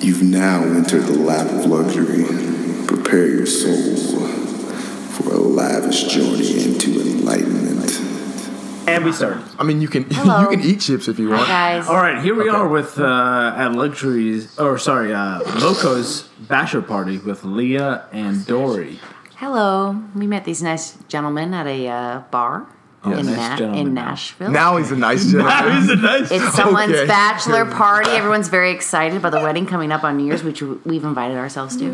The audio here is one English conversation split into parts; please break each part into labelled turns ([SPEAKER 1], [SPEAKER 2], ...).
[SPEAKER 1] You've now entered the lap of luxury. Prepare your soul for a lavish journey into enlightenment.
[SPEAKER 2] And we start.
[SPEAKER 3] I mean, you can
[SPEAKER 4] Hello.
[SPEAKER 3] you can eat chips if you
[SPEAKER 4] Hi
[SPEAKER 3] want.
[SPEAKER 4] guys.
[SPEAKER 2] All right, here we are with uh, at luxuries, or sorry, uh, Loco's bachelor party with Leah and Dory.
[SPEAKER 4] Hello. We met these nice gentlemen at a uh, bar
[SPEAKER 2] Yes.
[SPEAKER 4] in,
[SPEAKER 2] Nice
[SPEAKER 4] Na-
[SPEAKER 2] gentlemen.
[SPEAKER 4] in Nashville.
[SPEAKER 3] Now he's a nice gentleman.
[SPEAKER 2] That is a nice.
[SPEAKER 4] It's someone's
[SPEAKER 3] Okay.
[SPEAKER 4] bachelor party. Everyone's very excited about the wedding coming up on New Year's, which we've invited ourselves to.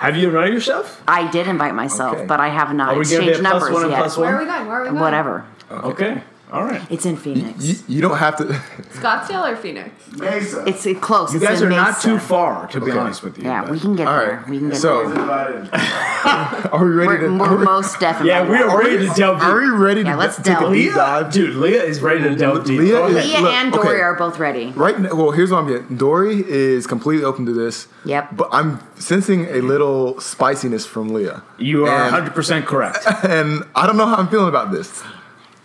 [SPEAKER 2] Have you invited yourself?
[SPEAKER 4] I did invite myself,
[SPEAKER 3] Okay.
[SPEAKER 4] but I have not
[SPEAKER 2] Are we gonna be
[SPEAKER 4] exchanged
[SPEAKER 2] a plus
[SPEAKER 4] numbers
[SPEAKER 2] one and
[SPEAKER 4] yet.
[SPEAKER 2] plus one?
[SPEAKER 5] Where are we going? Where are we going?
[SPEAKER 4] Whatever.
[SPEAKER 2] Okay. All right.
[SPEAKER 4] It's in Phoenix.
[SPEAKER 3] You, you don't have to.
[SPEAKER 5] Scottsdale or Phoenix?
[SPEAKER 4] it's uh, close.
[SPEAKER 2] You
[SPEAKER 4] it's
[SPEAKER 2] guys
[SPEAKER 4] in
[SPEAKER 2] are not
[SPEAKER 4] Mesa.
[SPEAKER 2] too far, to be
[SPEAKER 3] Okay.
[SPEAKER 2] honest with you.
[SPEAKER 4] Yeah,
[SPEAKER 2] but-
[SPEAKER 4] we can get
[SPEAKER 3] All
[SPEAKER 4] there. We can
[SPEAKER 3] right.
[SPEAKER 4] get
[SPEAKER 3] So,
[SPEAKER 4] there.
[SPEAKER 3] are we ready
[SPEAKER 4] We're,
[SPEAKER 3] to?
[SPEAKER 4] we're
[SPEAKER 3] Are we,
[SPEAKER 4] most definitely.
[SPEAKER 2] yeah, we are ready to delve
[SPEAKER 3] are
[SPEAKER 2] deep.
[SPEAKER 3] we ready to
[SPEAKER 4] Yeah, let's
[SPEAKER 3] take
[SPEAKER 4] delve.
[SPEAKER 3] a deep
[SPEAKER 2] Leah,
[SPEAKER 3] dive?
[SPEAKER 2] dude, Leah is ready to delve deep.
[SPEAKER 3] Leah
[SPEAKER 2] Go
[SPEAKER 3] is-
[SPEAKER 2] ahead.
[SPEAKER 4] Leah
[SPEAKER 3] Look,
[SPEAKER 4] and Dory
[SPEAKER 3] okay.
[SPEAKER 4] are both ready.
[SPEAKER 3] Right now, well, here's what I'm getting. Dory is completely open to this.
[SPEAKER 4] Yep.
[SPEAKER 3] But I'm sensing a little spiciness from Leah,
[SPEAKER 2] You are
[SPEAKER 3] And-
[SPEAKER 2] 100 percent correct.
[SPEAKER 3] and I don't know how I'm feeling about this.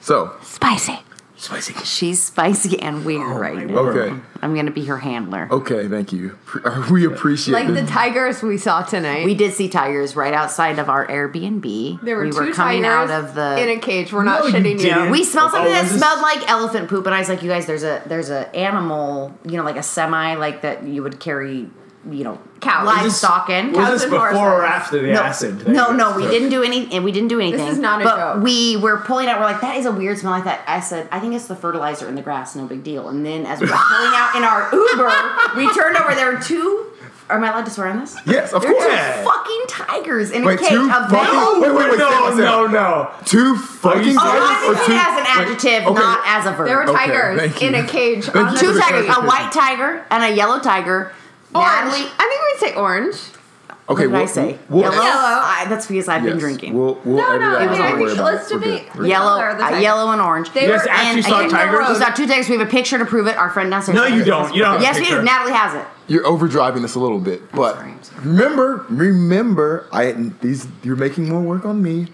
[SPEAKER 3] So,
[SPEAKER 4] Spicy.
[SPEAKER 2] Spicy.
[SPEAKER 4] She's spicy and weird
[SPEAKER 2] Oh
[SPEAKER 4] right now.
[SPEAKER 3] okay,
[SPEAKER 4] I'm gonna be her handler.
[SPEAKER 3] okay, thank you. Pre- uh, We appreciate
[SPEAKER 5] Like the
[SPEAKER 3] it.
[SPEAKER 5] tigers we saw tonight.
[SPEAKER 4] We did see tigers right outside of our Airbnb.
[SPEAKER 5] there were
[SPEAKER 4] we
[SPEAKER 5] two
[SPEAKER 4] were coming out
[SPEAKER 5] tigers
[SPEAKER 4] of
[SPEAKER 5] in
[SPEAKER 4] the.
[SPEAKER 5] a cage. We're not
[SPEAKER 2] No, you
[SPEAKER 5] shitting you.
[SPEAKER 2] didn't.
[SPEAKER 4] we smelled something
[SPEAKER 2] Oh,
[SPEAKER 4] that
[SPEAKER 2] was this-
[SPEAKER 4] smelled like elephant poop, and I was like, "You guys, there's a there's a animal, you know, like a semi, like that you would carry, you know,
[SPEAKER 5] Cow. Is this-
[SPEAKER 4] livestock in."
[SPEAKER 2] Was this
[SPEAKER 5] and
[SPEAKER 2] before or
[SPEAKER 5] horses.
[SPEAKER 2] after the
[SPEAKER 4] No,
[SPEAKER 2] acid?
[SPEAKER 4] no, no, we didn't do any, and we didn't do anything.
[SPEAKER 5] is not a
[SPEAKER 4] but
[SPEAKER 5] joke.
[SPEAKER 4] We were pulling out. We're like, that is a weird smell. I thought I said, I think it's the fertilizer in the grass. No big deal. And then as we were pulling out in our Uber, we turned over. There were two. Am I allowed to swear on this?
[SPEAKER 3] Yes, of
[SPEAKER 4] There were
[SPEAKER 3] course.
[SPEAKER 4] two
[SPEAKER 2] Yeah.
[SPEAKER 4] fucking tigers in
[SPEAKER 3] Wait,
[SPEAKER 4] a cage.
[SPEAKER 3] two fucking-
[SPEAKER 4] of them.
[SPEAKER 3] Wait, wait, wait,
[SPEAKER 2] no,
[SPEAKER 3] stay, stay.
[SPEAKER 2] no, no.
[SPEAKER 3] Two fucking.
[SPEAKER 2] you serious?
[SPEAKER 4] Oh, I
[SPEAKER 3] tigers or
[SPEAKER 4] was
[SPEAKER 3] two-
[SPEAKER 4] using it as an
[SPEAKER 3] wait,
[SPEAKER 4] adjective,
[SPEAKER 3] okay.
[SPEAKER 4] not as a verb.
[SPEAKER 5] There were
[SPEAKER 3] Okay,
[SPEAKER 5] tigers
[SPEAKER 3] thank
[SPEAKER 5] in
[SPEAKER 3] you.
[SPEAKER 5] a cage.
[SPEAKER 3] Thank
[SPEAKER 5] on
[SPEAKER 3] you
[SPEAKER 5] the
[SPEAKER 3] for
[SPEAKER 4] two
[SPEAKER 3] the
[SPEAKER 4] tigers, a
[SPEAKER 3] clarification.
[SPEAKER 4] white tiger and a yellow tiger.
[SPEAKER 5] Orange.
[SPEAKER 4] Natalie,
[SPEAKER 5] I think we'd say orange.
[SPEAKER 3] Okay,
[SPEAKER 4] what did I
[SPEAKER 3] we'll-
[SPEAKER 4] say?
[SPEAKER 3] we'll-
[SPEAKER 4] yellow.
[SPEAKER 5] Yellow.
[SPEAKER 4] I, that's because I've been
[SPEAKER 3] Yes.
[SPEAKER 4] drinking.
[SPEAKER 3] We'll, we'll
[SPEAKER 5] No,
[SPEAKER 3] edit
[SPEAKER 5] no,
[SPEAKER 3] it
[SPEAKER 5] I
[SPEAKER 3] out.
[SPEAKER 5] mean,
[SPEAKER 3] Don't
[SPEAKER 5] I
[SPEAKER 3] worry
[SPEAKER 5] think
[SPEAKER 3] about
[SPEAKER 5] let's
[SPEAKER 3] it. We're
[SPEAKER 5] debate.
[SPEAKER 3] good.
[SPEAKER 4] yellow,
[SPEAKER 5] color of the
[SPEAKER 4] uh,
[SPEAKER 5] tiger.
[SPEAKER 4] yellow and orange.
[SPEAKER 5] They
[SPEAKER 2] You
[SPEAKER 5] were
[SPEAKER 2] guys actually
[SPEAKER 5] in
[SPEAKER 2] saw
[SPEAKER 5] the
[SPEAKER 2] tigers?
[SPEAKER 5] road.
[SPEAKER 4] We saw two tigers. We have a picture to prove it. Our friend downstairs.
[SPEAKER 2] No,
[SPEAKER 4] has
[SPEAKER 2] you
[SPEAKER 4] a
[SPEAKER 2] don't. You don't have a
[SPEAKER 4] Yes, we do.
[SPEAKER 2] picture.
[SPEAKER 4] Natalie has it.
[SPEAKER 3] You're overdriving this a little bit, but
[SPEAKER 4] sorry, I'm sorry.
[SPEAKER 3] remember, remember, I these you're making more work on me.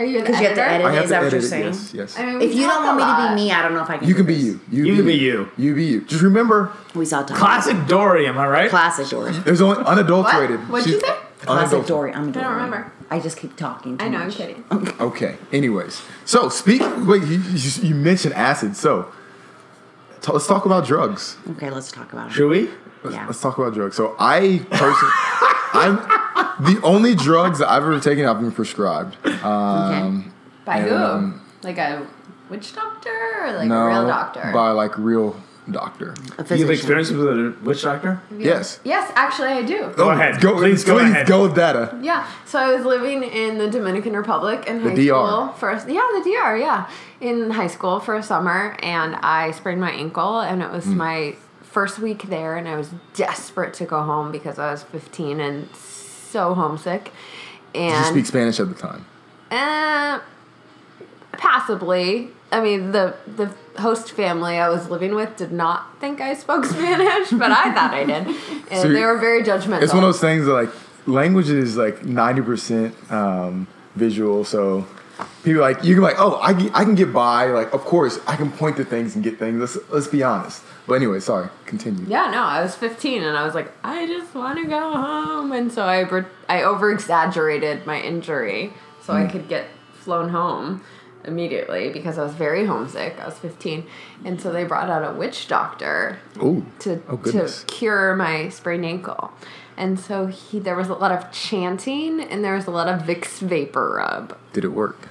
[SPEAKER 5] Are you an
[SPEAKER 4] Because you have to
[SPEAKER 5] editor?
[SPEAKER 4] edit.
[SPEAKER 3] I have
[SPEAKER 4] Is
[SPEAKER 3] to
[SPEAKER 4] that what
[SPEAKER 3] edit
[SPEAKER 4] you're
[SPEAKER 3] it.
[SPEAKER 4] saying?
[SPEAKER 3] Yes, yes.
[SPEAKER 5] I mean, we
[SPEAKER 4] If you
[SPEAKER 5] talk
[SPEAKER 4] don't want
[SPEAKER 5] a
[SPEAKER 4] me to
[SPEAKER 5] lot.
[SPEAKER 4] be me, I don't know if I can.
[SPEAKER 3] you
[SPEAKER 4] do
[SPEAKER 3] can be
[SPEAKER 4] this.
[SPEAKER 3] you. You,
[SPEAKER 2] You can be you.
[SPEAKER 3] You be you. Just remember,
[SPEAKER 4] We saw tigers.
[SPEAKER 2] Classic Dory, am I right?
[SPEAKER 4] Classic Dory.
[SPEAKER 3] there's only unadulterated.
[SPEAKER 5] What? What'd you
[SPEAKER 3] She's-
[SPEAKER 5] say?
[SPEAKER 4] Classic
[SPEAKER 3] unadulterated.
[SPEAKER 4] Dory. I'm a Dory.
[SPEAKER 5] remember.
[SPEAKER 4] I just keep talking. Too
[SPEAKER 5] I know, I'm
[SPEAKER 4] much.
[SPEAKER 5] kidding.
[SPEAKER 3] Okay. Anyways, so speak. Wait, you, you, you mentioned acid, so t- let's talk about drugs.
[SPEAKER 4] Okay, let's talk about it.
[SPEAKER 2] Should we?
[SPEAKER 4] Yeah.
[SPEAKER 3] Let's talk about drugs. So I personally, I'm the only drugs that I've ever taken. I've been prescribed. Um,
[SPEAKER 5] By
[SPEAKER 3] And,
[SPEAKER 5] who?
[SPEAKER 3] um,
[SPEAKER 5] like a witch doctor or like
[SPEAKER 3] no,
[SPEAKER 5] a real doctor?
[SPEAKER 3] by like real doctor.
[SPEAKER 4] A
[SPEAKER 2] You've
[SPEAKER 4] physician.
[SPEAKER 2] experience with a witch doctor?
[SPEAKER 3] Yes. Oh,
[SPEAKER 5] yes, actually, I do.
[SPEAKER 2] Go ahead.
[SPEAKER 3] Go,
[SPEAKER 2] Please go ahead.
[SPEAKER 3] go with Uh, data.
[SPEAKER 5] Yeah, so I was living in the Dominican Republic in high
[SPEAKER 3] DR.
[SPEAKER 5] school first. Yeah, the DR. Yeah, in high school for a summer, and I sprained my ankle, and it
[SPEAKER 3] Hmm.
[SPEAKER 5] was my first week there, and I was desperate to go home because I was 15 and so homesick.
[SPEAKER 3] Did you
[SPEAKER 5] And
[SPEAKER 3] speak Spanish at the time?
[SPEAKER 5] Uh, possibly. I mean, the the host family I was living with did not think I spoke Spanish, but I thought I did, and
[SPEAKER 3] So you-
[SPEAKER 5] they were very judgmental.
[SPEAKER 3] It's one of those things that like language is like ninety percent um, visual, so people like you can like oh I can, I can get by like of course I can point to things and get things. Let's let's be honest. But anyway, sorry. Continue.
[SPEAKER 5] Yeah, no, I was 15 and I was like, I just want to go home. And so I, br- I over exaggerated my injury so
[SPEAKER 3] Mm.
[SPEAKER 5] I could get flown home immediately because I was very homesick. I was 15. And so they brought out a witch doctor
[SPEAKER 3] Ooh.
[SPEAKER 5] to,
[SPEAKER 3] Oh,
[SPEAKER 5] to
[SPEAKER 3] goodness.
[SPEAKER 5] cure my sprained ankle. And so he, there was a lot of chanting and there was a lot of Vicks vapor rub.
[SPEAKER 3] Did it work?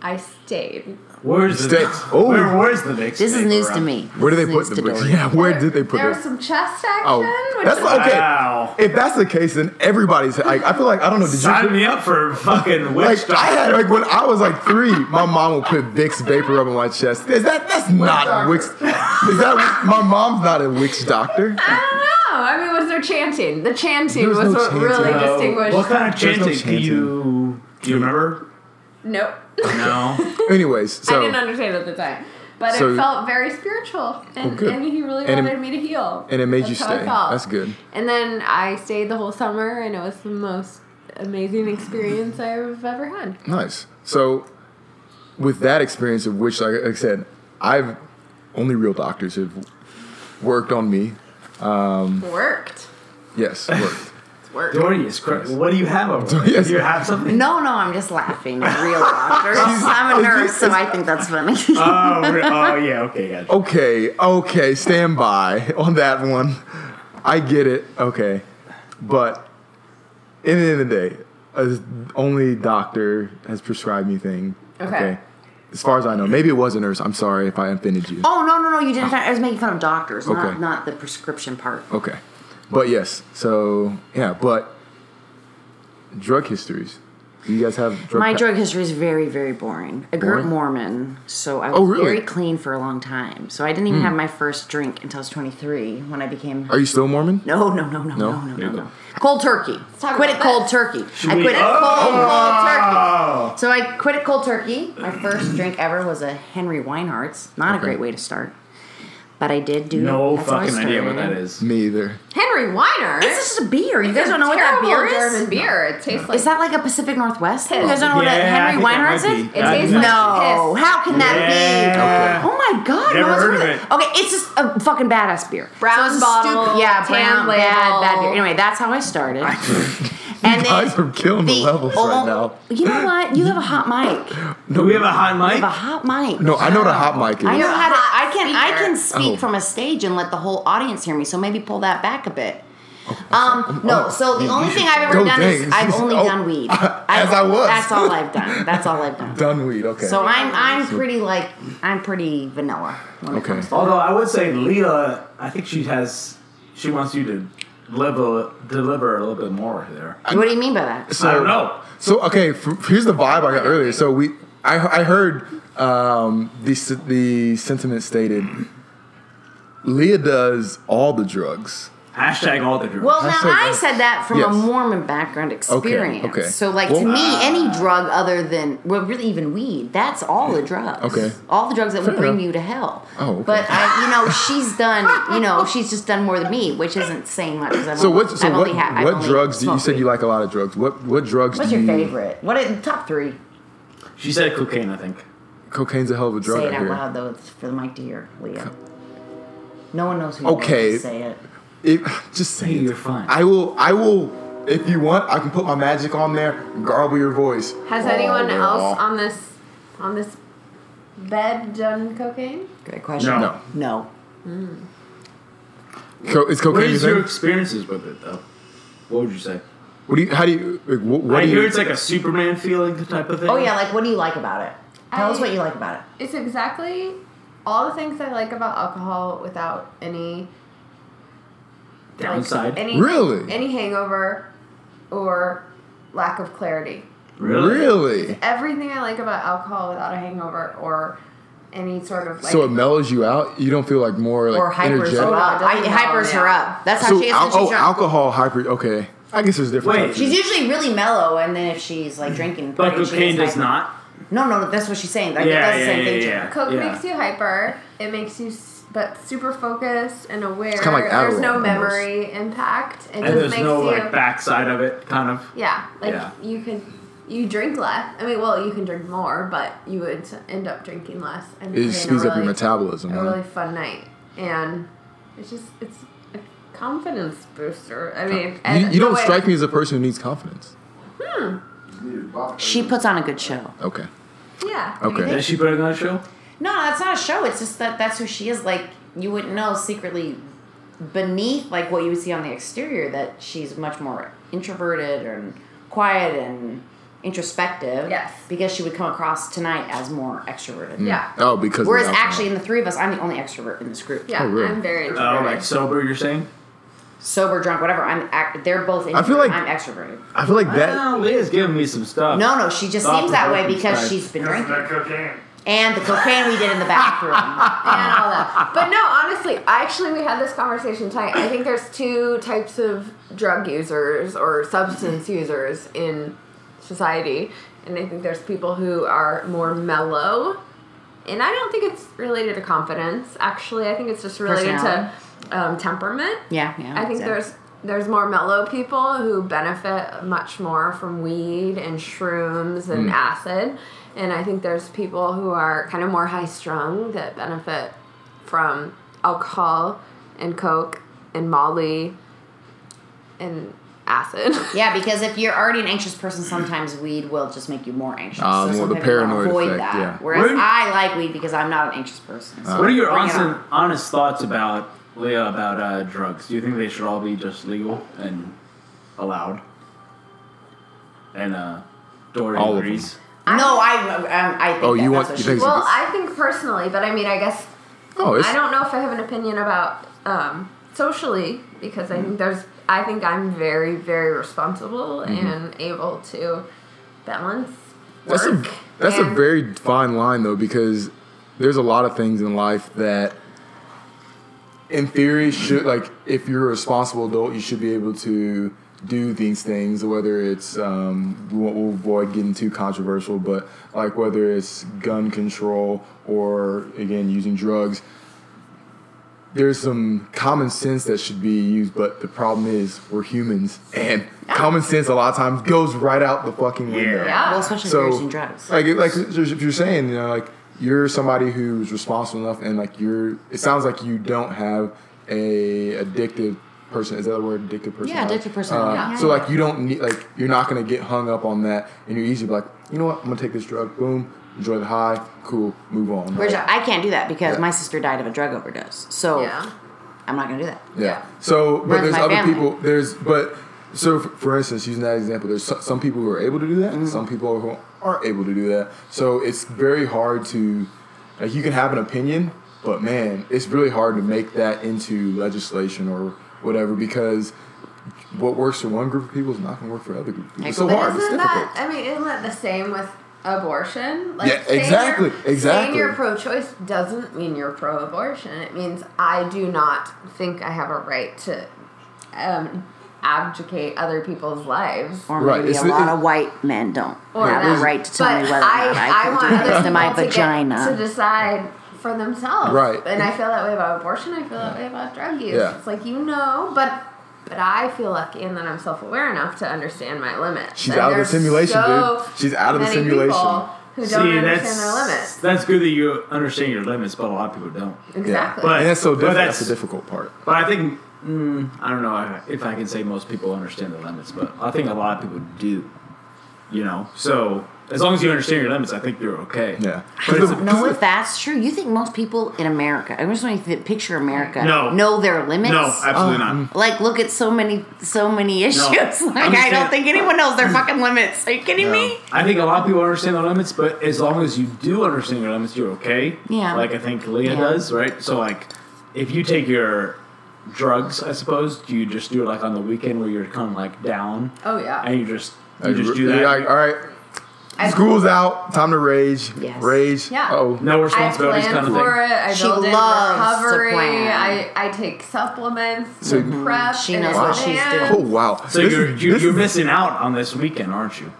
[SPEAKER 5] I stayed.
[SPEAKER 2] Where's the
[SPEAKER 3] Mistakes. Oh.
[SPEAKER 2] Where, where's the Vicks?
[SPEAKER 4] This is
[SPEAKER 2] paper
[SPEAKER 4] news to
[SPEAKER 2] round?
[SPEAKER 4] me.
[SPEAKER 3] Where
[SPEAKER 4] This
[SPEAKER 3] did they put
[SPEAKER 4] is
[SPEAKER 3] the
[SPEAKER 4] news to
[SPEAKER 3] bricks?
[SPEAKER 4] Dory.
[SPEAKER 3] Yeah, where did they put
[SPEAKER 5] There
[SPEAKER 3] it?
[SPEAKER 5] was some chest action.
[SPEAKER 3] Oh,
[SPEAKER 5] which
[SPEAKER 3] that's
[SPEAKER 5] is-
[SPEAKER 3] okay.
[SPEAKER 2] Wow.
[SPEAKER 3] If that's the case, then everybody's. Like, I feel like I don't know. Did you
[SPEAKER 2] Sign me up for fucking witch
[SPEAKER 3] Like I
[SPEAKER 2] doctor.
[SPEAKER 3] had like when I was like three, my mom would put Vicks vapor rub on my chest. Is that that's not Wix? Is that my mom's not a Wix doctor?
[SPEAKER 5] I don't know. Oh, I mean, was there chanting? The chanting
[SPEAKER 3] There was
[SPEAKER 5] was,
[SPEAKER 3] no
[SPEAKER 5] what
[SPEAKER 3] chanting.
[SPEAKER 5] really
[SPEAKER 3] No.
[SPEAKER 5] distinguished.
[SPEAKER 2] What kind of
[SPEAKER 3] There's no
[SPEAKER 2] chanting? Can
[SPEAKER 3] chanting.
[SPEAKER 2] you do you remember?
[SPEAKER 5] Nope.
[SPEAKER 2] No.
[SPEAKER 3] Anyways, so
[SPEAKER 5] I didn't understand at the time. But
[SPEAKER 3] So- Oh,
[SPEAKER 5] it felt very spiritual. And,
[SPEAKER 3] good.
[SPEAKER 5] and he really
[SPEAKER 3] And it-
[SPEAKER 5] wanted me to heal.
[SPEAKER 3] and it made you
[SPEAKER 5] how I
[SPEAKER 3] stay.
[SPEAKER 5] felt.
[SPEAKER 3] That's good.
[SPEAKER 5] And then I stayed the whole summer, and it was the most amazing experience I've ever had.
[SPEAKER 3] nice. So with that experience of which, like I said, I've only real doctors have worked on me.
[SPEAKER 5] Worked.
[SPEAKER 3] Yes, worked.
[SPEAKER 5] It's work.
[SPEAKER 2] Dory is crazy. What do you have over there?
[SPEAKER 3] Yes.
[SPEAKER 2] Do you have something?
[SPEAKER 4] No, no, I'm just laughing. At real doctors. I'm a nurse, so I think that's funny.
[SPEAKER 3] Uh,
[SPEAKER 2] Oh, we're- oh yeah, okay, yeah.
[SPEAKER 3] okay, okay, stand by on that one. I get it. Okay. But in the end of the day, as only doctor has prescribed me thing.
[SPEAKER 5] Okay.
[SPEAKER 3] As far as I know, maybe it was a nurse. I'm sorry if I offended you.
[SPEAKER 4] oh no, no, no! You didn't. I was making fun of doctors,
[SPEAKER 3] Okay.
[SPEAKER 4] not not the prescription part.
[SPEAKER 3] Okay. But yes, so yeah, but drug histories. You guys have drug
[SPEAKER 4] My
[SPEAKER 3] pa-
[SPEAKER 4] drug history is very, very boring. I grew up
[SPEAKER 3] Boring?
[SPEAKER 4] Mormon, so I was
[SPEAKER 3] Oh, really? Hmm.
[SPEAKER 4] very clean for a long time. So I didn't even have my first drink until I was 23 when I became.
[SPEAKER 3] Are you still Mormon?
[SPEAKER 4] no, no, no, no,
[SPEAKER 3] No?
[SPEAKER 4] no, no,
[SPEAKER 3] There
[SPEAKER 4] no,
[SPEAKER 3] you go.
[SPEAKER 4] no. Cold turkey.
[SPEAKER 5] talk
[SPEAKER 4] Quit
[SPEAKER 5] about
[SPEAKER 4] it cold
[SPEAKER 5] this.
[SPEAKER 4] turkey. I quit it
[SPEAKER 2] Oh!
[SPEAKER 4] cold, cold turkey. So I quit it cold turkey. My first drink ever was a Henry Weinhardt's. Not a
[SPEAKER 3] Okay.
[SPEAKER 4] great way to start, but I did do.
[SPEAKER 2] No
[SPEAKER 4] that's how I
[SPEAKER 2] fucking idea what that
[SPEAKER 4] started.
[SPEAKER 2] is.
[SPEAKER 3] Me either.
[SPEAKER 5] Henry Weiner.
[SPEAKER 4] It's just a beer. You guys don't know what that
[SPEAKER 5] Terrible
[SPEAKER 4] beer is.
[SPEAKER 5] German beer. It tastes like
[SPEAKER 4] Is that like a Pacific Northwest? thing? You guys don't know what
[SPEAKER 2] Yeah,
[SPEAKER 4] a
[SPEAKER 2] I
[SPEAKER 4] Oh, Henry
[SPEAKER 2] think that
[SPEAKER 4] Weinhardt's
[SPEAKER 2] might
[SPEAKER 4] is?
[SPEAKER 2] be.
[SPEAKER 5] It
[SPEAKER 2] I-
[SPEAKER 5] tastes like-
[SPEAKER 4] No,
[SPEAKER 5] piss.
[SPEAKER 4] how can that
[SPEAKER 2] Yeah.
[SPEAKER 4] be? Okay. Oh my god!
[SPEAKER 2] Never
[SPEAKER 4] no one's
[SPEAKER 2] heard of it.
[SPEAKER 4] Okay, it's just a fucking badass beer.
[SPEAKER 5] Brown
[SPEAKER 4] it's a
[SPEAKER 5] bottle,
[SPEAKER 4] stupid- yeah,
[SPEAKER 5] tan
[SPEAKER 4] brown, bad, bad
[SPEAKER 5] label.
[SPEAKER 4] beer. Anyway, that's how I started. and
[SPEAKER 3] Guys are killing the, levels right
[SPEAKER 4] oh,
[SPEAKER 3] now.
[SPEAKER 4] You know what? You have a hot mic. You
[SPEAKER 2] Do we have a hot mic?
[SPEAKER 4] have a hot mic.
[SPEAKER 3] No, I know what a hot mic is.
[SPEAKER 4] I know how to. I can. I
[SPEAKER 5] speaker.
[SPEAKER 4] can
[SPEAKER 3] Oh.
[SPEAKER 4] speak from a stage and let the whole audience hear me. So maybe pull that back a bit. Um, no. So the only thing I've ever
[SPEAKER 3] Oh,
[SPEAKER 4] done
[SPEAKER 3] dang.
[SPEAKER 4] is I've only
[SPEAKER 3] Oh,
[SPEAKER 4] done weed.
[SPEAKER 3] as I was.
[SPEAKER 4] That's all I've done. That's all I've done.
[SPEAKER 3] Dunweed, okay.
[SPEAKER 4] So I'm I'm pretty like I'm pretty vanilla. When It
[SPEAKER 3] okay.
[SPEAKER 4] comes to
[SPEAKER 2] Although I would say Leah, I think she has, she wants you to level, deliver a little bit more there.
[SPEAKER 4] what do you mean by that?
[SPEAKER 3] So,
[SPEAKER 2] I don't know.
[SPEAKER 3] So okay, f- here's the vibe I got earlier. So we, I, I heard um, the s- the sentiment stated. Leah does all the drugs.
[SPEAKER 2] Hashtag all the drugs.
[SPEAKER 4] Well,
[SPEAKER 3] I
[SPEAKER 4] now
[SPEAKER 3] said
[SPEAKER 4] I
[SPEAKER 3] that.
[SPEAKER 4] said that from
[SPEAKER 3] Yes.
[SPEAKER 4] a Mormon background experience.
[SPEAKER 3] okay.
[SPEAKER 4] So, like
[SPEAKER 3] Well-
[SPEAKER 4] to me, any drug other than well, really even weed, that's all the drugs.
[SPEAKER 3] Okay.
[SPEAKER 4] all the drugs that would
[SPEAKER 3] Fair
[SPEAKER 4] bring
[SPEAKER 3] enough.
[SPEAKER 4] you to hell.
[SPEAKER 3] Oh, okay.
[SPEAKER 4] but I, you know, she's done. You know, she's just done more than me, which isn't saying much. 'cause I've
[SPEAKER 3] So
[SPEAKER 4] only-
[SPEAKER 3] what? So
[SPEAKER 4] I've
[SPEAKER 3] what?
[SPEAKER 4] only had- I've
[SPEAKER 3] what
[SPEAKER 4] only
[SPEAKER 3] drugs? Do you, you
[SPEAKER 4] smoked
[SPEAKER 3] said you
[SPEAKER 4] weed.
[SPEAKER 3] like a lot of drugs. What? What drugs?
[SPEAKER 4] What's
[SPEAKER 3] do
[SPEAKER 4] your
[SPEAKER 3] you,
[SPEAKER 4] favorite? What are the top three?
[SPEAKER 2] she said cocaine, I think.
[SPEAKER 3] Cocaine's a hell of a drug.
[SPEAKER 4] Say
[SPEAKER 3] I
[SPEAKER 4] it out
[SPEAKER 3] hear.
[SPEAKER 4] loud though, it's for the mic to hear, Leah. No one knows who.
[SPEAKER 3] Okay.
[SPEAKER 4] You are, just say it.
[SPEAKER 3] It, just say
[SPEAKER 2] Hey,
[SPEAKER 3] it.
[SPEAKER 2] you're fine.
[SPEAKER 3] I will. I will. If you want, I can put my magic on there. Garble your voice.
[SPEAKER 5] Has
[SPEAKER 3] Oh,
[SPEAKER 5] anyone
[SPEAKER 3] yeah.
[SPEAKER 5] else on this on this bed done cocaine?
[SPEAKER 4] Great question.
[SPEAKER 2] No.
[SPEAKER 4] No.
[SPEAKER 3] Co- is
[SPEAKER 2] What
[SPEAKER 3] cocaine?
[SPEAKER 2] is
[SPEAKER 3] your
[SPEAKER 2] your
[SPEAKER 3] thing?
[SPEAKER 2] experiences with it though? What would you say?
[SPEAKER 3] What do you? How do you? Like, what, what
[SPEAKER 2] I
[SPEAKER 3] do
[SPEAKER 2] hear
[SPEAKER 3] you?
[SPEAKER 2] it's like a Superman feeling type of thing.
[SPEAKER 4] Oh yeah, like what do you like about it? Tell us
[SPEAKER 5] I-
[SPEAKER 4] what you like about it.
[SPEAKER 5] It's exactly all the things I like about alcohol without any like,
[SPEAKER 2] downside.
[SPEAKER 5] any
[SPEAKER 3] Really?
[SPEAKER 5] any hangover or lack of clarity.
[SPEAKER 2] really?
[SPEAKER 3] really?
[SPEAKER 5] Everything I like about alcohol without a hangover or any sort of like
[SPEAKER 3] so it mellows you out. You don't feel like more like
[SPEAKER 4] or hypers
[SPEAKER 3] energetic.
[SPEAKER 4] her up.
[SPEAKER 5] Oh, no, it
[SPEAKER 4] I,
[SPEAKER 5] doesn't
[SPEAKER 4] hypers
[SPEAKER 5] mellow
[SPEAKER 4] her
[SPEAKER 5] me
[SPEAKER 4] up. That's how
[SPEAKER 3] So
[SPEAKER 4] she is
[SPEAKER 3] al-
[SPEAKER 4] when she's
[SPEAKER 3] oh,
[SPEAKER 4] drunk.
[SPEAKER 3] alcohol hyper. Okay, I guess there's different.
[SPEAKER 2] Wait,
[SPEAKER 3] types of-
[SPEAKER 4] She's usually really mellow, and then if she's like drinking, and
[SPEAKER 2] But
[SPEAKER 4] partying, she
[SPEAKER 2] cocaine
[SPEAKER 4] gets
[SPEAKER 2] does
[SPEAKER 4] hyper.
[SPEAKER 2] not.
[SPEAKER 4] No, no, that's what she's saying. Like,
[SPEAKER 2] Yeah,
[SPEAKER 4] it does
[SPEAKER 2] yeah,
[SPEAKER 4] the same
[SPEAKER 2] yeah,
[SPEAKER 4] thing to
[SPEAKER 2] yeah.
[SPEAKER 4] her.
[SPEAKER 5] Coke
[SPEAKER 2] Yeah.
[SPEAKER 5] makes you hyper. It makes you, s- but super focused and aware.
[SPEAKER 3] kinda like
[SPEAKER 5] there's
[SPEAKER 3] Adderall
[SPEAKER 5] no
[SPEAKER 3] almost.
[SPEAKER 5] memory impact. It
[SPEAKER 2] And
[SPEAKER 5] just
[SPEAKER 2] there's
[SPEAKER 5] makes
[SPEAKER 2] no
[SPEAKER 5] you
[SPEAKER 2] like backside of it, kind of.
[SPEAKER 5] yeah, like
[SPEAKER 2] Yeah.
[SPEAKER 5] you can you drink less. I mean, well, you can drink more, but you would end up drinking less. And
[SPEAKER 3] it
[SPEAKER 5] having
[SPEAKER 3] just
[SPEAKER 5] a
[SPEAKER 3] speeds up your
[SPEAKER 5] really-
[SPEAKER 3] metabolism.
[SPEAKER 5] A
[SPEAKER 3] huh?
[SPEAKER 5] really fun night, and it's just it's a confidence booster. I mean, and
[SPEAKER 3] you you
[SPEAKER 5] the
[SPEAKER 3] don't
[SPEAKER 5] way-
[SPEAKER 3] strike me as a person who needs confidence.
[SPEAKER 4] Hmm. She puts on a good show.
[SPEAKER 3] Okay.
[SPEAKER 5] Yeah.
[SPEAKER 3] Okay. Mm.
[SPEAKER 2] Is she putting on a show?
[SPEAKER 4] No, that's not a show. It's just that that's who she is. Like you wouldn't know secretly beneath like what you would see on the exterior that she's much more introverted and quiet and introspective.
[SPEAKER 5] Yes.
[SPEAKER 4] Because she would come across tonight as more extroverted.
[SPEAKER 5] Yeah.
[SPEAKER 3] Oh, because of
[SPEAKER 4] Whereas
[SPEAKER 3] the alcohol.
[SPEAKER 4] actually in the three of us, I'm the only extrovert in this group.
[SPEAKER 5] Yeah,
[SPEAKER 3] Oh, really?
[SPEAKER 5] I'm very
[SPEAKER 2] Oh,
[SPEAKER 5] introverted.
[SPEAKER 2] like sober, you're saying?
[SPEAKER 4] Sober, drunk, whatever. I'm. Act- they're both. Introverted.
[SPEAKER 3] I feel like-
[SPEAKER 4] I'm extroverted.
[SPEAKER 5] Uh,
[SPEAKER 3] I feel like that.
[SPEAKER 2] Well, Leah's giving me some stuff.
[SPEAKER 4] No, no. She just seems that way
[SPEAKER 2] Thought-provoking
[SPEAKER 4] because
[SPEAKER 2] stuff.
[SPEAKER 4] she's been
[SPEAKER 6] Because of
[SPEAKER 4] drinking
[SPEAKER 6] that cocaine.
[SPEAKER 4] and the cocaine we did in the bathroom.
[SPEAKER 5] and all that. But no, honestly, actually, we had this conversation tonight. I think there's two types of drug users or substance users in society, and I think there's people who are more mellow, and I don't think it's related to confidence. Actually, I think it's just related to um, temperament.
[SPEAKER 4] Yeah, yeah.
[SPEAKER 5] I think
[SPEAKER 4] so.
[SPEAKER 5] there's there's more mellow people who benefit much more from weed and shrooms
[SPEAKER 4] Hmm.
[SPEAKER 5] and acid, and I think there's people who are kind of more high strung that benefit from alcohol and coke and Molly and acid.
[SPEAKER 4] Yeah, because if you're already an anxious person, sometimes weed will just make you more anxious.
[SPEAKER 3] Ah,
[SPEAKER 4] so
[SPEAKER 3] more the
[SPEAKER 4] sometimes you wanna
[SPEAKER 3] paranoid
[SPEAKER 4] avoid
[SPEAKER 3] effect,
[SPEAKER 4] that.
[SPEAKER 3] yeah.
[SPEAKER 4] Whereas
[SPEAKER 2] What are-
[SPEAKER 4] I like weed because I'm not an anxious person. So
[SPEAKER 2] What are your
[SPEAKER 4] bring it
[SPEAKER 2] honest,
[SPEAKER 4] on.
[SPEAKER 2] honest thoughts about Leah about uh, drugs? Do you think they should all be just legal and allowed? And uh, Dory
[SPEAKER 3] All of
[SPEAKER 2] agrees.
[SPEAKER 4] No, I um, I think
[SPEAKER 3] Oh,
[SPEAKER 4] that,
[SPEAKER 3] you want-
[SPEAKER 4] that's what
[SPEAKER 3] you
[SPEAKER 4] she
[SPEAKER 3] think-
[SPEAKER 5] well, I think personally, but I mean, I guess
[SPEAKER 3] Oh, it's
[SPEAKER 5] I don't know if I have an opinion about um, socially because I
[SPEAKER 3] Mm.
[SPEAKER 5] think there's I think I'm very very responsible and able to balance
[SPEAKER 3] Mm-hmm. that's a
[SPEAKER 5] work.
[SPEAKER 3] that's a
[SPEAKER 5] and-
[SPEAKER 3] very fine line though because there's a lot of things in life that in theory should like if you're a responsible adult you should be able to do these things whether it's um, we won't, we'll avoid getting too controversial but like whether it's gun control or again using drugs there's some common sense that should be used but the problem is we're humans and common sense a lot of times goes right out the fucking window
[SPEAKER 5] Yeah.
[SPEAKER 4] Well, especially if you're using drugs.
[SPEAKER 3] like, like if you're saying, you know, like you're somebody who's responsible enough, and like you're, it sounds like you don't have a addictive person. Is that the word addictive person? Uh,
[SPEAKER 4] Yeah, addictive personality, yeah.
[SPEAKER 3] So like you don't need, like you're not gonna get hung up on that, and you're easy to be like, you know what, I'm gonna take this drug. Boom, enjoy the high, cool, move on.
[SPEAKER 4] Whereas
[SPEAKER 3] Like,
[SPEAKER 4] I can't do that because
[SPEAKER 3] Yeah.
[SPEAKER 4] my sister died of a drug overdose. So
[SPEAKER 5] Yeah.
[SPEAKER 4] I'm not gonna do that.
[SPEAKER 3] Yeah. So, but
[SPEAKER 4] Runs
[SPEAKER 3] there's
[SPEAKER 4] my
[SPEAKER 3] other
[SPEAKER 4] family.
[SPEAKER 3] people. There's but so f- for instance, using that example, there's so- some people who are able to do that,
[SPEAKER 4] Mm-hmm.
[SPEAKER 3] and some people who aren't able to do that. So it's very hard to like you can have an opinion, but man, it's really hard to make that into legislation or whatever because what works for one group of people is not going to work for other group of people. It's so
[SPEAKER 4] But
[SPEAKER 3] hard. It's
[SPEAKER 5] Isn't
[SPEAKER 3] difficult.
[SPEAKER 5] that? I mean, isn't that the same with abortion?
[SPEAKER 3] Yeah,
[SPEAKER 5] saying
[SPEAKER 3] exactly,
[SPEAKER 5] you're- Saying
[SPEAKER 3] exactly.
[SPEAKER 5] you're pro-choice doesn't mean you're pro-abortion. It means I do not think I have a right to um, abdicate other people's lives.
[SPEAKER 4] Or
[SPEAKER 3] Right,
[SPEAKER 4] maybe
[SPEAKER 3] it's
[SPEAKER 4] a
[SPEAKER 3] the-
[SPEAKER 4] lot
[SPEAKER 3] it-
[SPEAKER 4] of white men don't
[SPEAKER 5] Or
[SPEAKER 4] have
[SPEAKER 5] that.
[SPEAKER 4] the right to tell me
[SPEAKER 5] But
[SPEAKER 4] whether or not I, can
[SPEAKER 5] want
[SPEAKER 4] do
[SPEAKER 5] other
[SPEAKER 4] this to my
[SPEAKER 5] people get- to
[SPEAKER 4] vagina.
[SPEAKER 5] decide for themselves.
[SPEAKER 3] Right.
[SPEAKER 5] And I feel that way about abortion. I feel that way about drug use.
[SPEAKER 3] Yeah.
[SPEAKER 5] It's like you know, but but I feel lucky in that I'm self aware enough to understand my limits.
[SPEAKER 3] She's
[SPEAKER 5] And
[SPEAKER 3] out of the
[SPEAKER 5] there's
[SPEAKER 3] simulation,
[SPEAKER 5] so
[SPEAKER 3] dude. She's out of the
[SPEAKER 5] many
[SPEAKER 3] simulation.
[SPEAKER 5] people Who don't
[SPEAKER 2] See,
[SPEAKER 5] understand their
[SPEAKER 2] that's
[SPEAKER 5] limits.
[SPEAKER 2] that's good that you understand your limits, but a lot of people don't.
[SPEAKER 5] Exactly.
[SPEAKER 2] But-
[SPEAKER 3] and that's so
[SPEAKER 2] But
[SPEAKER 3] difficult.
[SPEAKER 2] that's-
[SPEAKER 3] That's, the difficult part.
[SPEAKER 2] But I think mm, I don't know I- if I can say most people understand the limits, but I think a lot of people do. You know, so as long as you understand your limits, I think you're okay.
[SPEAKER 3] Yeah.
[SPEAKER 2] But it's,
[SPEAKER 4] No, if that's true, you think most people in America, I just want you to picture America,
[SPEAKER 2] No.
[SPEAKER 4] know their limits?
[SPEAKER 2] no, absolutely
[SPEAKER 3] um,
[SPEAKER 2] not.
[SPEAKER 4] like, look at so many, so many issues. like, I
[SPEAKER 2] understand.
[SPEAKER 4] don't think anyone knows their fucking limits. Are you kidding me?
[SPEAKER 2] I think a lot of people understand the limits, but as long as you do understand your limits, you're okay.
[SPEAKER 4] Yeah.
[SPEAKER 2] Like I think Leah
[SPEAKER 4] Yeah.
[SPEAKER 2] does, right? So like, if you take your drugs, I suppose, do you just do it like on the weekend where you're kind of like down,
[SPEAKER 5] oh yeah.
[SPEAKER 2] and you just you just do
[SPEAKER 3] You're
[SPEAKER 2] that?
[SPEAKER 3] like, all right, school's out. Time to rage.
[SPEAKER 4] Yes.
[SPEAKER 3] Rage.
[SPEAKER 5] Yeah.
[SPEAKER 3] Oh.
[SPEAKER 2] no
[SPEAKER 5] I
[SPEAKER 2] responsibilities
[SPEAKER 5] plan
[SPEAKER 2] kind of
[SPEAKER 5] for
[SPEAKER 2] thing.
[SPEAKER 5] it. I
[SPEAKER 4] She
[SPEAKER 5] build in
[SPEAKER 4] loves to
[SPEAKER 5] recovery.
[SPEAKER 4] plan.
[SPEAKER 5] I, I take supplements.
[SPEAKER 3] So-
[SPEAKER 5] and
[SPEAKER 3] Mhm.
[SPEAKER 5] prep.
[SPEAKER 4] She
[SPEAKER 5] in
[SPEAKER 4] knows what
[SPEAKER 5] advance.
[SPEAKER 4] she's doing.
[SPEAKER 3] Oh wow!
[SPEAKER 2] So
[SPEAKER 3] This
[SPEAKER 2] you're
[SPEAKER 3] is-
[SPEAKER 2] you,
[SPEAKER 3] this
[SPEAKER 2] you're
[SPEAKER 3] is-
[SPEAKER 2] missing out on this weekend, aren't you?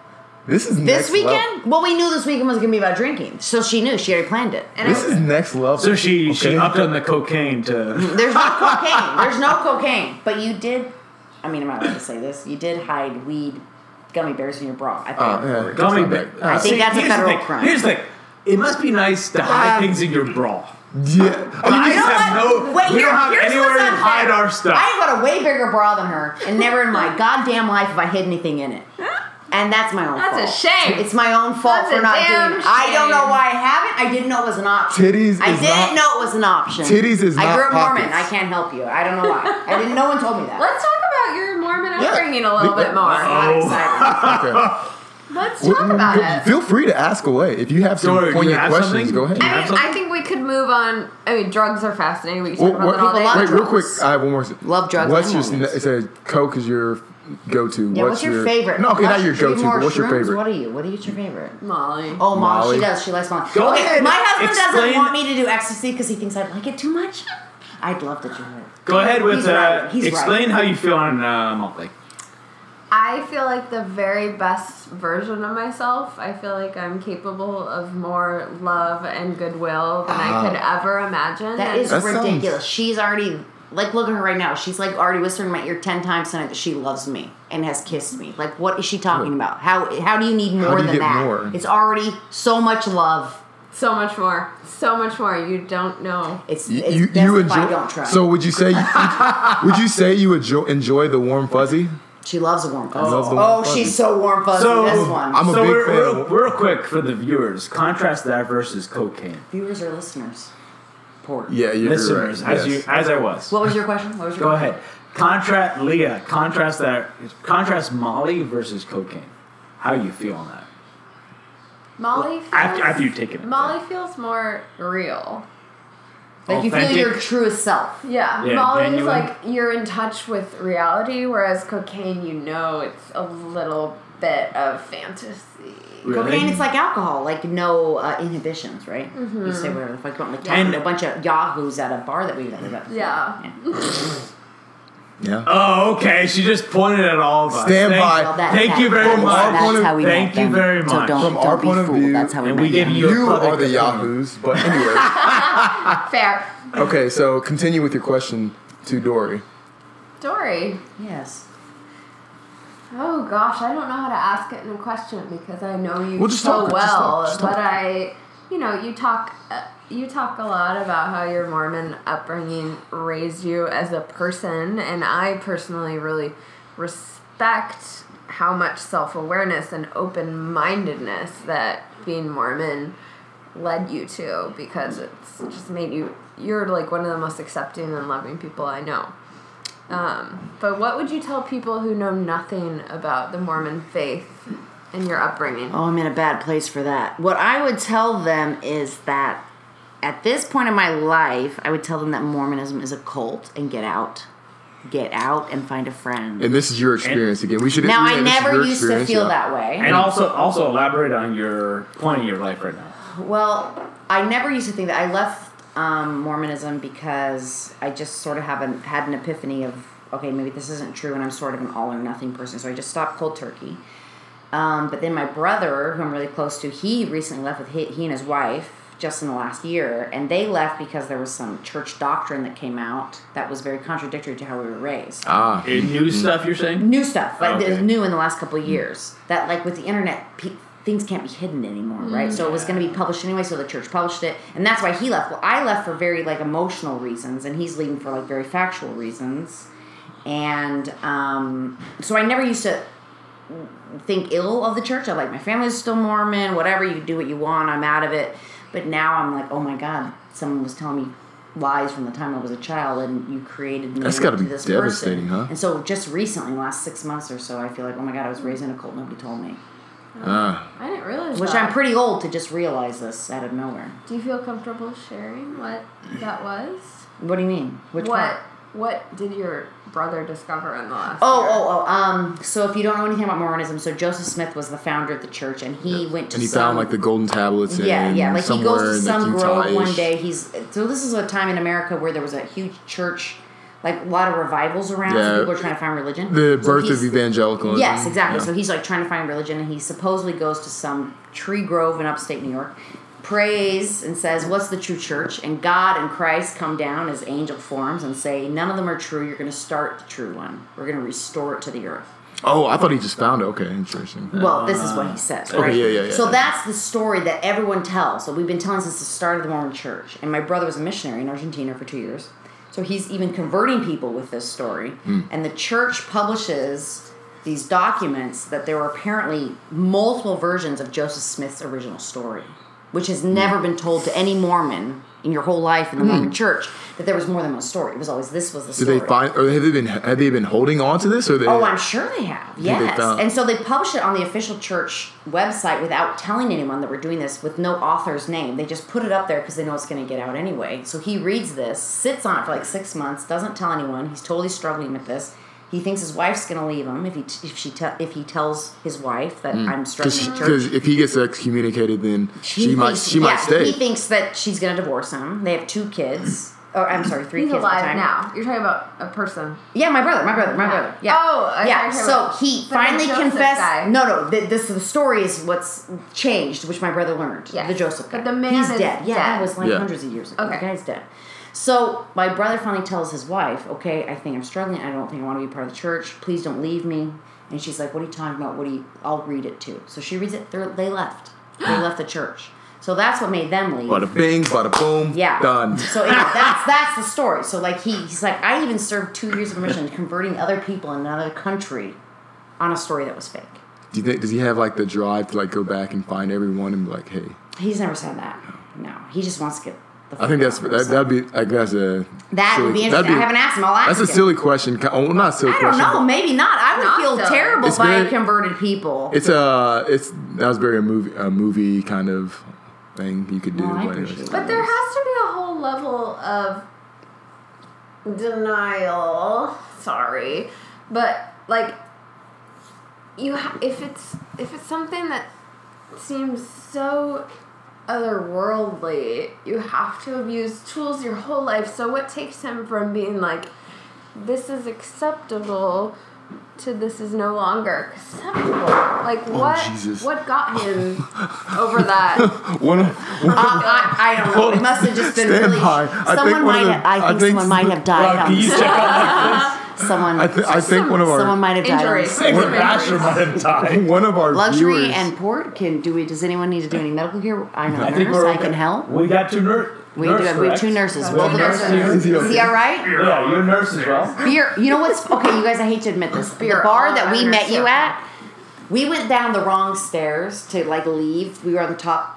[SPEAKER 3] This is
[SPEAKER 4] This
[SPEAKER 3] next
[SPEAKER 4] weekend?
[SPEAKER 3] Level.
[SPEAKER 4] Well, we knew this weekend was going to be about drinking. So she knew. She already planned it.
[SPEAKER 5] And
[SPEAKER 3] This
[SPEAKER 5] I,
[SPEAKER 3] is next level.
[SPEAKER 2] So she she
[SPEAKER 3] Okay.
[SPEAKER 2] upped on the cocaine to
[SPEAKER 4] There's no cocaine. There's no cocaine. But you did, I mean, I'm not allowed to say this. You did hide weed gummy bears in your bra. I think.
[SPEAKER 3] Oh,
[SPEAKER 2] gummy
[SPEAKER 3] yeah. It's not
[SPEAKER 2] bear.
[SPEAKER 3] bad.
[SPEAKER 4] I think that's
[SPEAKER 2] here's
[SPEAKER 4] a
[SPEAKER 2] the
[SPEAKER 4] federal
[SPEAKER 2] thing.
[SPEAKER 4] crime.
[SPEAKER 2] Here's the thing. It must be nice to hide
[SPEAKER 3] Ah.
[SPEAKER 2] things in your bra.
[SPEAKER 4] Oh,
[SPEAKER 2] We
[SPEAKER 3] Yeah.
[SPEAKER 4] You
[SPEAKER 2] just
[SPEAKER 4] know
[SPEAKER 2] have
[SPEAKER 4] what?
[SPEAKER 2] no.
[SPEAKER 4] Wait,
[SPEAKER 2] we
[SPEAKER 4] here-
[SPEAKER 2] don't have
[SPEAKER 4] here's
[SPEAKER 2] anywhere
[SPEAKER 4] what's
[SPEAKER 2] to
[SPEAKER 4] unfair.
[SPEAKER 2] hide our stuff.
[SPEAKER 4] I got a way bigger bra than her, and never in my goddamn life have I hid anything in it. And that's my own fault.
[SPEAKER 5] That's a shame.
[SPEAKER 4] It's my own fault
[SPEAKER 5] That's
[SPEAKER 4] for
[SPEAKER 5] a
[SPEAKER 4] not
[SPEAKER 5] damn
[SPEAKER 4] doing it. I don't know
[SPEAKER 5] shame.
[SPEAKER 4] why I haven't. I didn't know it was an option.
[SPEAKER 3] Titties
[SPEAKER 4] I
[SPEAKER 3] is
[SPEAKER 4] didn't
[SPEAKER 3] not-
[SPEAKER 4] know it was an option.
[SPEAKER 3] Titties is
[SPEAKER 4] I
[SPEAKER 3] not
[SPEAKER 4] grew up Mormon. I
[SPEAKER 3] pockets.
[SPEAKER 4] can't help you. I don't know why. I didn't. No one told me that.
[SPEAKER 5] let's talk about your Mormon
[SPEAKER 3] Yeah.
[SPEAKER 5] upbringing a little
[SPEAKER 3] We-
[SPEAKER 5] bit more.
[SPEAKER 4] I'm excited.
[SPEAKER 3] Okay.
[SPEAKER 5] Let's talk
[SPEAKER 3] Well,
[SPEAKER 5] about
[SPEAKER 3] go-
[SPEAKER 5] it.
[SPEAKER 3] Feel free to ask away if you have some
[SPEAKER 2] Sorry, do you
[SPEAKER 3] poignant
[SPEAKER 2] have
[SPEAKER 3] questions.
[SPEAKER 2] something?
[SPEAKER 3] Go ahead.
[SPEAKER 2] Do you
[SPEAKER 5] I
[SPEAKER 2] have
[SPEAKER 5] mean,
[SPEAKER 2] something?
[SPEAKER 5] I think we could move on. I mean, drugs are fascinating. We can
[SPEAKER 3] Well,
[SPEAKER 5] talk about that all
[SPEAKER 3] what-
[SPEAKER 5] day.
[SPEAKER 4] love
[SPEAKER 3] wait, real quick.
[SPEAKER 4] drugs.
[SPEAKER 3] I have one more.
[SPEAKER 4] Love drugs
[SPEAKER 3] What's your?
[SPEAKER 4] and hormones.
[SPEAKER 3] It said Coke is your go-to.
[SPEAKER 4] Yeah, what's, your, favorite?
[SPEAKER 3] No, okay,
[SPEAKER 4] Unless
[SPEAKER 3] not your
[SPEAKER 4] you do
[SPEAKER 3] go-to.
[SPEAKER 4] more
[SPEAKER 3] But what's your
[SPEAKER 4] shrooms,
[SPEAKER 3] favorite?
[SPEAKER 4] What are you? What are you, your favorite?
[SPEAKER 5] Molly.
[SPEAKER 4] Oh, Molly.
[SPEAKER 3] Molly.
[SPEAKER 4] She does. She likes Molly.
[SPEAKER 2] Go
[SPEAKER 4] okay,
[SPEAKER 2] ahead.
[SPEAKER 4] my husband
[SPEAKER 2] Explain-
[SPEAKER 4] doesn't want me to do ecstasy because he thinks I'd like it too much. I'd love that you would.
[SPEAKER 2] Go ahead with
[SPEAKER 4] He's
[SPEAKER 2] uh,
[SPEAKER 4] right. He's
[SPEAKER 2] explain
[SPEAKER 4] right.
[SPEAKER 2] how you feel on uh, Motley.
[SPEAKER 5] I feel like the very best version of myself. I feel like I'm capable of more love and goodwill than I could
[SPEAKER 3] Ah.
[SPEAKER 5] ever imagine.
[SPEAKER 4] That
[SPEAKER 5] and
[SPEAKER 4] is
[SPEAKER 3] That sounds-
[SPEAKER 4] ridiculous. She's already like look at her right now. She's like already whispering in my ear ten times tonight that she loves me and has kissed me. Like what is she talking about? How how do you need more
[SPEAKER 3] do you
[SPEAKER 4] than
[SPEAKER 3] get
[SPEAKER 4] that?
[SPEAKER 3] more?
[SPEAKER 4] It's already so much love.
[SPEAKER 5] So much more. So much more. You don't know.
[SPEAKER 4] It's,
[SPEAKER 3] You,
[SPEAKER 4] it's
[SPEAKER 3] you,
[SPEAKER 4] best
[SPEAKER 3] you
[SPEAKER 4] if
[SPEAKER 3] enjoy.
[SPEAKER 4] I don't try.
[SPEAKER 3] So would you say? would you say you enjoy, enjoy the warm fuzzy?
[SPEAKER 4] she loves a warm fuzzy.
[SPEAKER 3] Love the warm
[SPEAKER 4] Oh,
[SPEAKER 3] fuzzy.
[SPEAKER 4] she's so warm fuzzy.
[SPEAKER 2] So-
[SPEAKER 4] this one.
[SPEAKER 3] I'm a
[SPEAKER 2] so
[SPEAKER 3] big
[SPEAKER 2] real-
[SPEAKER 3] fan.
[SPEAKER 2] Real, real quick for the viewers, contrast that versus cocaine.
[SPEAKER 4] Viewers or listeners? Poor.
[SPEAKER 3] Yeah, you're
[SPEAKER 2] Listeners,
[SPEAKER 3] right.
[SPEAKER 2] as
[SPEAKER 3] yes.
[SPEAKER 2] you as I was.
[SPEAKER 4] What was your question? What was your
[SPEAKER 2] Go ahead. Contrast Leah. Contrast that. Contrast Molly versus cocaine. How you feel on that
[SPEAKER 5] Molly feels,
[SPEAKER 2] after after you take it?
[SPEAKER 5] Molly feels more real.
[SPEAKER 4] Like you feel
[SPEAKER 2] Authentic.
[SPEAKER 4] your truest self.
[SPEAKER 5] Yeah,
[SPEAKER 2] Yeah,
[SPEAKER 5] Molly is
[SPEAKER 2] genuine.
[SPEAKER 5] like you're in touch with reality, whereas cocaine, you know, it's a little bit of fantasy.
[SPEAKER 2] Really?
[SPEAKER 4] Cocaine, it's like alcohol, like no uh, inhibitions, right? You say whatever the fuck you want. Like talking
[SPEAKER 2] And-
[SPEAKER 4] to a bunch of yahoos at a bar that we met at.
[SPEAKER 5] Yeah.
[SPEAKER 3] Yeah.
[SPEAKER 2] Oh, okay. She just pointed at all of us.
[SPEAKER 3] Stand
[SPEAKER 2] Thank-
[SPEAKER 3] by.
[SPEAKER 4] Well, that-
[SPEAKER 2] Thank
[SPEAKER 4] that-
[SPEAKER 2] you very
[SPEAKER 4] that's-
[SPEAKER 2] much.
[SPEAKER 4] That's how we
[SPEAKER 2] Thank
[SPEAKER 4] met them.
[SPEAKER 2] you very
[SPEAKER 4] So
[SPEAKER 2] much.
[SPEAKER 4] don't,
[SPEAKER 3] From
[SPEAKER 4] don't
[SPEAKER 3] our
[SPEAKER 4] be
[SPEAKER 3] point of
[SPEAKER 4] fooled.
[SPEAKER 3] view,
[SPEAKER 4] that's how we
[SPEAKER 2] and
[SPEAKER 4] met
[SPEAKER 2] we give
[SPEAKER 4] them.
[SPEAKER 2] you-
[SPEAKER 3] you
[SPEAKER 2] product
[SPEAKER 3] are the
[SPEAKER 2] of-
[SPEAKER 3] yahoos, but anyway.
[SPEAKER 5] Fair.
[SPEAKER 3] okay, so continue with your question to Dory.
[SPEAKER 5] Dory.
[SPEAKER 4] Yes.
[SPEAKER 5] Oh gosh, I don't know how to ask it in a question because I know you
[SPEAKER 3] Well, just
[SPEAKER 5] so
[SPEAKER 3] talk, just
[SPEAKER 5] well.
[SPEAKER 3] talk, just talk.
[SPEAKER 5] But I, you know, you talk, uh, you talk a lot about how your Mormon upbringing raised you as a person, and I personally really respect how much self awareness and open mindedness that being Mormon led you to because it's just made you. You're like one of the most accepting and loving people I know. Um, but what would you tell people who know nothing about the Mormon faith and your upbringing?
[SPEAKER 4] Oh, I'm in a bad place for that. What I would tell them is that at this point in my life, I would tell them that Mormonism is a cult and get out. Get out and find a friend.
[SPEAKER 3] And this is your experience again. We should.
[SPEAKER 4] now,
[SPEAKER 3] yeah,
[SPEAKER 4] I
[SPEAKER 3] this is
[SPEAKER 4] never
[SPEAKER 3] your
[SPEAKER 4] used to
[SPEAKER 3] experience,
[SPEAKER 4] feel
[SPEAKER 3] yeah.
[SPEAKER 4] that way.
[SPEAKER 2] And also, also elaborate on your point in your life right now.
[SPEAKER 4] Well, I never used to think that. I left um, Mormonism because I just sort of haven't had an epiphany of okay, maybe this isn't true, and I'm sort of an all or nothing person. So I just stopped cold turkey. Um, but then my brother, who I'm really close to, he recently left with he, he and his wife just in the last year, and they left because there was some church doctrine that came out that was very contradictory to how we were raised
[SPEAKER 3] Ah,
[SPEAKER 2] Your new stuff you're saying?
[SPEAKER 4] new stuff like
[SPEAKER 2] Okay.
[SPEAKER 4] that was new in the last couple of years that like with the internet pe- things can't be hidden anymore right so it was going to be published anyway so the church published it and that's why he left well i left for very like emotional reasons and he's leaving for like very factual reasons and um, so i never used to think ill of the church. I'm like, my family's still Mormon, whatever, you do what you want, I'm out of it. But now I'm like, oh my God, someone was telling me lies from the time I was a child and you created me
[SPEAKER 3] That's gotta
[SPEAKER 4] into
[SPEAKER 3] be
[SPEAKER 4] this
[SPEAKER 3] devastating, huh?
[SPEAKER 4] person. And so just recently, last six months or so, I feel like, oh my God, I was raised in a cult, nobody told me.
[SPEAKER 3] ah.
[SPEAKER 5] I didn't realize
[SPEAKER 4] Which
[SPEAKER 5] that.
[SPEAKER 4] I'm pretty old to just realize this out of nowhere.
[SPEAKER 5] Do you feel comfortable sharing what that was?
[SPEAKER 4] What do you mean? Which
[SPEAKER 5] what
[SPEAKER 4] part?
[SPEAKER 5] What did your brother discover in the last?
[SPEAKER 4] Oh,
[SPEAKER 5] year?
[SPEAKER 4] oh, oh. Um, so if you don't know anything about Mormonism, so Joseph Smith was the founder of the church, and he went to
[SPEAKER 3] And he
[SPEAKER 4] some-
[SPEAKER 3] found like the golden tablets.
[SPEAKER 4] Yeah,
[SPEAKER 3] and
[SPEAKER 4] yeah. Like he
[SPEAKER 3] somewhere
[SPEAKER 4] goes to
[SPEAKER 3] in
[SPEAKER 4] some
[SPEAKER 3] the
[SPEAKER 4] grove
[SPEAKER 3] Kintai-ish.
[SPEAKER 4] one day. He's so this is a time in America where there was a huge church, like a lot of revivals around.
[SPEAKER 3] Yeah.
[SPEAKER 4] So people are trying to find religion.
[SPEAKER 3] The
[SPEAKER 4] So
[SPEAKER 3] birth
[SPEAKER 4] he's-
[SPEAKER 3] of evangelicalism.
[SPEAKER 4] Yes, exactly.
[SPEAKER 3] Yeah.
[SPEAKER 4] So he's like trying to find religion, and he supposedly goes to some tree grove in upstate New York, prays and says, "What's the true church?" And God and Christ come down as angel forms and say, "None of them are true. You're going to start the true one. We're going to restore it to the earth."
[SPEAKER 3] oh, I thought he just found it. Okay, interesting.
[SPEAKER 4] Well, this is what he says.
[SPEAKER 3] Uh, Okay,
[SPEAKER 4] right?
[SPEAKER 3] yeah, yeah, yeah,
[SPEAKER 4] So
[SPEAKER 3] yeah.
[SPEAKER 4] that's the story that everyone tells. So we've been telling since the start of the Mormon Church. And my brother was a missionary in Argentina for two years, so he's even converting people with this story.
[SPEAKER 3] Hmm.
[SPEAKER 4] And the church publishes these documents that there were apparently multiple versions of Joseph Smith's original story, which has
[SPEAKER 3] Hmm.
[SPEAKER 4] never been told to any Mormon in your whole life in the Mormon Church. That there was more than one story. It was always this was the
[SPEAKER 3] Did
[SPEAKER 4] story.
[SPEAKER 3] they find? Or have they been? Have they been holding on to this? Or they?
[SPEAKER 4] Oh, I'm sure they have.
[SPEAKER 3] they
[SPEAKER 4] Yes.
[SPEAKER 3] found-
[SPEAKER 4] And so they published it on the official church website without telling anyone that we're doing this with no author's name. They just put it up there because they know it's going to get out anyway. So he reads this, sits on it for like six months, doesn't tell anyone. He's totally struggling with this. He thinks his wife's going to leave him if he if she te- if he tells his wife that
[SPEAKER 3] Mm.
[SPEAKER 4] I'm struggling with church.
[SPEAKER 3] Because if he gets excommunicated, then she, might.
[SPEAKER 4] thinks-
[SPEAKER 3] She
[SPEAKER 4] yeah,
[SPEAKER 3] might stay.
[SPEAKER 4] He thinks that she's going to divorce him. They have two kids. Oh, I'm sorry, three
[SPEAKER 5] he's
[SPEAKER 4] kids. at the
[SPEAKER 5] alive
[SPEAKER 4] time.
[SPEAKER 5] now. You're talking about a person.
[SPEAKER 4] Yeah, my brother, my brother, my brother. Yeah.
[SPEAKER 5] Oh, I-
[SPEAKER 4] yeah.
[SPEAKER 5] I hear
[SPEAKER 4] So
[SPEAKER 5] about-
[SPEAKER 4] he
[SPEAKER 5] but the
[SPEAKER 4] finally
[SPEAKER 5] Joseph
[SPEAKER 4] confessed.
[SPEAKER 5] guy.
[SPEAKER 4] No, no. th this the story is what's changed, which my brother learned.
[SPEAKER 5] Yes.
[SPEAKER 4] The Joseph guy.
[SPEAKER 5] But the man
[SPEAKER 4] He's
[SPEAKER 5] is
[SPEAKER 4] dead. Yeah,
[SPEAKER 5] dead.
[SPEAKER 4] that was like
[SPEAKER 3] Yeah.
[SPEAKER 4] hundreds of years ago.
[SPEAKER 5] Okay.
[SPEAKER 4] The guy's dead. So my brother finally tells his wife, "Okay, I think I'm struggling. I don't think I want to be part of the church. Please don't leave me." And she's like, "What are you talking about? What do you?" I'll read it too. So she reads it. They're, they left. They left the church. So that's what made them leave.
[SPEAKER 3] Bada bing, bada boom.
[SPEAKER 4] Yeah.
[SPEAKER 3] Done.
[SPEAKER 4] So yeah, that's that's the story. So like he, he's like I even served two years of mission converting other people in another country on a story that was fake.
[SPEAKER 3] Do you think does he have like the drive to like go back and find everyone and be like, hey?
[SPEAKER 4] He's never said that. No, he just wants to get. the
[SPEAKER 3] I think that's
[SPEAKER 4] fuck out.
[SPEAKER 3] that, that'd be like that's a
[SPEAKER 4] That
[SPEAKER 3] silly-
[SPEAKER 4] would be
[SPEAKER 3] that'd
[SPEAKER 4] interesting. I haven't asked him. I'll ask
[SPEAKER 3] That's a
[SPEAKER 4] him.
[SPEAKER 3] silly question. Ki- Well, not a silly
[SPEAKER 4] I don't
[SPEAKER 3] question.
[SPEAKER 4] know. Maybe not. I would
[SPEAKER 5] Not
[SPEAKER 4] feel
[SPEAKER 5] so.
[SPEAKER 4] terrible
[SPEAKER 3] It's
[SPEAKER 4] by
[SPEAKER 3] very-
[SPEAKER 4] converted people.
[SPEAKER 3] but It's a it's that was very a movie a movie kind of thing you could do.
[SPEAKER 4] Well, I
[SPEAKER 3] but anyways.
[SPEAKER 4] appreciate
[SPEAKER 5] But there has to be a whole level of denial. Sorry, but like you, ha- if it's if it's something that seems so otherworldly, you have to have used tools your whole life. So what takes him from being like, this is acceptable? To this is no longer acceptable. Like what?
[SPEAKER 3] Jesus.
[SPEAKER 5] What got him over that?
[SPEAKER 3] One of- one of-
[SPEAKER 4] I, I don't know. It must have just been
[SPEAKER 3] Stand
[SPEAKER 4] really.
[SPEAKER 3] by. I think one of
[SPEAKER 4] Someone might.
[SPEAKER 3] the-
[SPEAKER 4] have, I
[SPEAKER 3] I
[SPEAKER 4] think,
[SPEAKER 3] think
[SPEAKER 4] someone might have died.
[SPEAKER 2] Rob,
[SPEAKER 4] on
[SPEAKER 2] can you check out
[SPEAKER 4] someone.
[SPEAKER 3] I, thi- I think one of our
[SPEAKER 4] someone might have died.
[SPEAKER 5] Injury.
[SPEAKER 2] my
[SPEAKER 4] on
[SPEAKER 5] Some
[SPEAKER 2] We're bachelor
[SPEAKER 5] injuries.
[SPEAKER 2] by the time.
[SPEAKER 3] one of our
[SPEAKER 4] Luxury
[SPEAKER 3] viewers,
[SPEAKER 4] and port can do we? Does anyone need to do any medical care? I'm a
[SPEAKER 2] I think
[SPEAKER 4] nurse.
[SPEAKER 2] we're
[SPEAKER 4] I
[SPEAKER 2] okay.
[SPEAKER 4] can help.
[SPEAKER 2] We got two nurses.
[SPEAKER 4] We do have we have two nurses.
[SPEAKER 5] Two
[SPEAKER 4] Both of us.
[SPEAKER 5] nurses.
[SPEAKER 3] Is he
[SPEAKER 4] Is he
[SPEAKER 3] okay?
[SPEAKER 4] all right?
[SPEAKER 2] Yeah, you're a nurse as well.
[SPEAKER 4] Beer. You know what's okay? You guys, I hate to admit this. The
[SPEAKER 5] Beer
[SPEAKER 4] bar
[SPEAKER 5] all
[SPEAKER 4] that we
[SPEAKER 5] under
[SPEAKER 4] met you
[SPEAKER 5] circle.
[SPEAKER 4] at, we went down the wrong stairs to like leave. We were on the top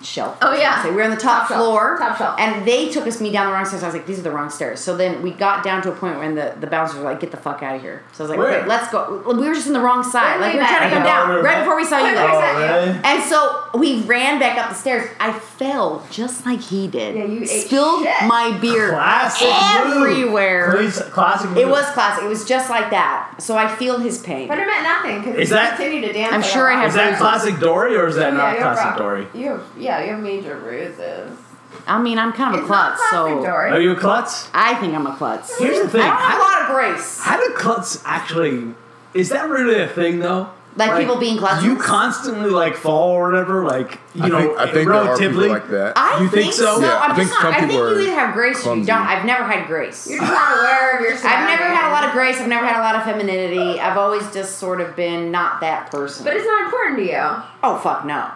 [SPEAKER 4] shelf.
[SPEAKER 5] Oh, yeah.
[SPEAKER 4] So we were on the top,
[SPEAKER 5] Top shelf.
[SPEAKER 4] floor.
[SPEAKER 5] Top shelf.
[SPEAKER 4] And they took us me down the wrong stairs. I was like, these are the wrong stairs. So then we got down to a point when the the bouncers were like, get the fuck out of here. So I was like,
[SPEAKER 2] Where?
[SPEAKER 4] okay, let's go. We were just on the wrong side.
[SPEAKER 5] Where
[SPEAKER 4] Like we
[SPEAKER 5] we
[SPEAKER 4] were
[SPEAKER 5] met?
[SPEAKER 4] trying to come
[SPEAKER 5] Oh,
[SPEAKER 4] down
[SPEAKER 2] we were
[SPEAKER 4] right
[SPEAKER 2] met-
[SPEAKER 4] before we saw you
[SPEAKER 5] Where
[SPEAKER 4] guys.
[SPEAKER 5] was
[SPEAKER 2] Oh, really?
[SPEAKER 4] And so we ran back up the stairs. I fell just like he did.
[SPEAKER 5] Yeah, you ate
[SPEAKER 4] spilled
[SPEAKER 5] shit.
[SPEAKER 4] my beer
[SPEAKER 2] Classic move.
[SPEAKER 4] everywhere.
[SPEAKER 2] Please, classic.
[SPEAKER 4] It
[SPEAKER 2] move.
[SPEAKER 4] was classic. It was just like that. So I feel his pain.
[SPEAKER 5] But it meant nothing because
[SPEAKER 2] Is
[SPEAKER 5] you
[SPEAKER 2] that-
[SPEAKER 5] continue to dance.
[SPEAKER 4] I'm
[SPEAKER 5] it
[SPEAKER 4] sure I
[SPEAKER 5] all.
[SPEAKER 4] have-
[SPEAKER 2] Is that classic Dory or is that
[SPEAKER 5] Yeah,
[SPEAKER 2] not
[SPEAKER 5] you're
[SPEAKER 2] classic
[SPEAKER 5] rock-
[SPEAKER 2] Dory?
[SPEAKER 5] You have, yeah, you have major bruises.
[SPEAKER 4] I mean, I'm kind of a
[SPEAKER 5] It's not
[SPEAKER 4] klutz,
[SPEAKER 5] classic
[SPEAKER 4] so
[SPEAKER 2] Are
[SPEAKER 5] Dory.
[SPEAKER 2] you a klutz?
[SPEAKER 4] I think I'm a klutz.
[SPEAKER 2] Here's the thing.
[SPEAKER 4] I don't have a
[SPEAKER 2] How,
[SPEAKER 4] lot of grace.
[SPEAKER 2] how do klutz actually? Is that really a thing though?
[SPEAKER 4] Like people being klutzes?
[SPEAKER 2] You constantly like fall or whatever. Like you
[SPEAKER 3] I
[SPEAKER 2] know,
[SPEAKER 3] think, I think there are people
[SPEAKER 2] relatively
[SPEAKER 3] like that.
[SPEAKER 4] I
[SPEAKER 2] You think so?
[SPEAKER 4] No,
[SPEAKER 2] Yeah,
[SPEAKER 4] I'm
[SPEAKER 3] I
[SPEAKER 4] just
[SPEAKER 3] think
[SPEAKER 4] not.
[SPEAKER 3] some
[SPEAKER 4] I think
[SPEAKER 3] people
[SPEAKER 4] you
[SPEAKER 3] are
[SPEAKER 4] either have grace or you
[SPEAKER 3] clumsy.
[SPEAKER 4] don't. I've never had grace.
[SPEAKER 5] You're just not aware of your
[SPEAKER 4] I've never had a lot
[SPEAKER 5] surroundings.
[SPEAKER 4] of grace. I've never had a lot of femininity. I've always just sort of been not that person.
[SPEAKER 5] But it's not important to you.
[SPEAKER 4] oh fuck no,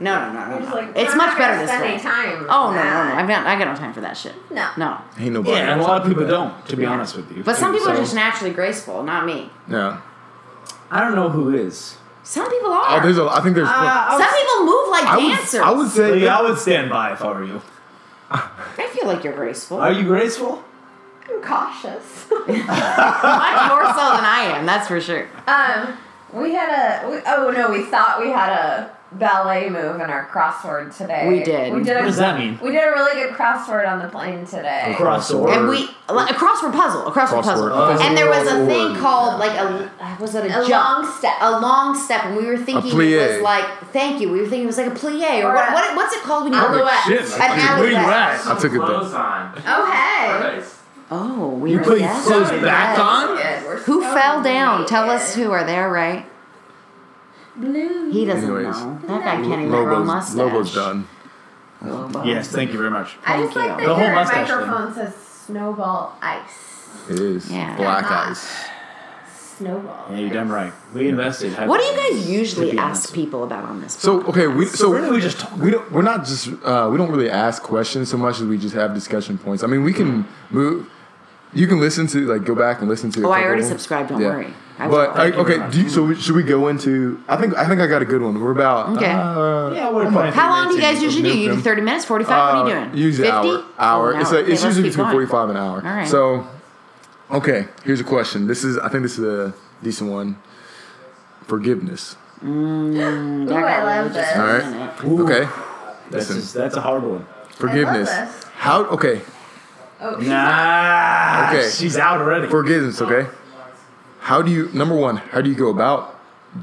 [SPEAKER 4] no no no no.
[SPEAKER 5] You're just
[SPEAKER 4] no.
[SPEAKER 5] like,
[SPEAKER 4] it's
[SPEAKER 5] "I'm
[SPEAKER 4] much
[SPEAKER 5] not
[SPEAKER 4] better
[SPEAKER 5] gonna
[SPEAKER 4] this
[SPEAKER 5] spend
[SPEAKER 4] way.
[SPEAKER 5] any time
[SPEAKER 4] oh
[SPEAKER 5] on
[SPEAKER 4] no no no.
[SPEAKER 5] that.
[SPEAKER 4] I've got. I got no time for that shit.
[SPEAKER 5] No.
[SPEAKER 4] No.
[SPEAKER 3] Ain't nobody.
[SPEAKER 2] Yeah, and a lot of people
[SPEAKER 3] that.
[SPEAKER 2] don't. To be honest with you,
[SPEAKER 4] But some people are
[SPEAKER 2] So,
[SPEAKER 4] just naturally graceful. Not me.
[SPEAKER 3] Yeah.
[SPEAKER 2] I don't know who is.
[SPEAKER 4] Some people are.
[SPEAKER 3] Oh, there's a. I think there's.
[SPEAKER 4] Some people move like
[SPEAKER 3] I would,
[SPEAKER 4] Uh, dancers.
[SPEAKER 3] I would say.
[SPEAKER 2] Yeah, I would stand by if I were you.
[SPEAKER 4] I feel like you're graceful.
[SPEAKER 2] Are you graceful?
[SPEAKER 5] I'm cautious.
[SPEAKER 4] Much more so than I am, that's for sure.
[SPEAKER 5] um, we had a. We, oh no, we thought we had a ballet move in our crossword today.
[SPEAKER 4] We did.
[SPEAKER 5] We did.
[SPEAKER 2] What
[SPEAKER 5] a,
[SPEAKER 2] does that mean?
[SPEAKER 5] We did a really good crossword on the plane today.
[SPEAKER 2] Crossword.
[SPEAKER 4] And we like, a crossword puzzle, a crossword,
[SPEAKER 3] Crossword.
[SPEAKER 4] puzzle,
[SPEAKER 3] Oh.
[SPEAKER 4] and there was a
[SPEAKER 3] Crossword.
[SPEAKER 4] thing called like a was it a,
[SPEAKER 5] A
[SPEAKER 4] jump?
[SPEAKER 5] long step.
[SPEAKER 4] a long step, and we were thinking it was
[SPEAKER 3] plie.
[SPEAKER 4] like thank you. We were thinking it was like a plie or,
[SPEAKER 5] Or
[SPEAKER 4] what,
[SPEAKER 5] a-
[SPEAKER 4] what? What's it called when you
[SPEAKER 5] Holy
[SPEAKER 4] Alouette.
[SPEAKER 2] shit,
[SPEAKER 4] an
[SPEAKER 2] dude, where you
[SPEAKER 4] alouette.
[SPEAKER 3] I took it
[SPEAKER 6] Clothes
[SPEAKER 3] though.
[SPEAKER 6] on.
[SPEAKER 5] Oh hey.
[SPEAKER 6] Nice.
[SPEAKER 4] Oh, we
[SPEAKER 2] You
[SPEAKER 4] were Oh,
[SPEAKER 2] put your
[SPEAKER 4] yes.
[SPEAKER 2] clothes back on?
[SPEAKER 5] Good, we're
[SPEAKER 4] Who
[SPEAKER 5] so
[SPEAKER 4] fell down? Tell us
[SPEAKER 5] naked.
[SPEAKER 4] who are there, right?
[SPEAKER 5] Blue.
[SPEAKER 4] He doesn't
[SPEAKER 3] Anyways.
[SPEAKER 4] know. That guy can't even grow a
[SPEAKER 3] Lobo's,
[SPEAKER 4] mustache. Oh,
[SPEAKER 3] Lobo's done.
[SPEAKER 4] Lobo.
[SPEAKER 2] Yes, thank you very much.
[SPEAKER 5] I just
[SPEAKER 4] Thank
[SPEAKER 5] like
[SPEAKER 4] you.
[SPEAKER 5] that
[SPEAKER 2] The whole
[SPEAKER 5] your
[SPEAKER 2] mustache thing.
[SPEAKER 5] microphone says snowball ice.
[SPEAKER 3] It is.
[SPEAKER 4] Yeah.
[SPEAKER 3] Black
[SPEAKER 5] Uh-huh.
[SPEAKER 3] eyes.
[SPEAKER 5] Snowball.
[SPEAKER 2] Yeah, you're damn
[SPEAKER 5] ice.
[SPEAKER 2] right. We invested.
[SPEAKER 4] What do you guys
[SPEAKER 2] To
[SPEAKER 4] usually
[SPEAKER 2] be
[SPEAKER 4] ask
[SPEAKER 2] honest.
[SPEAKER 4] people about on this?
[SPEAKER 3] So okay, we so
[SPEAKER 2] Where did we just talk?
[SPEAKER 3] we don't we're not just uh, we don't really ask questions so much as we just have discussion points. I mean, we can move. You can listen to like go back and listen to. a
[SPEAKER 4] Oh, I
[SPEAKER 3] couple
[SPEAKER 4] already
[SPEAKER 3] of them.
[SPEAKER 4] subscribed, don't worry. I will.
[SPEAKER 3] but I,
[SPEAKER 2] Thank you very
[SPEAKER 3] okay,
[SPEAKER 2] much.
[SPEAKER 3] do you, so we, should we go into? I think I think I got a good one. We're about
[SPEAKER 4] Okay.
[SPEAKER 3] Uh,
[SPEAKER 2] Yeah, we're
[SPEAKER 3] about-
[SPEAKER 4] How long do you guys
[SPEAKER 3] Minutes
[SPEAKER 4] usually do? You do
[SPEAKER 3] minutes.
[SPEAKER 4] 30 minutes, 45? what are you
[SPEAKER 3] Uh,
[SPEAKER 4] doing?
[SPEAKER 3] Usually
[SPEAKER 4] 50?
[SPEAKER 3] hour. Hour.
[SPEAKER 4] Oh, an
[SPEAKER 3] it's
[SPEAKER 4] hour.
[SPEAKER 3] like it's
[SPEAKER 4] Okay, let's
[SPEAKER 3] usually
[SPEAKER 4] keep
[SPEAKER 3] between forty
[SPEAKER 4] going.
[SPEAKER 3] five and an hour.
[SPEAKER 4] All right.
[SPEAKER 3] So okay, here's a question. This is I think this is a decent one. Forgiveness.
[SPEAKER 5] Ooh, I love this.
[SPEAKER 3] All right. Okay.
[SPEAKER 2] That's,
[SPEAKER 3] Listen,
[SPEAKER 2] just, that's a hard one.
[SPEAKER 3] forgiveness.
[SPEAKER 5] this.
[SPEAKER 3] How? Okay,
[SPEAKER 5] Oh,
[SPEAKER 2] Nah.
[SPEAKER 3] Okay.
[SPEAKER 2] She's out already.
[SPEAKER 3] forgiveness. Okay. How do you? Number one, how do you go about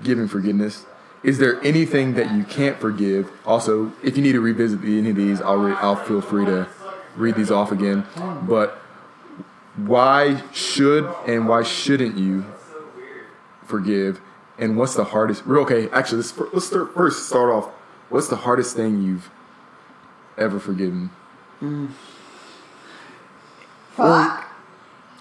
[SPEAKER 3] giving forgiveness? Is there anything that you can't forgive? Also, if you need to revisit the- any of these, I'll re- I'll feel free to read these off again. But why should and why shouldn't you forgive? And what's the hardest? we're Okay, actually, let's, fir- let's start, first start off. What's the hardest thing you've ever forgiven?
[SPEAKER 5] Fuck.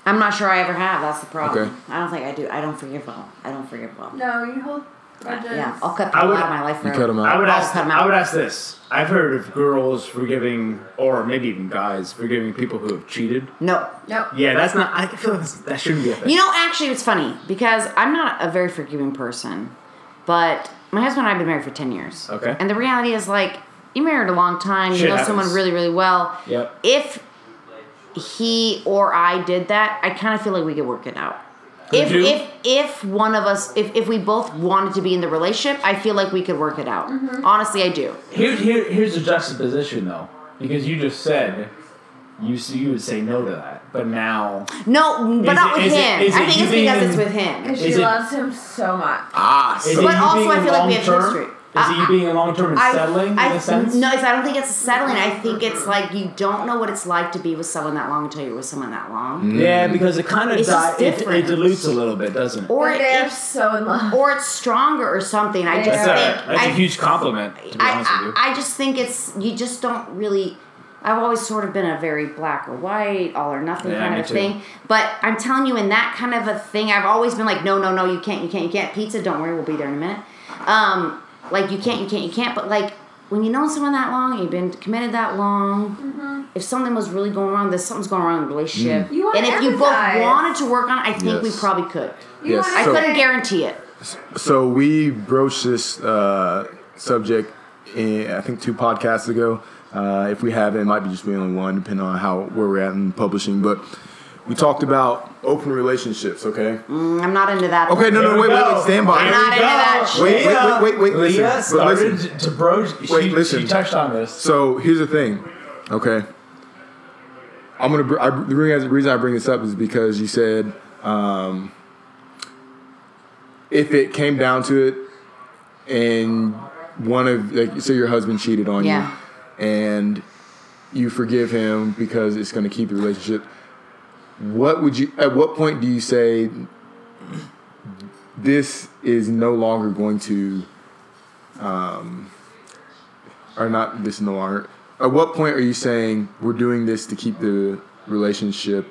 [SPEAKER 4] I'm not sure I ever have. That's the problem.
[SPEAKER 3] Okay.
[SPEAKER 4] I don't think I do. I don't forgive well. I don't forgive well.
[SPEAKER 5] No, you hold
[SPEAKER 4] Yeah, I'll cut
[SPEAKER 2] I
[SPEAKER 4] people
[SPEAKER 2] would-
[SPEAKER 4] out of my life forever.
[SPEAKER 3] cut 'em out?
[SPEAKER 2] I would
[SPEAKER 4] I'll
[SPEAKER 2] ask.
[SPEAKER 4] cut 'em out.
[SPEAKER 2] I would ask this. I've heard of girls forgiving, or maybe even guys forgiving people who have cheated.
[SPEAKER 4] No.
[SPEAKER 5] Nope.
[SPEAKER 2] Yeah, that's not. I feel like that's- that shouldn't be a thing.
[SPEAKER 4] You know, actually, it's funny because I'm not a very forgiving person, but my husband and I have been married for 10 years.
[SPEAKER 2] Okay.
[SPEAKER 4] And the reality is, like, you married a long time, you
[SPEAKER 2] Shit
[SPEAKER 4] know someone
[SPEAKER 2] happens.
[SPEAKER 4] really, really well.
[SPEAKER 2] Yep.
[SPEAKER 4] If he or I did that, I kind of feel like we could work it out. If,
[SPEAKER 2] you?
[SPEAKER 4] if if one of us if, if we both wanted to be in the relationship, I feel like we could work it out. Honestly, I do.
[SPEAKER 2] Here, here, here's a juxtaposition though, because you just said you s- you would say no to that, but now
[SPEAKER 4] No, but
[SPEAKER 2] Is
[SPEAKER 4] not
[SPEAKER 2] it-
[SPEAKER 4] with
[SPEAKER 2] is it-
[SPEAKER 4] him.
[SPEAKER 2] is
[SPEAKER 4] I
[SPEAKER 2] it
[SPEAKER 4] think
[SPEAKER 2] you
[SPEAKER 4] it's because
[SPEAKER 2] being-
[SPEAKER 4] it's with him.
[SPEAKER 5] Because
[SPEAKER 2] Is
[SPEAKER 5] she
[SPEAKER 2] it-
[SPEAKER 5] loves him so much.
[SPEAKER 3] Ah,
[SPEAKER 2] is
[SPEAKER 3] so
[SPEAKER 2] it
[SPEAKER 4] But
[SPEAKER 2] you
[SPEAKER 4] also,
[SPEAKER 2] being
[SPEAKER 4] I feel like we have
[SPEAKER 2] long-term?
[SPEAKER 4] history.
[SPEAKER 2] Is it you being long term and settling
[SPEAKER 4] I,
[SPEAKER 2] in a sense?
[SPEAKER 4] No, it's, I don't think it's settling. I think it's like you don't know what it's like to be with someone that long until you're with someone that long.
[SPEAKER 2] Yeah, because it kind of
[SPEAKER 4] It's
[SPEAKER 2] di-
[SPEAKER 4] just
[SPEAKER 2] it, it
[SPEAKER 4] different. Oh,
[SPEAKER 2] dilutes a little bit, doesn't it?
[SPEAKER 4] Or
[SPEAKER 5] But they are
[SPEAKER 4] it's
[SPEAKER 5] so in love.
[SPEAKER 4] or it's stronger or something. I just
[SPEAKER 2] that's
[SPEAKER 4] think
[SPEAKER 2] a, that's
[SPEAKER 4] I
[SPEAKER 2] a huge compliment. To be honest
[SPEAKER 4] I,
[SPEAKER 2] with you.
[SPEAKER 4] I, I just think it's you just don't really. I've always sort of been a very black or white, all or nothing
[SPEAKER 2] Yeah,
[SPEAKER 4] kind
[SPEAKER 2] me
[SPEAKER 4] of
[SPEAKER 2] too.
[SPEAKER 4] thing. But I'm telling you, in that kind of a thing, I've always been like, no, no, no, you can't, you can't, you can't. Pizza, don't worry, we'll be there in a minute. Um, like you can't, you can't, you can't. But like when you know someone that long, you've been committed that long. If something was really going wrong, there's something's going wrong in the relationship.
[SPEAKER 5] Mm-hmm. Mm. You wanna
[SPEAKER 4] and if you both
[SPEAKER 5] empathize.
[SPEAKER 4] wanted to work on it, I think we
[SPEAKER 3] Yes.
[SPEAKER 4] probably could.
[SPEAKER 5] You
[SPEAKER 3] Yes,
[SPEAKER 5] wanna
[SPEAKER 4] I
[SPEAKER 3] So-
[SPEAKER 4] couldn't guarantee it.
[SPEAKER 3] So we broached this uh, subject, in, I think, two podcasts ago. Uh, if we haven't, it might be just the only one, depending on how where we're at in publishing. But we talked about open relationships. Okay.
[SPEAKER 4] Mm, I'm not into that.
[SPEAKER 3] Okay. No.
[SPEAKER 2] Here
[SPEAKER 3] No.
[SPEAKER 2] Mm-hmm. we
[SPEAKER 3] Wait. Wait.
[SPEAKER 2] go.
[SPEAKER 3] Wait. Stand by.
[SPEAKER 4] I'm
[SPEAKER 2] Here we
[SPEAKER 4] not into
[SPEAKER 2] go.
[SPEAKER 4] that shit.
[SPEAKER 3] Wait, wait, wait, wait, wait, listen.
[SPEAKER 2] Leah
[SPEAKER 3] But
[SPEAKER 2] started
[SPEAKER 3] listen.
[SPEAKER 2] to broach. She,
[SPEAKER 3] Wait, listen.
[SPEAKER 2] She touched on this.
[SPEAKER 3] So here's the thing, okay. I'm gonna. Br- I, the re- the reason I bring this up is because you said um, if it came down to it, and one of like say your husband cheated on
[SPEAKER 4] Yeah.
[SPEAKER 3] you, and you forgive him because it's gonna keep the relationship. What would you? At what point do you say this is no longer going to? are not this no longer. At what point are you saying we're doing this to keep the relationship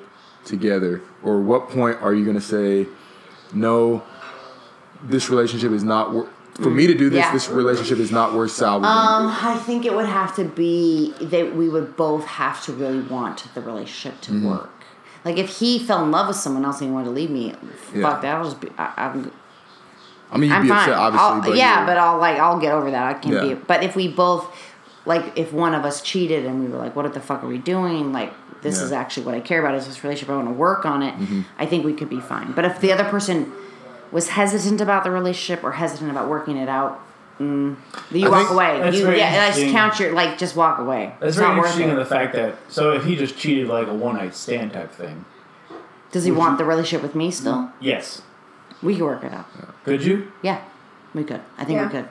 [SPEAKER 3] together, or what point are you going to say no? This relationship is not wor- for me to do this.
[SPEAKER 4] Yeah.
[SPEAKER 3] This relationship is not worth salvaging.
[SPEAKER 4] Um, I think it would have to be that we would both have to really want the relationship to work. Like if he fell in love with someone else and he wanted to leave me,
[SPEAKER 3] Yeah.
[SPEAKER 4] fuck that. I'll just be. I, I'm.
[SPEAKER 3] I mean, you'd
[SPEAKER 4] I'm
[SPEAKER 3] be
[SPEAKER 4] fine.
[SPEAKER 3] upset,
[SPEAKER 4] I'll-
[SPEAKER 3] obviously. but
[SPEAKER 4] yeah,
[SPEAKER 3] you're-
[SPEAKER 4] but I'll like I'll get over that. I can
[SPEAKER 3] Yeah.
[SPEAKER 4] be. But if we both, like, if one of us cheated and we were like, "What the fuck are we doing?" Like, this
[SPEAKER 3] Yeah. Mm-hmm.
[SPEAKER 4] is actually what I care about is this relationship. I want to work on it. I think we could be fine. But if the other person was hesitant about the relationship or hesitant about working it out, mm, you
[SPEAKER 3] I
[SPEAKER 4] walk
[SPEAKER 3] think
[SPEAKER 4] away.
[SPEAKER 2] that's
[SPEAKER 4] You,
[SPEAKER 2] very
[SPEAKER 4] yeah, like,
[SPEAKER 2] interesting.
[SPEAKER 4] just count your like, just walk away.
[SPEAKER 2] That's
[SPEAKER 4] it's
[SPEAKER 2] very
[SPEAKER 4] not worth
[SPEAKER 2] interesting in
[SPEAKER 4] it.
[SPEAKER 2] the fact that so if he just cheated like a one night stand type thing.
[SPEAKER 4] Does he want the relationship with me still?
[SPEAKER 2] Yes.
[SPEAKER 4] We could work it out.
[SPEAKER 2] Could you?
[SPEAKER 4] Yeah, we could. I think
[SPEAKER 5] Yeah.
[SPEAKER 4] we could.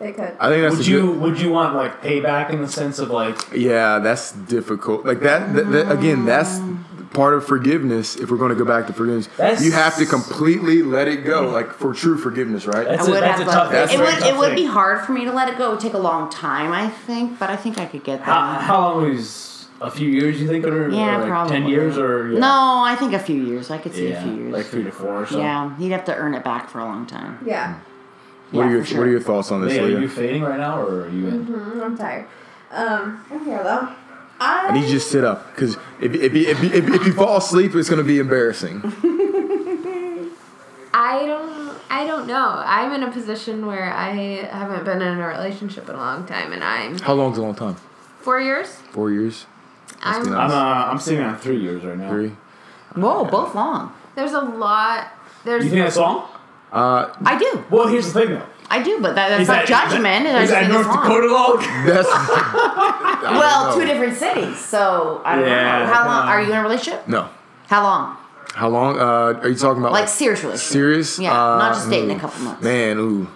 [SPEAKER 5] They could.
[SPEAKER 3] I think that's
[SPEAKER 2] would
[SPEAKER 3] a
[SPEAKER 2] you
[SPEAKER 3] good-
[SPEAKER 2] would you want like payback in the sense of like
[SPEAKER 3] Yeah, that's difficult. Like that, that, that again, that's part of forgiveness. If we're going to go back to forgiveness,
[SPEAKER 2] That's-
[SPEAKER 3] you have to completely let it go. Like for true forgiveness, right?
[SPEAKER 2] That's
[SPEAKER 4] I
[SPEAKER 2] a,
[SPEAKER 4] would
[SPEAKER 2] that's a
[SPEAKER 4] have
[SPEAKER 2] tough.
[SPEAKER 4] loved
[SPEAKER 2] That's
[SPEAKER 4] it. It
[SPEAKER 2] a very
[SPEAKER 4] would
[SPEAKER 2] tough
[SPEAKER 4] it would be
[SPEAKER 2] thing.
[SPEAKER 4] hard for me to let it go. It would take a long time, I think, but I think I could get that.
[SPEAKER 2] How, how long is a few years? You think or,
[SPEAKER 4] yeah,
[SPEAKER 2] or like
[SPEAKER 4] probably.
[SPEAKER 2] ten years or yeah.
[SPEAKER 4] No, I think a few years. I could see
[SPEAKER 2] Yeah,
[SPEAKER 4] a few years.
[SPEAKER 2] like three to four. Or so.
[SPEAKER 4] yeah, he'd have to earn it back for a long time.
[SPEAKER 5] yeah.
[SPEAKER 3] what
[SPEAKER 4] yeah,
[SPEAKER 3] are your
[SPEAKER 4] for sure.
[SPEAKER 3] What are your thoughts on this,
[SPEAKER 2] Leah, are
[SPEAKER 3] Leah?
[SPEAKER 2] you fading right now or are you
[SPEAKER 4] Mm-hmm.
[SPEAKER 2] in?
[SPEAKER 5] Mm, I'm tired. Um, I'm here though. I,
[SPEAKER 3] I need you to sit up because if, if, you- if, you- if, if you fall asleep, it's going to be embarrassing.
[SPEAKER 5] I don't. I don't know. I'm in a position where I haven't been in a relationship in a long time, and I'm
[SPEAKER 3] How long's a long time?
[SPEAKER 5] four years.
[SPEAKER 3] Four years?
[SPEAKER 5] I'm
[SPEAKER 3] be nice.
[SPEAKER 2] I'm uh, I'm sitting on three years right now.
[SPEAKER 3] Three?
[SPEAKER 4] Whoa, both long.
[SPEAKER 5] There's a lot. There's
[SPEAKER 2] You think that's long?
[SPEAKER 3] Uh,
[SPEAKER 4] I do,
[SPEAKER 2] Well, here's the thing though.
[SPEAKER 4] I do, but that, that's
[SPEAKER 2] Is
[SPEAKER 4] not
[SPEAKER 2] that- is
[SPEAKER 4] judgment.
[SPEAKER 2] that-
[SPEAKER 4] I
[SPEAKER 2] Is
[SPEAKER 4] just
[SPEAKER 2] that
[SPEAKER 4] think it's
[SPEAKER 2] North
[SPEAKER 4] long.
[SPEAKER 2] Dakota long?
[SPEAKER 3] that's
[SPEAKER 4] Well,
[SPEAKER 3] know.
[SPEAKER 4] two different cities, so I don't
[SPEAKER 2] Yeah,
[SPEAKER 4] know. How long
[SPEAKER 2] no.
[SPEAKER 4] are you in a relationship?
[SPEAKER 3] no.
[SPEAKER 4] How long?
[SPEAKER 3] How long? Uh, are you talking
[SPEAKER 2] Oh,
[SPEAKER 3] about
[SPEAKER 4] Like serious relationship?
[SPEAKER 3] serious?
[SPEAKER 4] Yeah, not just
[SPEAKER 3] Uh,
[SPEAKER 4] dating
[SPEAKER 3] ooh.
[SPEAKER 4] a couple months.
[SPEAKER 3] Man, ooh.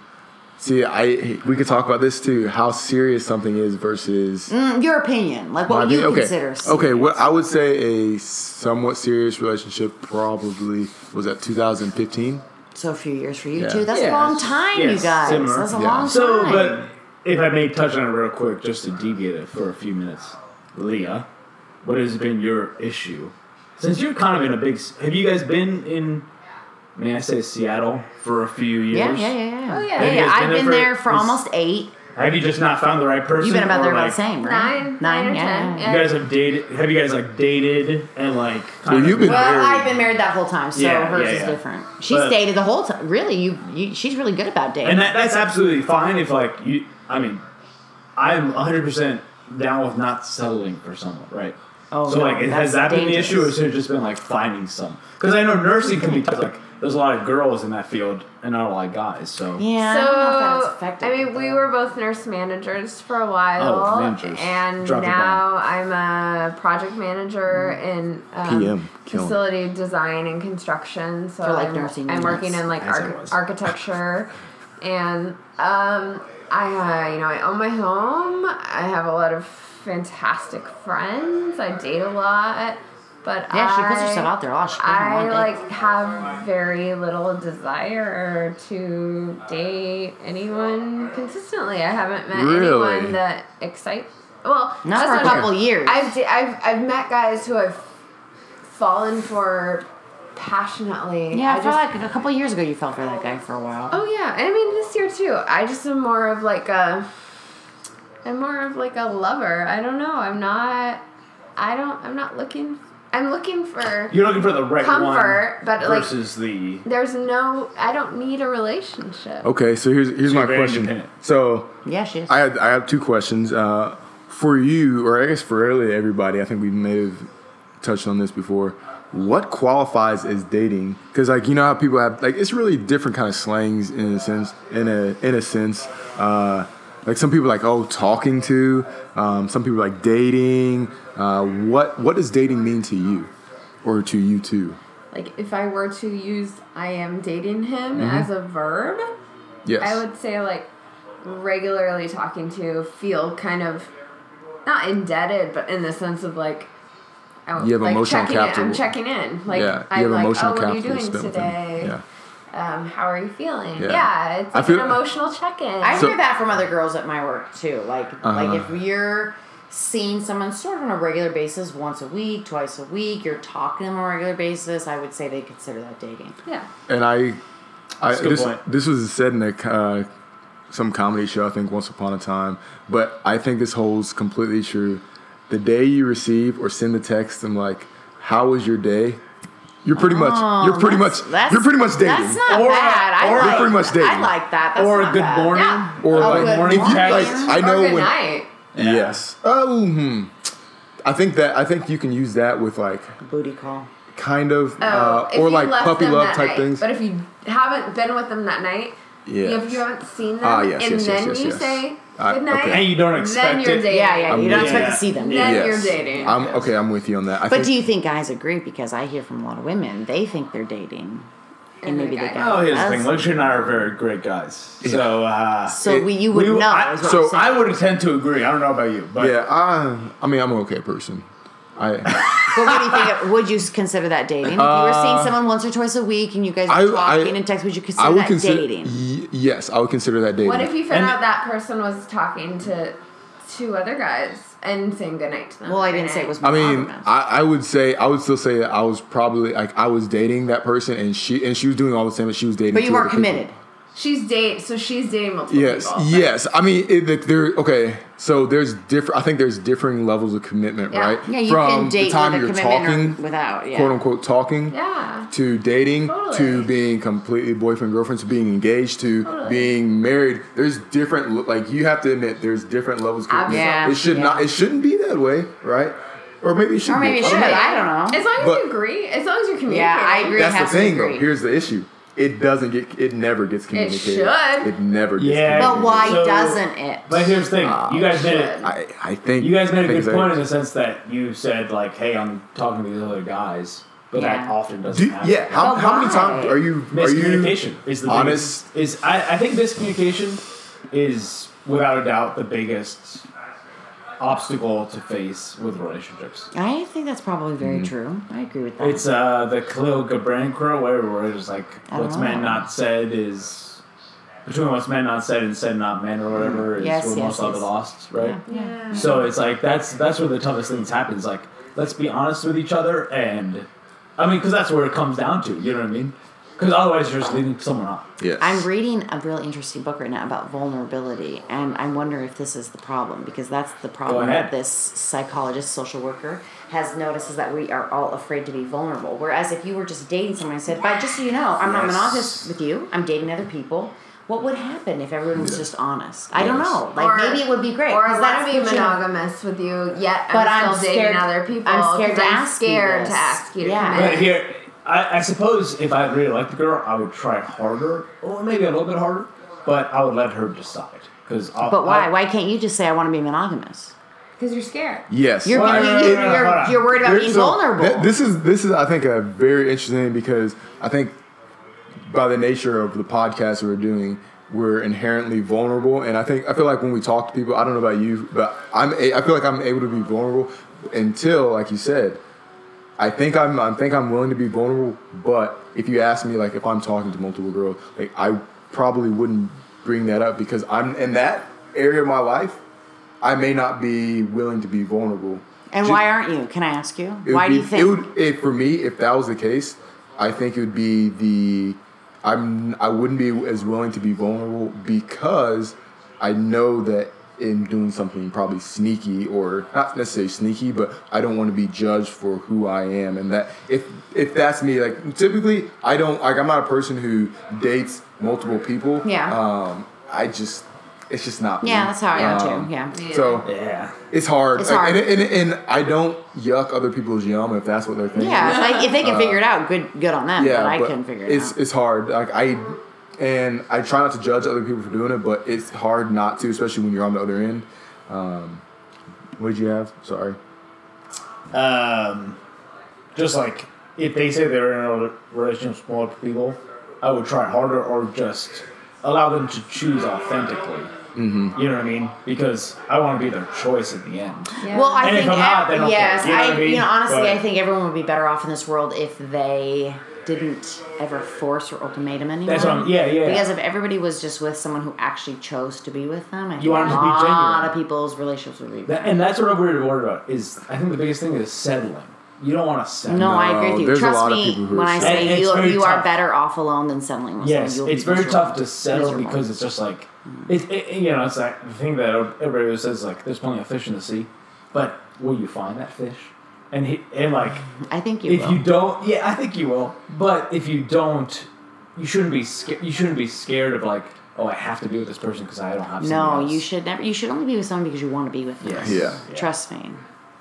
[SPEAKER 3] See, I we could talk about this too. How serious something is versus
[SPEAKER 4] Mm, your opinion, like
[SPEAKER 3] my
[SPEAKER 4] what would you
[SPEAKER 3] opinion. okay.
[SPEAKER 4] consider.
[SPEAKER 3] Okay, what I would say a somewhat serious relationship probably was at 2015.
[SPEAKER 4] So a few years for you
[SPEAKER 3] Yeah.
[SPEAKER 4] too. That's
[SPEAKER 2] Yeah,
[SPEAKER 4] a long
[SPEAKER 2] it's-
[SPEAKER 4] time,
[SPEAKER 2] yeah,
[SPEAKER 4] you
[SPEAKER 2] it's
[SPEAKER 4] guys.
[SPEAKER 2] similar.
[SPEAKER 4] That's a
[SPEAKER 3] Yeah.
[SPEAKER 4] long
[SPEAKER 2] So,
[SPEAKER 4] time.
[SPEAKER 2] but if I may touch on it real quick, just to deviate it for a few minutes, Leah, what has been your issue? Since you're kind of in a big, s- have you guys been in may I say Seattle for a few years.
[SPEAKER 4] Yeah, yeah, yeah, yeah.
[SPEAKER 5] Oh, yeah.
[SPEAKER 4] yeah,
[SPEAKER 5] Have you
[SPEAKER 4] yeah.
[SPEAKER 2] guys been
[SPEAKER 4] I've
[SPEAKER 2] there
[SPEAKER 4] been
[SPEAKER 2] for-
[SPEAKER 4] there for
[SPEAKER 2] this-
[SPEAKER 4] almost eight.
[SPEAKER 2] Have you just not found the right person?
[SPEAKER 4] You've been about
[SPEAKER 2] or,
[SPEAKER 4] there about
[SPEAKER 2] like,
[SPEAKER 4] the same, right?
[SPEAKER 5] Nine, nine or ten.
[SPEAKER 4] yeah.
[SPEAKER 2] You guys have dated. Have you guys like dated and like? kind of-
[SPEAKER 3] you've been-
[SPEAKER 4] Well,
[SPEAKER 3] married.
[SPEAKER 4] I've been married that whole time, so
[SPEAKER 2] Yeah,
[SPEAKER 4] hers
[SPEAKER 2] yeah,
[SPEAKER 4] is
[SPEAKER 2] yeah.
[SPEAKER 4] different. She's
[SPEAKER 2] But-
[SPEAKER 4] dated the whole time. Really, you, you she's really good about dating.
[SPEAKER 2] and that, that's absolutely fine if like you. I mean, I'm 100 percent down with not settling for someone, right?
[SPEAKER 4] Oh,
[SPEAKER 2] so
[SPEAKER 4] no,
[SPEAKER 2] like, it- has that
[SPEAKER 4] that's
[SPEAKER 2] been the
[SPEAKER 4] dangerous.
[SPEAKER 2] issue, or has it just been like finding some? Because I know nursing can be tough. Like, there's a lot of girls in that field, and not a lot of guys. So
[SPEAKER 4] yeah, I don't know if that was
[SPEAKER 5] So
[SPEAKER 4] effective,
[SPEAKER 5] I mean, we
[SPEAKER 4] though.
[SPEAKER 5] were both nurse managers for a while,
[SPEAKER 2] Oh, managers.
[SPEAKER 5] and
[SPEAKER 2] Drop Mm. it
[SPEAKER 5] now I'm a project manager in um,
[SPEAKER 3] PM, killing it.
[SPEAKER 5] facility design and construction. So
[SPEAKER 4] For, like,
[SPEAKER 5] I'm,
[SPEAKER 4] nursing
[SPEAKER 5] I'm working
[SPEAKER 4] units.
[SPEAKER 5] in like
[SPEAKER 2] As I
[SPEAKER 5] arch-
[SPEAKER 2] was.
[SPEAKER 5] architecture, and um, I uh, you know I own my home. I have a lot of fantastic friends. I date a lot, but
[SPEAKER 4] yeah, she puts
[SPEAKER 5] I-
[SPEAKER 4] herself out there a lot. She doesn't
[SPEAKER 5] I
[SPEAKER 4] want it.
[SPEAKER 5] like have very little desire to date anyone consistently. I haven't met
[SPEAKER 3] Really?
[SPEAKER 5] anyone that excites. Well,
[SPEAKER 4] Not
[SPEAKER 5] that's
[SPEAKER 4] for a couple years.
[SPEAKER 5] I've, da- I've I've met guys who I've fallen for passionately.
[SPEAKER 4] Yeah, I,
[SPEAKER 5] I
[SPEAKER 4] feel
[SPEAKER 5] just
[SPEAKER 4] like a couple years ago you fell for that guy for a while.
[SPEAKER 5] Oh yeah, I mean this year too. I just am more of like a, I'm more of like a lover. I don't know. I'm not. I don't. I'm not looking. I'm looking for.
[SPEAKER 2] you're looking for the right
[SPEAKER 5] Comfort,
[SPEAKER 2] one
[SPEAKER 5] but, like,
[SPEAKER 2] versus the
[SPEAKER 5] There's no. I don't need a relationship.
[SPEAKER 3] Okay, so here's here's
[SPEAKER 2] So
[SPEAKER 3] my
[SPEAKER 2] you're very
[SPEAKER 3] question.
[SPEAKER 2] independent.
[SPEAKER 3] So
[SPEAKER 4] Yeah, she is.
[SPEAKER 3] I had, I have two questions uh, for you, or I guess for really everybody. I think we may have touched on this before. What qualifies as dating? Because like you know how people have like it's really different kind of slangs in a sense. In a in a sense, uh, like some people are like oh talking to, um, some people are like dating. Uh, what what does dating mean to you, or to you too?
[SPEAKER 5] Like if I were to use I am dating him as a verb,
[SPEAKER 3] Mm-hmm. Yes.
[SPEAKER 5] I would say like regularly talking to feel kind of not indebted, but in the sense of like I would-
[SPEAKER 3] You have
[SPEAKER 5] like
[SPEAKER 3] emotional
[SPEAKER 5] checking In, I'm
[SPEAKER 3] capital.
[SPEAKER 5] checking in. Like
[SPEAKER 3] yeah,
[SPEAKER 5] I'm
[SPEAKER 3] you have
[SPEAKER 5] like,
[SPEAKER 3] emotional
[SPEAKER 5] oh, what are you
[SPEAKER 3] capital
[SPEAKER 5] doing
[SPEAKER 3] spent with them.
[SPEAKER 5] today?
[SPEAKER 3] Yeah.
[SPEAKER 5] Um, how are you feeling?
[SPEAKER 3] Yeah.
[SPEAKER 5] Yeah, it's
[SPEAKER 3] I
[SPEAKER 5] like
[SPEAKER 3] feel-
[SPEAKER 5] an emotional check-in.
[SPEAKER 4] I
[SPEAKER 3] So- Uh-huh.
[SPEAKER 4] hear that from other girls at my work too. Like like if you're seeing someone sort of on a regular basis, once a week, twice a week, you're talking to them on a regular basis, I would say they consider that dating.
[SPEAKER 5] yeah.
[SPEAKER 3] and I, I
[SPEAKER 2] a good
[SPEAKER 3] this,
[SPEAKER 2] point.
[SPEAKER 3] this was said in a uh, some comedy show I think once upon a time, but I think this holds completely true. The day you receive or send the text, I'm like, "How was your day?" You're pretty
[SPEAKER 5] Oh,
[SPEAKER 3] much, you're pretty much,
[SPEAKER 4] That's- that's-
[SPEAKER 3] you're pretty much dating.
[SPEAKER 4] That's not
[SPEAKER 2] Or a-
[SPEAKER 4] bad. I
[SPEAKER 2] or a-
[SPEAKER 4] like,
[SPEAKER 2] You're
[SPEAKER 3] pretty much dating.
[SPEAKER 4] I like that. That's
[SPEAKER 2] or a
[SPEAKER 4] not
[SPEAKER 2] good
[SPEAKER 4] bad.
[SPEAKER 2] morning
[SPEAKER 5] Yeah.
[SPEAKER 3] or
[SPEAKER 4] Oh,
[SPEAKER 3] like,
[SPEAKER 4] good
[SPEAKER 3] if you,
[SPEAKER 2] morning.
[SPEAKER 3] like, I know
[SPEAKER 5] or good
[SPEAKER 3] when.
[SPEAKER 5] night.
[SPEAKER 3] Yes. Oh, hmm. I think that I think you can use that with like
[SPEAKER 4] Booty call.
[SPEAKER 3] kind of
[SPEAKER 5] Oh,
[SPEAKER 3] uh,
[SPEAKER 5] if
[SPEAKER 3] or
[SPEAKER 5] you
[SPEAKER 3] like
[SPEAKER 5] left
[SPEAKER 3] puppy
[SPEAKER 5] them
[SPEAKER 3] love
[SPEAKER 5] that
[SPEAKER 3] type
[SPEAKER 5] night.
[SPEAKER 3] things.
[SPEAKER 5] But if you haven't been with them that night,
[SPEAKER 3] Yes.
[SPEAKER 5] if you haven't seen them,
[SPEAKER 3] Ah, yes,
[SPEAKER 5] and
[SPEAKER 3] yes, yes,
[SPEAKER 5] then
[SPEAKER 3] yes,
[SPEAKER 5] you
[SPEAKER 3] yes.
[SPEAKER 5] say
[SPEAKER 3] I-
[SPEAKER 5] good night,
[SPEAKER 3] okay.
[SPEAKER 2] And you don't expect
[SPEAKER 5] then you're
[SPEAKER 2] it.
[SPEAKER 5] dating.
[SPEAKER 4] Yeah, yeah. You
[SPEAKER 3] I'm
[SPEAKER 4] don't
[SPEAKER 3] with
[SPEAKER 4] expect
[SPEAKER 2] you.
[SPEAKER 4] to see them.
[SPEAKER 5] Yeah.
[SPEAKER 3] yes.
[SPEAKER 5] you're dating.
[SPEAKER 3] I'm okay. I'm with you on that. I
[SPEAKER 4] But
[SPEAKER 3] think
[SPEAKER 4] do you think guys agree? Because I hear from a lot of women, they think they're dating. And
[SPEAKER 5] And the
[SPEAKER 4] maybe the
[SPEAKER 5] guy-
[SPEAKER 4] guy
[SPEAKER 2] Oh, here's the
[SPEAKER 4] does.
[SPEAKER 2] thing. Luxury and I are very great guys. So, uh,
[SPEAKER 4] So
[SPEAKER 3] It-
[SPEAKER 4] we, you would
[SPEAKER 2] we-
[SPEAKER 4] know.
[SPEAKER 2] I,
[SPEAKER 4] is what
[SPEAKER 3] so
[SPEAKER 4] I'm saying.
[SPEAKER 2] I would tend to agree. I don't know about you, but
[SPEAKER 3] Yeah, I, I mean, I'm an okay person. I,
[SPEAKER 4] But what do you think? Of, would you consider that dating? If you were seeing someone once or twice a week and you guys
[SPEAKER 3] Uh, I,
[SPEAKER 4] were talking
[SPEAKER 3] I-
[SPEAKER 4] and text, would you consider
[SPEAKER 3] I would
[SPEAKER 4] that
[SPEAKER 3] consider
[SPEAKER 4] dating?
[SPEAKER 3] Y- yes, I would consider that dating.
[SPEAKER 5] What if you found
[SPEAKER 2] And-
[SPEAKER 5] out that person was talking to two other guys and saying goodnight to them?
[SPEAKER 4] Well, I
[SPEAKER 5] every
[SPEAKER 4] didn't say it was.
[SPEAKER 5] night?
[SPEAKER 3] I mean,
[SPEAKER 4] monogamous.
[SPEAKER 3] I, I would say I would still say that I was probably like I was dating that person, and she and she was doing all the same, and she was dating.
[SPEAKER 4] but you
[SPEAKER 3] two
[SPEAKER 4] weren't
[SPEAKER 3] other people.
[SPEAKER 4] committed.
[SPEAKER 5] She's date, so she's dating multiple
[SPEAKER 3] Yes,
[SPEAKER 5] people.
[SPEAKER 3] yes. I mean, it, like, there. Okay, so there's different. I think there's differing levels of commitment,
[SPEAKER 5] Yeah.
[SPEAKER 3] right?
[SPEAKER 4] Yeah, you can date with a commitment or without. Yeah.
[SPEAKER 3] quote unquote, talking.
[SPEAKER 5] Yeah.
[SPEAKER 3] to dating
[SPEAKER 5] Totally.
[SPEAKER 3] to being completely boyfriend girlfriend to being engaged to
[SPEAKER 5] Totally.
[SPEAKER 3] being married there's different le- like you have to admit there's different levels of commitment.
[SPEAKER 4] Absolutely.
[SPEAKER 3] it should
[SPEAKER 4] Yeah.
[SPEAKER 3] not it shouldn't be that way right or maybe it should
[SPEAKER 4] Or
[SPEAKER 3] be
[SPEAKER 4] maybe it
[SPEAKER 3] I
[SPEAKER 4] should.
[SPEAKER 3] don't know.
[SPEAKER 4] I don't know.
[SPEAKER 5] As long as
[SPEAKER 3] But-
[SPEAKER 5] you agree, as long as you're communicating.
[SPEAKER 4] Yeah, I agree.
[SPEAKER 3] that's
[SPEAKER 4] has
[SPEAKER 3] the
[SPEAKER 4] to
[SPEAKER 3] thing though
[SPEAKER 4] agree.
[SPEAKER 3] here's the issue it doesn't get it never gets communicated
[SPEAKER 5] should.
[SPEAKER 3] it never gets
[SPEAKER 2] Yeah.
[SPEAKER 4] But
[SPEAKER 3] communicated.
[SPEAKER 4] why
[SPEAKER 2] So-
[SPEAKER 4] doesn't it?
[SPEAKER 2] But here's the thing. you guys made
[SPEAKER 5] shit.
[SPEAKER 2] it.
[SPEAKER 3] I, I think
[SPEAKER 2] You guys made a
[SPEAKER 3] things
[SPEAKER 2] good
[SPEAKER 3] are-
[SPEAKER 2] point in the sense that you said like, "Hey, I'm talking to these other guys," but that
[SPEAKER 4] Yeah.
[SPEAKER 2] often doesn't
[SPEAKER 3] Do,
[SPEAKER 2] happen.
[SPEAKER 3] yeah how,
[SPEAKER 4] But
[SPEAKER 3] how many
[SPEAKER 4] why?
[SPEAKER 3] times are you are
[SPEAKER 2] miscommunication
[SPEAKER 3] you
[SPEAKER 2] is the
[SPEAKER 3] honest
[SPEAKER 2] biggest, is I, I think miscommunication is without a doubt the biggest obstacle to face with relationships.
[SPEAKER 4] I think that's probably very
[SPEAKER 3] Mm-hmm.
[SPEAKER 4] true. I agree with that.
[SPEAKER 2] It's uh the Cleo Gabrancro where where it's like
[SPEAKER 4] I don't
[SPEAKER 2] what's meant
[SPEAKER 4] know.
[SPEAKER 2] not said is between what's meant not said and said not meant or whatever is
[SPEAKER 4] Yes,
[SPEAKER 2] where
[SPEAKER 4] yes,
[SPEAKER 2] most of it
[SPEAKER 4] yes.
[SPEAKER 2] lost, right?
[SPEAKER 5] Yeah.
[SPEAKER 2] So it's like that's that's where the toughest things happen. Is like let's be honest with each other, and I mean, because that's where it comes down to. You know what I mean? Because otherwise, you're just leading someone off.
[SPEAKER 6] Yes.
[SPEAKER 4] I'm reading a really interesting book right now about vulnerability, and I wonder if this is the problem because that's the problem
[SPEAKER 2] ahead.
[SPEAKER 4] that this psychologist, social worker has noticed is that we are all afraid to be vulnerable. Whereas if you were just dating someone and said, "But just so you know, I'm not monogamous with you. I'm dating other people." What would happen if everyone was just honest? I don't know. Like
[SPEAKER 5] Or-
[SPEAKER 4] maybe it would be great.
[SPEAKER 5] Or
[SPEAKER 4] 'cause
[SPEAKER 5] let's be
[SPEAKER 4] what you-
[SPEAKER 5] monogamous with you, yet
[SPEAKER 4] But
[SPEAKER 5] I'm
[SPEAKER 4] I'm
[SPEAKER 5] still dating
[SPEAKER 4] scared-
[SPEAKER 5] other people.
[SPEAKER 4] I'm scared
[SPEAKER 5] 'cause
[SPEAKER 4] to
[SPEAKER 5] I'm
[SPEAKER 4] ask you
[SPEAKER 5] scared
[SPEAKER 4] this.
[SPEAKER 5] to ask you
[SPEAKER 4] Yeah.
[SPEAKER 5] to
[SPEAKER 2] But
[SPEAKER 5] commit.
[SPEAKER 2] here, I, I suppose if I really liked the girl, I would try harder, or maybe a little bit harder, but I would let her decide. Because
[SPEAKER 4] But why? Why can't you just say I want to be monogamous?
[SPEAKER 5] Because you're scared.
[SPEAKER 3] Yes.
[SPEAKER 4] You're
[SPEAKER 2] Why-
[SPEAKER 4] you,
[SPEAKER 2] no, no,
[SPEAKER 4] you,
[SPEAKER 2] no, no, hold
[SPEAKER 4] are
[SPEAKER 2] on.
[SPEAKER 4] you're worried about
[SPEAKER 3] There-
[SPEAKER 4] being
[SPEAKER 3] so,
[SPEAKER 4] vulnerable.
[SPEAKER 3] th- this is this is I think a very interesting because I think by the nature of the podcast we're doing, we're inherently vulnerable, and I think I feel like when we talk to people, I don't know about you, but I'm a- I feel like I'm able to be vulnerable until, like you said, I think I'm I think I'm willing to be vulnerable, but if you ask me like if I'm talking to multiple girls, like I probably wouldn't bring that up because I'm in that area of my life. I may not be willing to be vulnerable.
[SPEAKER 4] and
[SPEAKER 3] Ju-
[SPEAKER 4] why aren't you? Can I ask you?
[SPEAKER 3] it would
[SPEAKER 4] Why do
[SPEAKER 3] be-
[SPEAKER 4] you think?
[SPEAKER 3] It would, if for me, if that was the case, I think it would be the I'm I wouldn't be as willing to be vulnerable because I know that in doing something probably sneaky or not necessarily sneaky, but I don't want to be judged for who I am, and that if if that's me, like typically I don't like I'm not a person who dates multiple people.
[SPEAKER 4] Yeah.
[SPEAKER 3] Um, I just it's just not.
[SPEAKER 4] yeah,
[SPEAKER 3] me.
[SPEAKER 4] that's how I am
[SPEAKER 3] Um,
[SPEAKER 4] too. Yeah.
[SPEAKER 3] So
[SPEAKER 2] Yeah.
[SPEAKER 3] it's hard.
[SPEAKER 4] It's hard.
[SPEAKER 3] And, and, and I don't yuck other people's yum if that's what they're thinking.
[SPEAKER 4] Yeah, it's like if they can figure it out, good, good on them. but I couldn't figure it
[SPEAKER 3] Uh, it's,
[SPEAKER 4] out.
[SPEAKER 3] It's hard. Like I, and I try not to judge other people for doing it, but it's hard not to, especially when you're on the other end. Um, what did you have? Sorry.
[SPEAKER 2] Um, just like if they say they're in a rel- relationship with multiple people, I would try harder or just allow them to choose authentically. Mm-hmm. You know what I mean? Because I want to be their choice at the end.
[SPEAKER 4] Well, I
[SPEAKER 2] And if
[SPEAKER 4] think
[SPEAKER 2] I'm not, then
[SPEAKER 4] ev-
[SPEAKER 2] okay,
[SPEAKER 4] yes,
[SPEAKER 2] you know
[SPEAKER 4] I,
[SPEAKER 2] what I mean?
[SPEAKER 4] you know honestly,
[SPEAKER 2] But-
[SPEAKER 4] I think everyone would be better off in this world if they didn't ever force or ultimatum anyone.
[SPEAKER 2] That's what I'm- yeah, yeah.
[SPEAKER 4] Because if everybody was just with someone who actually chose to be with them, I think
[SPEAKER 2] You
[SPEAKER 4] a
[SPEAKER 2] wanted to be
[SPEAKER 4] lot
[SPEAKER 2] genuine.
[SPEAKER 4] of people's relationships would be. better.
[SPEAKER 2] That, and that's what I'm worried worried about. Is I think the biggest thing is settling. You don't want to settle.
[SPEAKER 4] No, I agree with you.
[SPEAKER 3] there's a
[SPEAKER 4] Trust
[SPEAKER 3] lot of
[SPEAKER 4] me
[SPEAKER 3] people who are
[SPEAKER 4] when I
[SPEAKER 2] single.
[SPEAKER 4] say
[SPEAKER 2] And it's
[SPEAKER 4] you,
[SPEAKER 2] very
[SPEAKER 4] you are
[SPEAKER 2] tough.
[SPEAKER 4] better off alone than settling with
[SPEAKER 2] Yes,
[SPEAKER 4] someone. You'll
[SPEAKER 2] it's
[SPEAKER 4] be
[SPEAKER 2] very tough
[SPEAKER 4] miserable.
[SPEAKER 2] to settle
[SPEAKER 4] Miserable.
[SPEAKER 2] because it's just like it, it, you know, it's like the thing that everybody always says like there's plenty of fish in the sea, but will you find that fish? And he, and like
[SPEAKER 4] I think you
[SPEAKER 2] if
[SPEAKER 4] will.
[SPEAKER 2] you don't, yeah, I think you will. But if you don't, you shouldn't be scared. You shouldn't be scared of like, oh, I have to be with this person because I don't have.
[SPEAKER 4] no,
[SPEAKER 2] someone else.
[SPEAKER 4] you should never. You should only be with someone because you want to be with them.
[SPEAKER 2] Yes.
[SPEAKER 3] Yeah.
[SPEAKER 4] Trust me.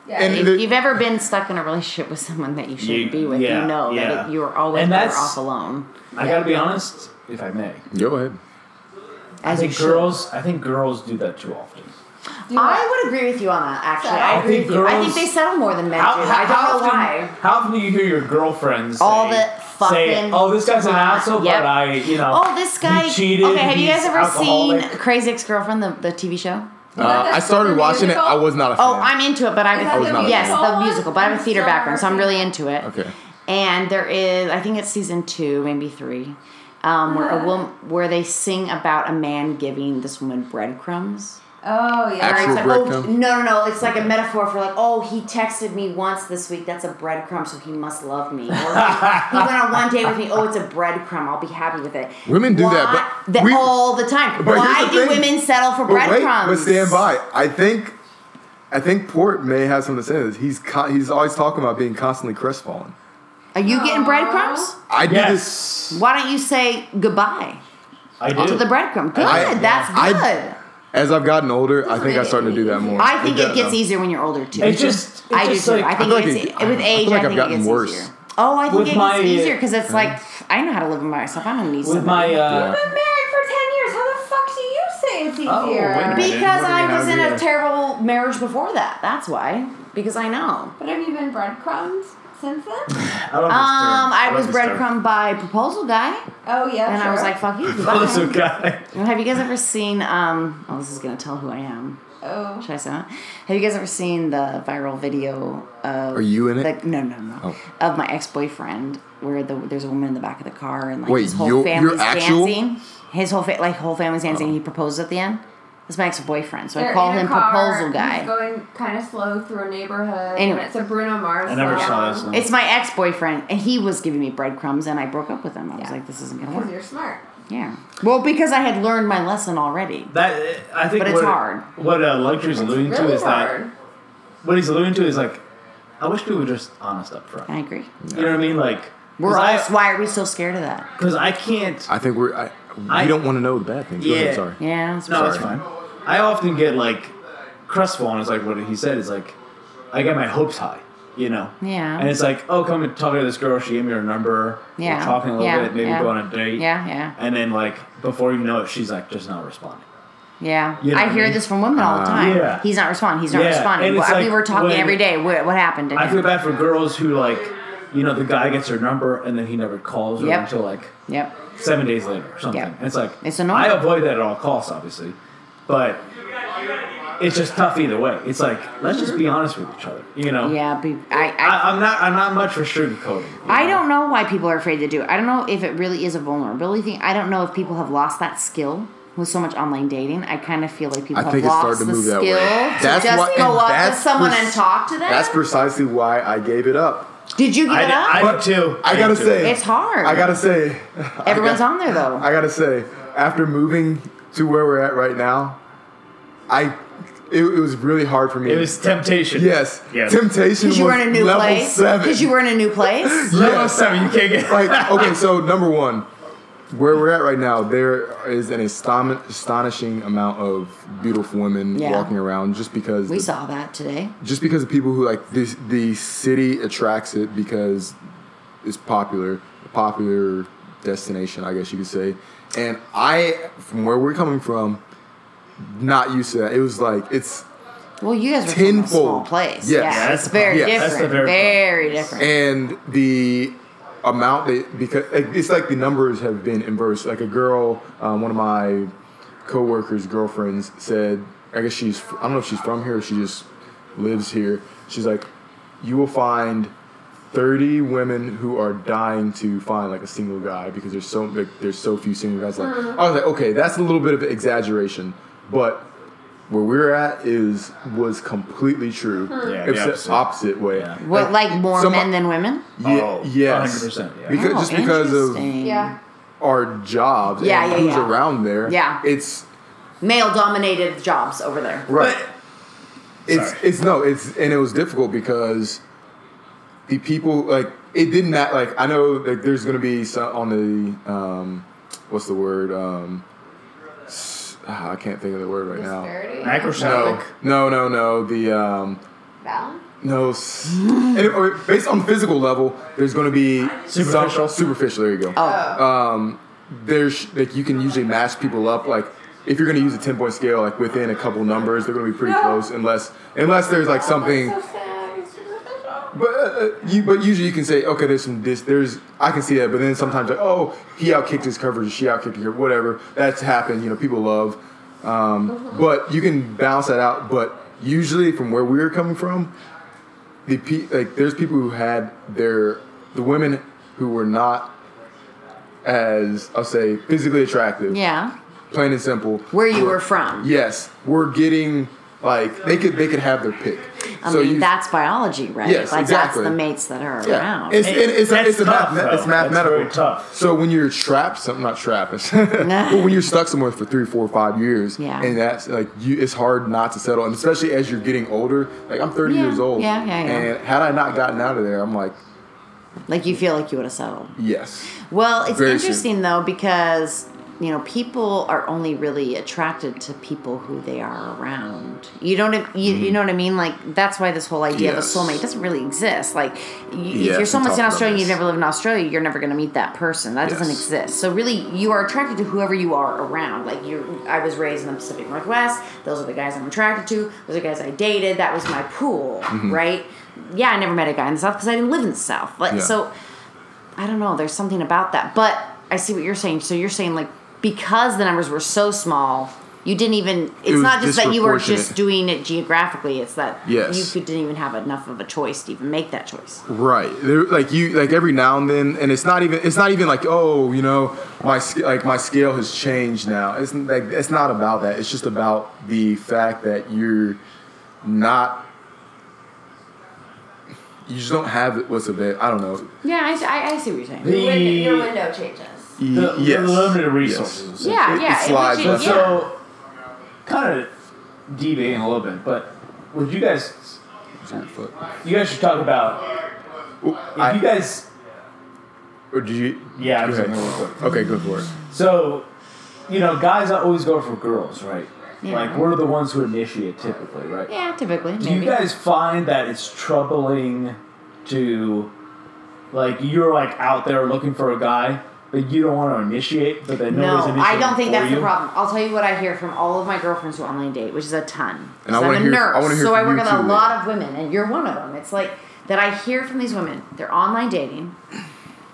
[SPEAKER 3] And
[SPEAKER 4] if
[SPEAKER 3] the-
[SPEAKER 4] you've ever been stuck in a relationship with someone that you shouldn't
[SPEAKER 2] You-
[SPEAKER 4] be with,
[SPEAKER 2] yeah,
[SPEAKER 4] you know
[SPEAKER 2] yeah.
[SPEAKER 4] that it, you are always
[SPEAKER 2] And
[SPEAKER 4] better
[SPEAKER 2] that's-
[SPEAKER 4] off alone.
[SPEAKER 2] I gotta be honest, if I may.
[SPEAKER 3] Go ahead.
[SPEAKER 2] I
[SPEAKER 4] As a
[SPEAKER 2] think girls, I think girls do that too often.
[SPEAKER 4] I would agree with you on that. Actually,
[SPEAKER 5] Settle.
[SPEAKER 4] I
[SPEAKER 5] I
[SPEAKER 4] agree
[SPEAKER 2] think
[SPEAKER 4] with you. I
[SPEAKER 2] girls-
[SPEAKER 4] think they settle more than men do. I
[SPEAKER 2] how
[SPEAKER 4] don't know
[SPEAKER 2] often,
[SPEAKER 4] why.
[SPEAKER 2] How often do you hear your girlfriends
[SPEAKER 4] All
[SPEAKER 2] say,
[SPEAKER 4] the fucking
[SPEAKER 2] say, "Oh, this guy's an
[SPEAKER 4] time."
[SPEAKER 2] asshole,"
[SPEAKER 4] Yep.
[SPEAKER 2] but I, you know,
[SPEAKER 4] Oh, this guy.
[SPEAKER 2] he cheated.
[SPEAKER 4] okay, have you guys
[SPEAKER 2] he's
[SPEAKER 4] ever
[SPEAKER 2] alcoholic.
[SPEAKER 4] seen Crazy Ex-Girlfriend, the, the TV show?
[SPEAKER 3] Uh, I started
[SPEAKER 5] the
[SPEAKER 3] watching it.
[SPEAKER 5] musical?
[SPEAKER 3] I was not a fan.
[SPEAKER 4] Oh, I'm into it, but I
[SPEAKER 5] that
[SPEAKER 4] have
[SPEAKER 3] the
[SPEAKER 4] a, yes,
[SPEAKER 5] musical
[SPEAKER 4] the
[SPEAKER 5] one?
[SPEAKER 4] musical, but I have a
[SPEAKER 5] I'm
[SPEAKER 4] theater
[SPEAKER 5] sorry.
[SPEAKER 4] background, so I'm really into it.
[SPEAKER 3] Okay.
[SPEAKER 4] And there is, I think it's season two, maybe three, um, where a woman where they sing about a man giving this woman breadcrumbs.
[SPEAKER 5] Oh yeah.
[SPEAKER 3] Actual
[SPEAKER 4] It's like, oh,
[SPEAKER 3] breadcrumb.
[SPEAKER 4] no, no, no. It's like a metaphor for like, oh, he texted me once this week. That's a breadcrumb, so he must love me. Or he, he went on one day with me. Oh, it's a breadcrumb. I'll be happy with it.
[SPEAKER 3] Women do that,
[SPEAKER 4] Why-
[SPEAKER 3] but
[SPEAKER 4] that
[SPEAKER 3] we-
[SPEAKER 4] all the time.
[SPEAKER 3] but
[SPEAKER 4] Why
[SPEAKER 3] here's the
[SPEAKER 4] do
[SPEAKER 3] thing.
[SPEAKER 4] women settle for
[SPEAKER 3] But Oh, wait,
[SPEAKER 4] breadcrumbs?
[SPEAKER 3] but stand by. I think, I think Port may have something to say. To this. He's con- he's always talking about being constantly crestfallen.
[SPEAKER 4] Are you getting breadcrumbs?
[SPEAKER 3] I do this.
[SPEAKER 2] Yes,
[SPEAKER 4] Why don't you say goodbye
[SPEAKER 2] I do.
[SPEAKER 4] to the breadcrumb? Good,
[SPEAKER 3] I-
[SPEAKER 4] that's
[SPEAKER 3] I-
[SPEAKER 4] good.
[SPEAKER 3] As I've gotten older, I think I'm starting to do that more.
[SPEAKER 4] I, think it
[SPEAKER 3] does,
[SPEAKER 4] gets
[SPEAKER 3] though.
[SPEAKER 4] easier when you're older too.
[SPEAKER 2] It's just- it's
[SPEAKER 4] I do
[SPEAKER 2] just
[SPEAKER 4] too.
[SPEAKER 2] like-
[SPEAKER 4] I
[SPEAKER 2] I
[SPEAKER 4] think
[SPEAKER 3] feel like
[SPEAKER 4] it
[SPEAKER 3] it-
[SPEAKER 4] gets,
[SPEAKER 3] I
[SPEAKER 4] with
[SPEAKER 3] feel
[SPEAKER 4] age.
[SPEAKER 3] like
[SPEAKER 4] I
[SPEAKER 3] I've
[SPEAKER 4] think it
[SPEAKER 3] gotten
[SPEAKER 4] gets
[SPEAKER 3] worse.
[SPEAKER 4] easier. Oh, I think
[SPEAKER 2] With
[SPEAKER 4] it
[SPEAKER 2] my-
[SPEAKER 4] gets easier because it's like I know how to live by myself. I don't need
[SPEAKER 2] with
[SPEAKER 4] somebody.
[SPEAKER 2] my uh,
[SPEAKER 3] Yeah.
[SPEAKER 5] I've been married for ten years. How the fuck do you say it's
[SPEAKER 2] Oh,
[SPEAKER 5] easier?
[SPEAKER 2] wait a minute.
[SPEAKER 4] because
[SPEAKER 2] What are we
[SPEAKER 4] I was
[SPEAKER 2] gonna
[SPEAKER 4] in
[SPEAKER 2] do?
[SPEAKER 4] a terrible marriage before that. That's why. Because I know.
[SPEAKER 5] But have you been breadcrumbed since then?
[SPEAKER 2] I love this term.
[SPEAKER 4] Um, I
[SPEAKER 2] love
[SPEAKER 4] was
[SPEAKER 2] this term.
[SPEAKER 4] breadcrumbed by proposal guy,
[SPEAKER 5] Oh yeah.
[SPEAKER 4] and I was
[SPEAKER 5] sure.
[SPEAKER 4] like, "Fuck you,
[SPEAKER 2] Oh, it's
[SPEAKER 4] goodbye."
[SPEAKER 2] okay.
[SPEAKER 4] Have you guys ever seen? Um, oh, this is gonna tell who I am.
[SPEAKER 5] oh.
[SPEAKER 4] Should I say that? Have you guys ever seen the viral video of?
[SPEAKER 3] Are you in it?
[SPEAKER 4] the- no, no, no.
[SPEAKER 3] Oh.
[SPEAKER 4] Of my ex-boyfriend, where the, there's a woman in the back of the car, and like
[SPEAKER 3] Wait,
[SPEAKER 4] his whole
[SPEAKER 3] your- your
[SPEAKER 4] family's
[SPEAKER 3] actual- Oh.
[SPEAKER 4] dancing. His whole fa- like whole family's dancing. He proposed at the end. That's It's my ex-boyfriend, so I
[SPEAKER 5] They're
[SPEAKER 4] call
[SPEAKER 5] in a
[SPEAKER 4] him
[SPEAKER 5] car,
[SPEAKER 4] proposal guy.
[SPEAKER 5] He's going kind of slow through a neighborhood.
[SPEAKER 4] Anyway.
[SPEAKER 5] and it's a Bruno Mars.
[SPEAKER 2] I never
[SPEAKER 5] song.
[SPEAKER 2] saw this one.
[SPEAKER 4] It's my ex-boyfriend, and he was giving me breadcrumbs, and I broke up with him. I was
[SPEAKER 5] Yeah.
[SPEAKER 4] like, "This isn't gonna
[SPEAKER 5] Because
[SPEAKER 4] work."
[SPEAKER 5] you're smart.
[SPEAKER 4] Yeah. Well, because I had learned my lesson already.
[SPEAKER 2] That I think.
[SPEAKER 4] But it's
[SPEAKER 2] what,
[SPEAKER 4] hard.
[SPEAKER 2] What uh, luxury is alluding
[SPEAKER 5] It's
[SPEAKER 2] to
[SPEAKER 5] really
[SPEAKER 2] is
[SPEAKER 5] hard.
[SPEAKER 2] that what he's alluding to is like, I wish people were just honest up front.
[SPEAKER 4] I agree.
[SPEAKER 2] You know what I mean? Like,
[SPEAKER 4] We're all.
[SPEAKER 2] because
[SPEAKER 4] why are we so scared of that?
[SPEAKER 2] I, can't.
[SPEAKER 3] I think we're. I, we
[SPEAKER 2] I-
[SPEAKER 3] don't want to know the bad things. Go ahead,
[SPEAKER 2] Yeah.
[SPEAKER 3] sorry.
[SPEAKER 4] Yeah. it's-
[SPEAKER 2] no, that's
[SPEAKER 3] Sorry.
[SPEAKER 2] fine. I often get like crestfallen. It's like what he said is like, I get my hopes high. You know.
[SPEAKER 4] Yeah.
[SPEAKER 2] And it's like, oh, come and talk to this girl. She gave me her number. We're
[SPEAKER 4] Yeah.
[SPEAKER 2] talking a little
[SPEAKER 4] Yeah.
[SPEAKER 2] bit. Maybe
[SPEAKER 4] Yeah.
[SPEAKER 2] go on a date.
[SPEAKER 4] Yeah. Yeah.
[SPEAKER 2] And then like before you know it, she's like just not responding.
[SPEAKER 4] Yeah.
[SPEAKER 2] You know
[SPEAKER 4] I
[SPEAKER 2] what I
[SPEAKER 4] hear
[SPEAKER 2] mean? Uh,
[SPEAKER 4] this from women all the time.
[SPEAKER 2] yeah.
[SPEAKER 4] He's not responding. He's not
[SPEAKER 2] Yeah,
[SPEAKER 4] responding.
[SPEAKER 2] and it's
[SPEAKER 4] Well, we
[SPEAKER 2] like
[SPEAKER 4] were talking
[SPEAKER 2] when-
[SPEAKER 4] every day. What, what happened to
[SPEAKER 2] I feel
[SPEAKER 4] him?
[SPEAKER 2] bad for girls who like, you know, the guy gets her number and then he never calls her
[SPEAKER 4] Yep.
[SPEAKER 2] until like
[SPEAKER 4] Yep.
[SPEAKER 2] seven days later or something.
[SPEAKER 4] Yeah.
[SPEAKER 2] And it's like
[SPEAKER 4] It's annoying.
[SPEAKER 2] I avoid that at all costs, obviously, but it's just tough either way. It's like let's just be honest with each other, you know.
[SPEAKER 4] Yeah. Be, I, I,
[SPEAKER 2] I, I'm not. I'm not much for sugarcoating. you
[SPEAKER 4] I
[SPEAKER 2] know?
[SPEAKER 4] don't know why people are afraid to do it. I don't know if it really is a vulnerability thing. I don't know if people have lost that skill with so much online dating. I kind of feel like people
[SPEAKER 3] I
[SPEAKER 4] have
[SPEAKER 3] think it's starting
[SPEAKER 4] lost
[SPEAKER 3] to
[SPEAKER 4] the
[SPEAKER 3] move that
[SPEAKER 4] skill
[SPEAKER 3] way.
[SPEAKER 4] to
[SPEAKER 3] That's
[SPEAKER 4] just
[SPEAKER 3] why-
[SPEAKER 4] go
[SPEAKER 3] and
[SPEAKER 4] up to
[SPEAKER 3] that's
[SPEAKER 4] someone
[SPEAKER 3] pers-
[SPEAKER 4] and talk to them.
[SPEAKER 3] That's precisely why I gave it up.
[SPEAKER 4] Did you give
[SPEAKER 2] I,
[SPEAKER 4] it
[SPEAKER 2] did,
[SPEAKER 4] up?
[SPEAKER 2] I did too.
[SPEAKER 3] I
[SPEAKER 2] did
[SPEAKER 3] gotta
[SPEAKER 2] too.
[SPEAKER 3] say,
[SPEAKER 4] it's hard.
[SPEAKER 3] I gotta say,
[SPEAKER 4] Everyone's on there though.
[SPEAKER 3] I gotta say, after moving to where we're at right now, I it, it was really hard for me.
[SPEAKER 2] it was temptation.
[SPEAKER 3] yes,
[SPEAKER 2] Yes.
[SPEAKER 3] temptation
[SPEAKER 4] Because
[SPEAKER 3] was
[SPEAKER 4] you were in a new
[SPEAKER 3] level
[SPEAKER 4] place.
[SPEAKER 3] seven.
[SPEAKER 4] Because you were in a new place.
[SPEAKER 2] Level seven. You can't get.
[SPEAKER 3] like okay, so number one, where we're at right now, there is an aston- astonishing amount of beautiful women
[SPEAKER 4] Yeah.
[SPEAKER 3] walking around just because
[SPEAKER 4] We
[SPEAKER 3] the-
[SPEAKER 4] saw that today.
[SPEAKER 3] just because of people who like the the city attracts it because it's popular, a popular destination, I guess you could say. And I, from where we're coming from, not used to that. It was like it's
[SPEAKER 4] Well, you guys were from a small
[SPEAKER 3] Tenfold. Yes.
[SPEAKER 4] place. Yeah,
[SPEAKER 3] Yeah,
[SPEAKER 2] that's
[SPEAKER 4] it's
[SPEAKER 2] the
[SPEAKER 4] very
[SPEAKER 3] problem. Yes.
[SPEAKER 4] different.
[SPEAKER 2] That's the very
[SPEAKER 4] very different.
[SPEAKER 3] and the amount that because like, it's like the numbers have been inverse. Like a girl, um, one of my coworkers' girlfriends said, I guess she's I don't know if she's from here, or she just lives here. She's like, you will find. 30 women who are dying to find like a single guy because there's so like, there's so few single guys like I was like okay that's a little bit of exaggeration but where we're at is was completely true
[SPEAKER 2] Yeah, the
[SPEAKER 3] except
[SPEAKER 2] opposite.
[SPEAKER 3] opposite. way
[SPEAKER 2] Yeah.
[SPEAKER 4] what, like more
[SPEAKER 3] some-
[SPEAKER 4] men than women?
[SPEAKER 3] Ye-
[SPEAKER 2] Oh,
[SPEAKER 3] yes.
[SPEAKER 2] 100%, yeah.
[SPEAKER 3] Because
[SPEAKER 4] Oh,
[SPEAKER 3] just because of
[SPEAKER 4] interesting.
[SPEAKER 5] Yeah.
[SPEAKER 3] our jobs
[SPEAKER 4] Yeah,
[SPEAKER 3] and
[SPEAKER 4] yeah,
[SPEAKER 3] who's
[SPEAKER 4] yeah.
[SPEAKER 3] around there.
[SPEAKER 4] Yeah.
[SPEAKER 3] It's
[SPEAKER 4] male dominated jobs over there.
[SPEAKER 3] right. it's
[SPEAKER 2] Sorry.
[SPEAKER 3] it's no, it's and it was difficult because the people like it didn't that like I know like there's gonna be some on the um what's the word? Um s- ah, I can't think of the word right now.
[SPEAKER 5] Disparity.
[SPEAKER 2] Microsoft.
[SPEAKER 3] No, no, no, no. The um
[SPEAKER 5] Balance.
[SPEAKER 3] No, s- and it- or based on physical level, there's going to be some-
[SPEAKER 2] Superficial.
[SPEAKER 3] superficial. There you go.
[SPEAKER 4] Oh.
[SPEAKER 3] Um, there's like you can usually match people up. Like if you're going to use a ten point scale, like within a couple numbers, they're going to be pretty
[SPEAKER 5] No.
[SPEAKER 3] close. Unless unless there's like something.
[SPEAKER 5] So sad. It's superficial.
[SPEAKER 3] But uh, you, but usually you can say okay, there's some dis. There's I can see that. But then sometimes like oh, he outkicked his coverage, she outkicked her, whatever. That's happened. You know, people love.
[SPEAKER 4] Mm-hmm.
[SPEAKER 3] Um, but you can balance that out. But usually from where we were coming from, the pe- like there's people who had their the women who were not as I'll say physically attractive.
[SPEAKER 4] Yeah.
[SPEAKER 3] Plain and simple.
[SPEAKER 4] Where you were from.
[SPEAKER 3] Yes, we're getting like they could they could have their pick.
[SPEAKER 4] I mean, that's biology, right?
[SPEAKER 3] Yes,
[SPEAKER 4] like
[SPEAKER 3] exactly.
[SPEAKER 4] that's the mates that are
[SPEAKER 3] Yeah,
[SPEAKER 4] around.
[SPEAKER 3] it's
[SPEAKER 2] It-
[SPEAKER 3] and it's,
[SPEAKER 2] that's
[SPEAKER 3] it's, a
[SPEAKER 2] tough,
[SPEAKER 3] math,
[SPEAKER 2] though.
[SPEAKER 3] it's mathematical.
[SPEAKER 2] That's very tough.
[SPEAKER 3] So when you're trapped, some not trapped, but when you're stuck somewhere for three, four, five years,
[SPEAKER 4] Yeah.
[SPEAKER 3] and that's like you, it's hard not to settle, and especially as you're getting older. Like I'm 30
[SPEAKER 4] Yeah,
[SPEAKER 3] years old,
[SPEAKER 4] yeah, yeah, yeah.
[SPEAKER 3] and had I not gotten out of there, I'm like,
[SPEAKER 4] like you feel like you would have settled.
[SPEAKER 3] yes,
[SPEAKER 4] Well, it's
[SPEAKER 3] Very soon.
[SPEAKER 4] interesting though because you know people are only really attracted to people who they are around. You don't, you, you know what I mean? Like that's why this whole idea
[SPEAKER 3] Mm-hmm. Yes.
[SPEAKER 4] of a soulmate doesn't really exist. Like you, if
[SPEAKER 3] Yes,
[SPEAKER 4] you're
[SPEAKER 3] we
[SPEAKER 4] someone's
[SPEAKER 3] talked
[SPEAKER 4] in
[SPEAKER 3] about
[SPEAKER 4] Australia, and you
[SPEAKER 3] this.
[SPEAKER 4] never live in Australia, you're never going to meet that person. That doesn't
[SPEAKER 3] Yes.
[SPEAKER 4] exist. So really, you are attracted to whoever you are around. Like you, I was raised in the Pacific Northwest. Those are the guys I'm attracted to. Those are the guys I dated. That was my pool,
[SPEAKER 3] Mm-hmm.
[SPEAKER 4] right? Yeah, I never met a guy in the South because I didn't live in the South. Like
[SPEAKER 3] Yeah.
[SPEAKER 4] so. I don't know. There's something about that. But I see what you're saying. So you're saying like because the numbers were so small, You didn't even. It's
[SPEAKER 3] was
[SPEAKER 4] not just that you were just
[SPEAKER 3] disproportionate.
[SPEAKER 4] doing it geographically. It's that
[SPEAKER 3] Yes.
[SPEAKER 4] you could, didn't even have enough of a choice to even make that choice.
[SPEAKER 3] Right. There, like you, like every now and then, and it's not even. It's not even like oh, you know, my sc- like my scale has changed now. It's n- like it's not about that. It's just about the fact that you're not. You just don't have what's available. I don't know.
[SPEAKER 4] Yeah, I, I, I see what you're saying.
[SPEAKER 2] The-
[SPEAKER 5] Your, window, your window changes.
[SPEAKER 3] Y-
[SPEAKER 2] The, the
[SPEAKER 3] E, yes.
[SPEAKER 2] limited
[SPEAKER 3] Yes.
[SPEAKER 2] resources.
[SPEAKER 4] Yeah,
[SPEAKER 3] It- it
[SPEAKER 4] yeah. it-
[SPEAKER 3] slides
[SPEAKER 4] which is-
[SPEAKER 3] up.
[SPEAKER 4] yeah.
[SPEAKER 2] So, kind of deviating a little bit, but would you guys,
[SPEAKER 3] Fuck.
[SPEAKER 2] you guys should talk about if
[SPEAKER 3] I-
[SPEAKER 2] you guys,
[SPEAKER 3] or do you?
[SPEAKER 2] yeah, I'm
[SPEAKER 3] Okay.
[SPEAKER 2] sorry, real quick.
[SPEAKER 3] Okay, go for it.
[SPEAKER 2] So, you know, guys always go for girls, right?
[SPEAKER 4] Yeah.
[SPEAKER 2] Like we're the ones who initiate typically, right?
[SPEAKER 4] Yeah, typically.
[SPEAKER 2] Do you
[SPEAKER 4] Maybe.
[SPEAKER 2] guys find that it's troubling to, like, you're like out there looking for a guy, but you don't want to initiate, but then
[SPEAKER 4] No,
[SPEAKER 2] nobody's
[SPEAKER 4] I
[SPEAKER 2] initiating
[SPEAKER 4] don't think
[SPEAKER 2] for
[SPEAKER 4] that's
[SPEAKER 2] you?
[SPEAKER 4] the problem. I'll tell you what I hear from all of my girlfriends who online date, which is a ton.
[SPEAKER 3] And I
[SPEAKER 4] 'Cause
[SPEAKER 3] wanna
[SPEAKER 4] I'm a
[SPEAKER 3] hear- I
[SPEAKER 4] nurse,
[SPEAKER 3] wanna hear
[SPEAKER 4] so I
[SPEAKER 3] from
[SPEAKER 4] work
[SPEAKER 3] you
[SPEAKER 4] with a
[SPEAKER 3] too,
[SPEAKER 4] lot of women, and you're one of them. It's like that I hear from these women. They're online dating.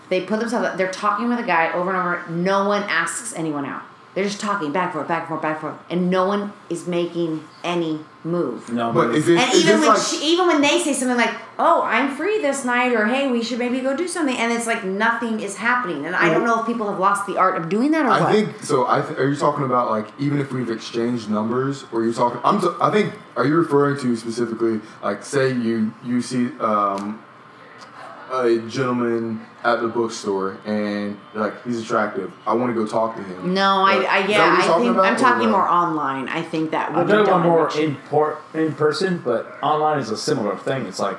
[SPEAKER 4] They put themselves. They're talking with a guy over and over. No one asks anyone out. They're just talking back and forth, back and forth, back and forth, and no one is making any move.
[SPEAKER 2] No,
[SPEAKER 3] But is it?
[SPEAKER 4] And
[SPEAKER 3] is
[SPEAKER 4] even
[SPEAKER 3] this
[SPEAKER 4] when
[SPEAKER 3] like,
[SPEAKER 4] she, even when they say something like, "Oh, I'm free this night," or "Hey, we should maybe go do something," and it's like nothing is happening, and I don't know if people have lost the art of doing that or
[SPEAKER 3] I
[SPEAKER 4] what.
[SPEAKER 3] think so. I th- are you talking about like even if we've exchanged numbers, or you talking? I'm. T- I think. Are you referring to specifically like say you you see um, a gentleman at the bookstore and you're like he's attractive. I want to go talk to him.
[SPEAKER 4] no, I,
[SPEAKER 3] Like,
[SPEAKER 4] I
[SPEAKER 3] is that
[SPEAKER 4] yeah,
[SPEAKER 3] what you're
[SPEAKER 4] I think
[SPEAKER 3] about,
[SPEAKER 4] I'm
[SPEAKER 3] or
[SPEAKER 4] talking
[SPEAKER 3] what?
[SPEAKER 4] more online. I think that would
[SPEAKER 2] I'm
[SPEAKER 4] be
[SPEAKER 2] talking about
[SPEAKER 4] done.
[SPEAKER 2] more in, por- in person, but online is a similar thing. It's like,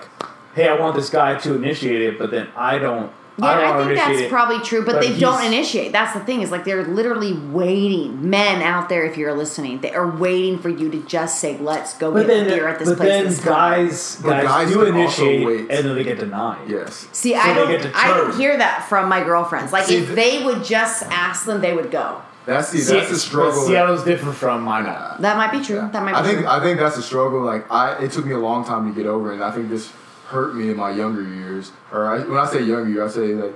[SPEAKER 2] hey, I want this guy to initiate it, but then I don't.
[SPEAKER 4] yeah,
[SPEAKER 2] I don't
[SPEAKER 4] I,
[SPEAKER 2] wanna
[SPEAKER 4] think
[SPEAKER 2] initiate
[SPEAKER 4] that's
[SPEAKER 2] it.
[SPEAKER 4] probably true, but,
[SPEAKER 2] but
[SPEAKER 4] they don't
[SPEAKER 2] he's-
[SPEAKER 4] initiate. That's the thing is like they're literally waiting. Men out there, if you're listening, they are waiting for you to just say, "Let's go
[SPEAKER 2] But
[SPEAKER 4] get
[SPEAKER 2] then,
[SPEAKER 4] a beer at this
[SPEAKER 2] but
[SPEAKER 4] place."
[SPEAKER 2] then
[SPEAKER 4] this time."
[SPEAKER 2] guys, guys,
[SPEAKER 3] But guys
[SPEAKER 2] do
[SPEAKER 3] can also
[SPEAKER 2] initiate,
[SPEAKER 3] wait.
[SPEAKER 2] and then they get denied.
[SPEAKER 3] Yes.
[SPEAKER 4] See,
[SPEAKER 2] So they
[SPEAKER 4] I don't.
[SPEAKER 2] get
[SPEAKER 4] I don't
[SPEAKER 2] deterred.
[SPEAKER 4] hear that from my girlfriends. Like,
[SPEAKER 3] See,
[SPEAKER 4] if
[SPEAKER 3] th-
[SPEAKER 4] they would just ask them, they would go.
[SPEAKER 3] That's the
[SPEAKER 2] See,
[SPEAKER 3] that's the
[SPEAKER 2] but
[SPEAKER 3] struggle.
[SPEAKER 2] Seattle's different from mine.
[SPEAKER 4] That might be true. That might be
[SPEAKER 3] I think
[SPEAKER 4] true.
[SPEAKER 3] I think that's a struggle. Like I, it took me a long time to get over, it, and I think this hurt me in my younger years. Or I, when I say younger, year, I say like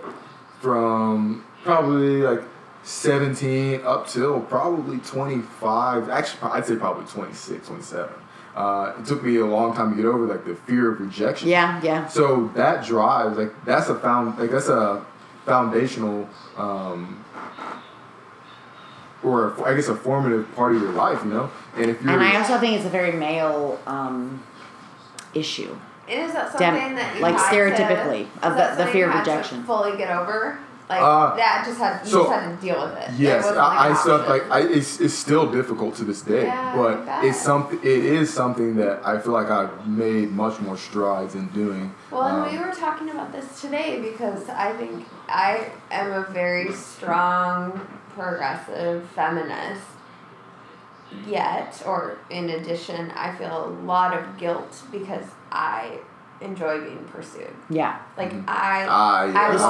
[SPEAKER 3] from probably like seventeen up till probably twenty five. Actually, pro- I'd say probably 26, 27. Uh, it took me a long time to get over like the fear of rejection.
[SPEAKER 4] yeah, yeah.
[SPEAKER 3] So that drives like that's a found like that's a foundational um or I guess a formative part of your life, you know. And if you're
[SPEAKER 4] And I also think it's a very male um, issue.
[SPEAKER 5] And is that something
[SPEAKER 4] Dem-
[SPEAKER 5] that you
[SPEAKER 4] like
[SPEAKER 5] had
[SPEAKER 4] stereotypically,
[SPEAKER 5] to,
[SPEAKER 4] of the-
[SPEAKER 5] is that
[SPEAKER 4] the
[SPEAKER 5] something
[SPEAKER 4] fear
[SPEAKER 5] you
[SPEAKER 4] of
[SPEAKER 5] had to
[SPEAKER 4] rejection.
[SPEAKER 5] fully get over, like
[SPEAKER 3] Uh,
[SPEAKER 5] that just had you
[SPEAKER 3] so-
[SPEAKER 5] just had to deal with it. It
[SPEAKER 3] Yes,
[SPEAKER 5] wasn't
[SPEAKER 3] I, I
[SPEAKER 5] an
[SPEAKER 3] still
[SPEAKER 5] option.
[SPEAKER 3] like I, it's, it's still difficult to this day,
[SPEAKER 5] Yeah, I
[SPEAKER 3] but
[SPEAKER 5] bet.
[SPEAKER 3] it's something. It is something that I feel like I've made much more strides in doing.
[SPEAKER 5] Well, and we
[SPEAKER 3] Um,
[SPEAKER 5] were talking about this today because I think I am a very strong progressive feminist. Yet, or in addition, I feel a lot of guilt because I enjoy being pursued.
[SPEAKER 4] Yeah.
[SPEAKER 5] Like
[SPEAKER 2] Mm.
[SPEAKER 5] I,
[SPEAKER 3] Ah,
[SPEAKER 5] I,
[SPEAKER 3] yes.
[SPEAKER 5] want,
[SPEAKER 4] This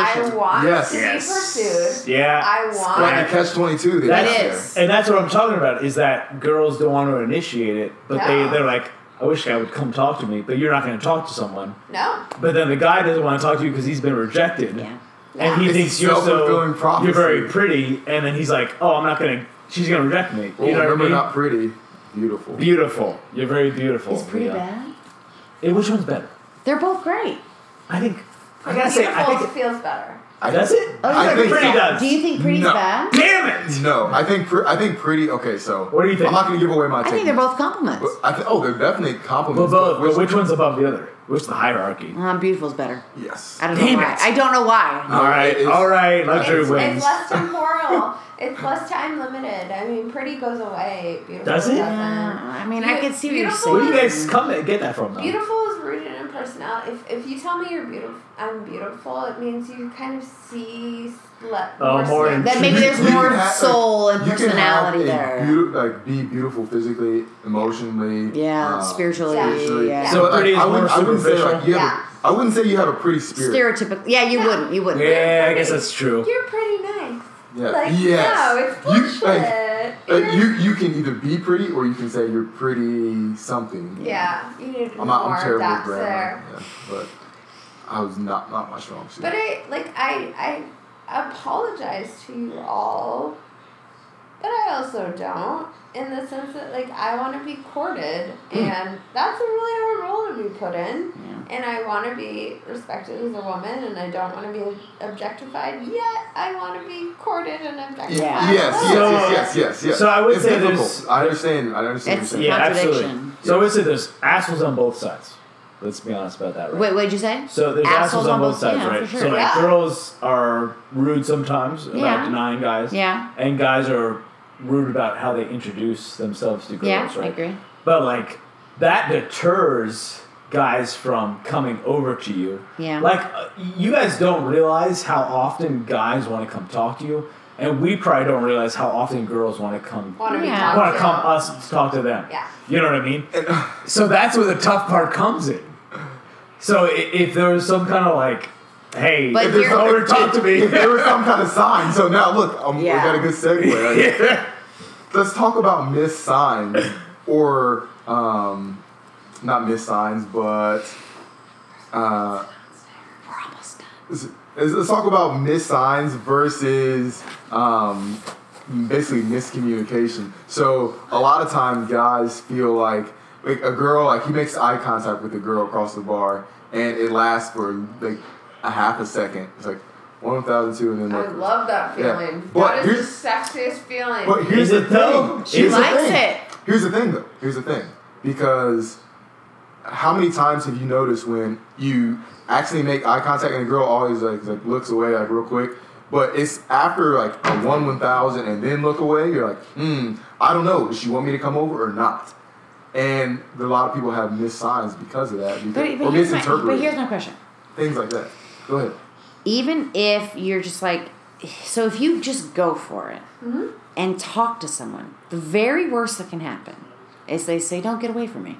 [SPEAKER 5] I
[SPEAKER 4] juxtaposition.
[SPEAKER 5] want
[SPEAKER 3] Yes.
[SPEAKER 5] to be pursued.
[SPEAKER 2] Yeah.
[SPEAKER 5] I want.
[SPEAKER 3] like the catch twenty two.
[SPEAKER 2] That
[SPEAKER 4] is.
[SPEAKER 2] And that's what I'm talking about is that girls don't want to initiate it, but
[SPEAKER 5] No.
[SPEAKER 2] they, they're like, I wish a guy would come talk to me, but you're not going to talk to someone.
[SPEAKER 5] No.
[SPEAKER 2] But then the guy doesn't want to talk to you because he's been rejected.
[SPEAKER 4] Yeah.
[SPEAKER 2] And he
[SPEAKER 3] It's
[SPEAKER 2] thinks you're so,
[SPEAKER 3] self-fulfilling prophecy.
[SPEAKER 2] you're very pretty, and then he's like, oh, I'm not going to, she's going to reject me. You
[SPEAKER 3] Well,
[SPEAKER 2] know
[SPEAKER 3] Oh, remember,
[SPEAKER 2] what I mean?
[SPEAKER 3] not pretty, beautiful.
[SPEAKER 2] beautiful. You're very beautiful.
[SPEAKER 4] It's pretty
[SPEAKER 2] Leah.
[SPEAKER 4] bad.
[SPEAKER 2] Hey, which one's better?
[SPEAKER 4] They're both great.
[SPEAKER 2] I think, I gotta say, I
[SPEAKER 5] Beautiful
[SPEAKER 2] think,
[SPEAKER 5] feels better.
[SPEAKER 3] I-
[SPEAKER 2] that's it?
[SPEAKER 4] Oh, you
[SPEAKER 3] I
[SPEAKER 4] think
[SPEAKER 3] think
[SPEAKER 2] pretty
[SPEAKER 4] pretty
[SPEAKER 2] does.
[SPEAKER 4] Do you think pretty's
[SPEAKER 3] No.
[SPEAKER 4] bad?
[SPEAKER 2] Damn it!
[SPEAKER 3] No, I think pr- I think pretty. Okay, so
[SPEAKER 2] What do you think?
[SPEAKER 3] I'm not gonna give away my.
[SPEAKER 4] I think they're both compliments.
[SPEAKER 3] I think oh, they're definitely
[SPEAKER 2] But
[SPEAKER 3] compliments.
[SPEAKER 2] both, but
[SPEAKER 3] which-
[SPEAKER 2] which one's above the other? Which the hierarchy?
[SPEAKER 4] Um, beautiful's better.
[SPEAKER 3] Yes.
[SPEAKER 4] I don't
[SPEAKER 2] Damn
[SPEAKER 4] know why.
[SPEAKER 2] it.
[SPEAKER 4] I don't know why.
[SPEAKER 3] Uh,
[SPEAKER 2] All right,
[SPEAKER 3] it's-
[SPEAKER 2] all right, luxury
[SPEAKER 5] It's,
[SPEAKER 2] wins.
[SPEAKER 5] it's less temporal. it's less time limited. I mean, pretty goes away. Beautiful
[SPEAKER 2] Does it?
[SPEAKER 5] not
[SPEAKER 4] Yeah, Uh, I mean, I
[SPEAKER 5] You-
[SPEAKER 4] could see what you're
[SPEAKER 5] beautiful
[SPEAKER 4] saying.
[SPEAKER 2] Where do you guys come and get that from? Though?
[SPEAKER 5] Beautiful is rooted in personality. If, if you tell me you're beautiful, I'm beautiful. It means you kind of see le-
[SPEAKER 2] Oh, more in-
[SPEAKER 4] That maybe there's
[SPEAKER 3] You can
[SPEAKER 4] more
[SPEAKER 3] have, like,
[SPEAKER 4] soul and
[SPEAKER 3] you can have
[SPEAKER 4] personality
[SPEAKER 3] a
[SPEAKER 4] there.
[SPEAKER 3] beauti- like be beautiful physically, emotionally.
[SPEAKER 4] Yeah,
[SPEAKER 3] um,
[SPEAKER 4] spiritually,
[SPEAKER 5] yeah.
[SPEAKER 2] So
[SPEAKER 3] But, like,
[SPEAKER 2] pretty is
[SPEAKER 3] I wouldn't,
[SPEAKER 2] more
[SPEAKER 3] I wouldn't say like
[SPEAKER 2] superficial?
[SPEAKER 3] you have
[SPEAKER 5] Yeah.
[SPEAKER 3] a, I wouldn't say you have a pretty spirit.
[SPEAKER 4] Stereotypical. Yeah, you wouldn't. You wouldn't.
[SPEAKER 2] Yeah, I guess that's true.
[SPEAKER 5] You're pretty nice.
[SPEAKER 3] Yeah.
[SPEAKER 5] Like, no,
[SPEAKER 3] yes.
[SPEAKER 5] it's
[SPEAKER 3] you, like,
[SPEAKER 5] bullshit.
[SPEAKER 3] like, you you can either be pretty or you can say you're pretty something.
[SPEAKER 5] yeah, you need
[SPEAKER 3] I'm
[SPEAKER 5] more
[SPEAKER 3] not. I'm
[SPEAKER 5] of
[SPEAKER 3] terrible
[SPEAKER 5] that
[SPEAKER 3] at grammar.
[SPEAKER 5] there.
[SPEAKER 3] Yeah, but I was not not my strong suit.
[SPEAKER 5] But I like I I apologize to you all. But I I also don't, in the sense that like I want to be courted,
[SPEAKER 3] Hmm.
[SPEAKER 5] and that's a really hard role to be put in. And I want to be respected as a woman, and I don't want to be objectified. Yet I want to be courted and objectified.
[SPEAKER 4] Yeah.
[SPEAKER 3] Yes, yes,
[SPEAKER 2] So-
[SPEAKER 3] yes, yes, yes, yes.
[SPEAKER 2] so I would
[SPEAKER 3] it's
[SPEAKER 2] say
[SPEAKER 3] difficult.
[SPEAKER 2] there's-
[SPEAKER 3] I understand. I understand.
[SPEAKER 4] It's-
[SPEAKER 3] what you're
[SPEAKER 2] Yeah, absolutely.
[SPEAKER 4] Contradiction.
[SPEAKER 2] So I would say there's assholes on both sides. Let's be honest about that, right?
[SPEAKER 4] Wait, what did you say?
[SPEAKER 2] So there's assholes, on both sides,
[SPEAKER 4] yeah,
[SPEAKER 2] right?
[SPEAKER 4] For sure.
[SPEAKER 2] So like
[SPEAKER 5] Yeah.
[SPEAKER 2] girls are rude sometimes about
[SPEAKER 4] Yeah.
[SPEAKER 2] denying guys.
[SPEAKER 4] Yeah.
[SPEAKER 2] And guys are rude about how they introduce themselves to girls,
[SPEAKER 4] Yeah,
[SPEAKER 2] right?
[SPEAKER 4] I agree.
[SPEAKER 2] But like that deters guys from coming over to you.
[SPEAKER 4] Yeah.
[SPEAKER 2] Like uh, you guys don't realize how often guys want to come talk to you, and we probably don't realize how often girls want to come
[SPEAKER 5] Want to be
[SPEAKER 4] Yeah.
[SPEAKER 5] talked
[SPEAKER 2] want
[SPEAKER 5] to.
[SPEAKER 2] to come us to talk to them.
[SPEAKER 5] Yeah.
[SPEAKER 2] You know what I mean?
[SPEAKER 3] uh,
[SPEAKER 2] So that's where the tough part comes in. So i- if there was some kind of like, hey,
[SPEAKER 4] But
[SPEAKER 2] if there's
[SPEAKER 4] here-
[SPEAKER 2] no one to talk to me.
[SPEAKER 3] If there was some kind of sign, so now look, um,
[SPEAKER 4] Yeah.
[SPEAKER 3] we got a good segue. Like,
[SPEAKER 2] yeah.
[SPEAKER 3] Let's talk about missed signs, or um, not missed signs, but uh,
[SPEAKER 4] We're almost done.
[SPEAKER 3] let's, let's talk about missed signs versus um, basically miscommunication. So a lot of times guys feel like like a girl like he makes eye contact with the girl across the bar and it lasts for like a half a second. It's like one thousand two and then
[SPEAKER 5] I
[SPEAKER 3] like
[SPEAKER 5] love that
[SPEAKER 3] Yeah.
[SPEAKER 5] feeling.
[SPEAKER 3] But
[SPEAKER 5] that
[SPEAKER 3] here's-
[SPEAKER 5] is the sexiest feeling.
[SPEAKER 3] But
[SPEAKER 2] Is
[SPEAKER 3] here's the
[SPEAKER 2] it though?
[SPEAKER 3] thing.
[SPEAKER 2] She
[SPEAKER 3] Here's the
[SPEAKER 4] likes
[SPEAKER 3] thing.
[SPEAKER 4] it.
[SPEAKER 3] Here's the thing, though. Here's the thing. Because how many times have you noticed when you actually make eye contact and the girl always like, like looks away like real quick, but it's after like a one one thousand and then look away. You're like, hmm, I don't know. Does she want me to come over or not? And a lot of people have missed signs because of that, because,
[SPEAKER 4] But,
[SPEAKER 3] or
[SPEAKER 4] but, here's my, but
[SPEAKER 3] misinterpreted
[SPEAKER 4] here's my question.
[SPEAKER 3] things like that. Go ahead.
[SPEAKER 4] Even if you're just like, so if you just go for it and talk to someone, the very worst that can happen is they say, don't get away from me.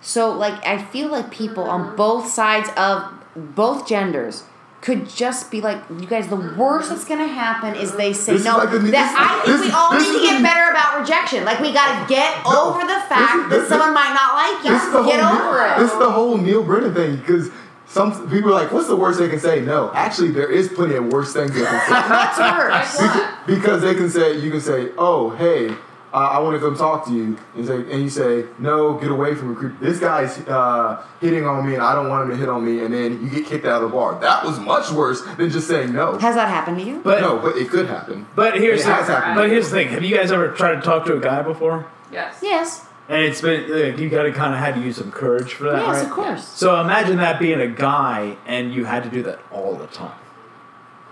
[SPEAKER 4] So, like, I feel like people on both sides of both genders could just be like, you guys, the worst that's gonna happen is they say
[SPEAKER 3] This is
[SPEAKER 4] no.
[SPEAKER 3] like the-
[SPEAKER 4] that,
[SPEAKER 3] this-
[SPEAKER 4] I think
[SPEAKER 3] this-
[SPEAKER 4] we all
[SPEAKER 3] this
[SPEAKER 4] need to
[SPEAKER 3] is the-
[SPEAKER 4] get better about rejection. Like, we gotta get
[SPEAKER 3] No,
[SPEAKER 4] over the
[SPEAKER 3] this is- this
[SPEAKER 4] fact that
[SPEAKER 3] is-
[SPEAKER 4] someone might not like you.
[SPEAKER 3] This is the
[SPEAKER 4] get
[SPEAKER 3] whole
[SPEAKER 4] over it.
[SPEAKER 3] This is the whole Neil Brennan thing because some people are like, "What's the worst they can say?" No, actually, there is plenty of worse things they can
[SPEAKER 4] That's worse.
[SPEAKER 3] say because they can say you can say, "Oh, hey." Uh, I want to come talk to you, and, say, and you say, "No, get away from me." creep. This guy's uh, hitting on me, and I don't want him to hit on me. And then you get kicked out of the bar. That was much worse than just saying no.
[SPEAKER 4] Has that happened to you?
[SPEAKER 2] But
[SPEAKER 3] no, but it could happen.
[SPEAKER 2] but here's
[SPEAKER 3] It has
[SPEAKER 2] the,
[SPEAKER 3] happened.
[SPEAKER 2] but here's the thing. Have you guys ever tried to talk to a guy before?
[SPEAKER 5] yes.
[SPEAKER 4] yes.
[SPEAKER 2] And it's been like you got to kind of had to use some courage for that,
[SPEAKER 4] Yes,
[SPEAKER 2] right?
[SPEAKER 4] of course.
[SPEAKER 2] So imagine that being a guy and you had to do that all the time.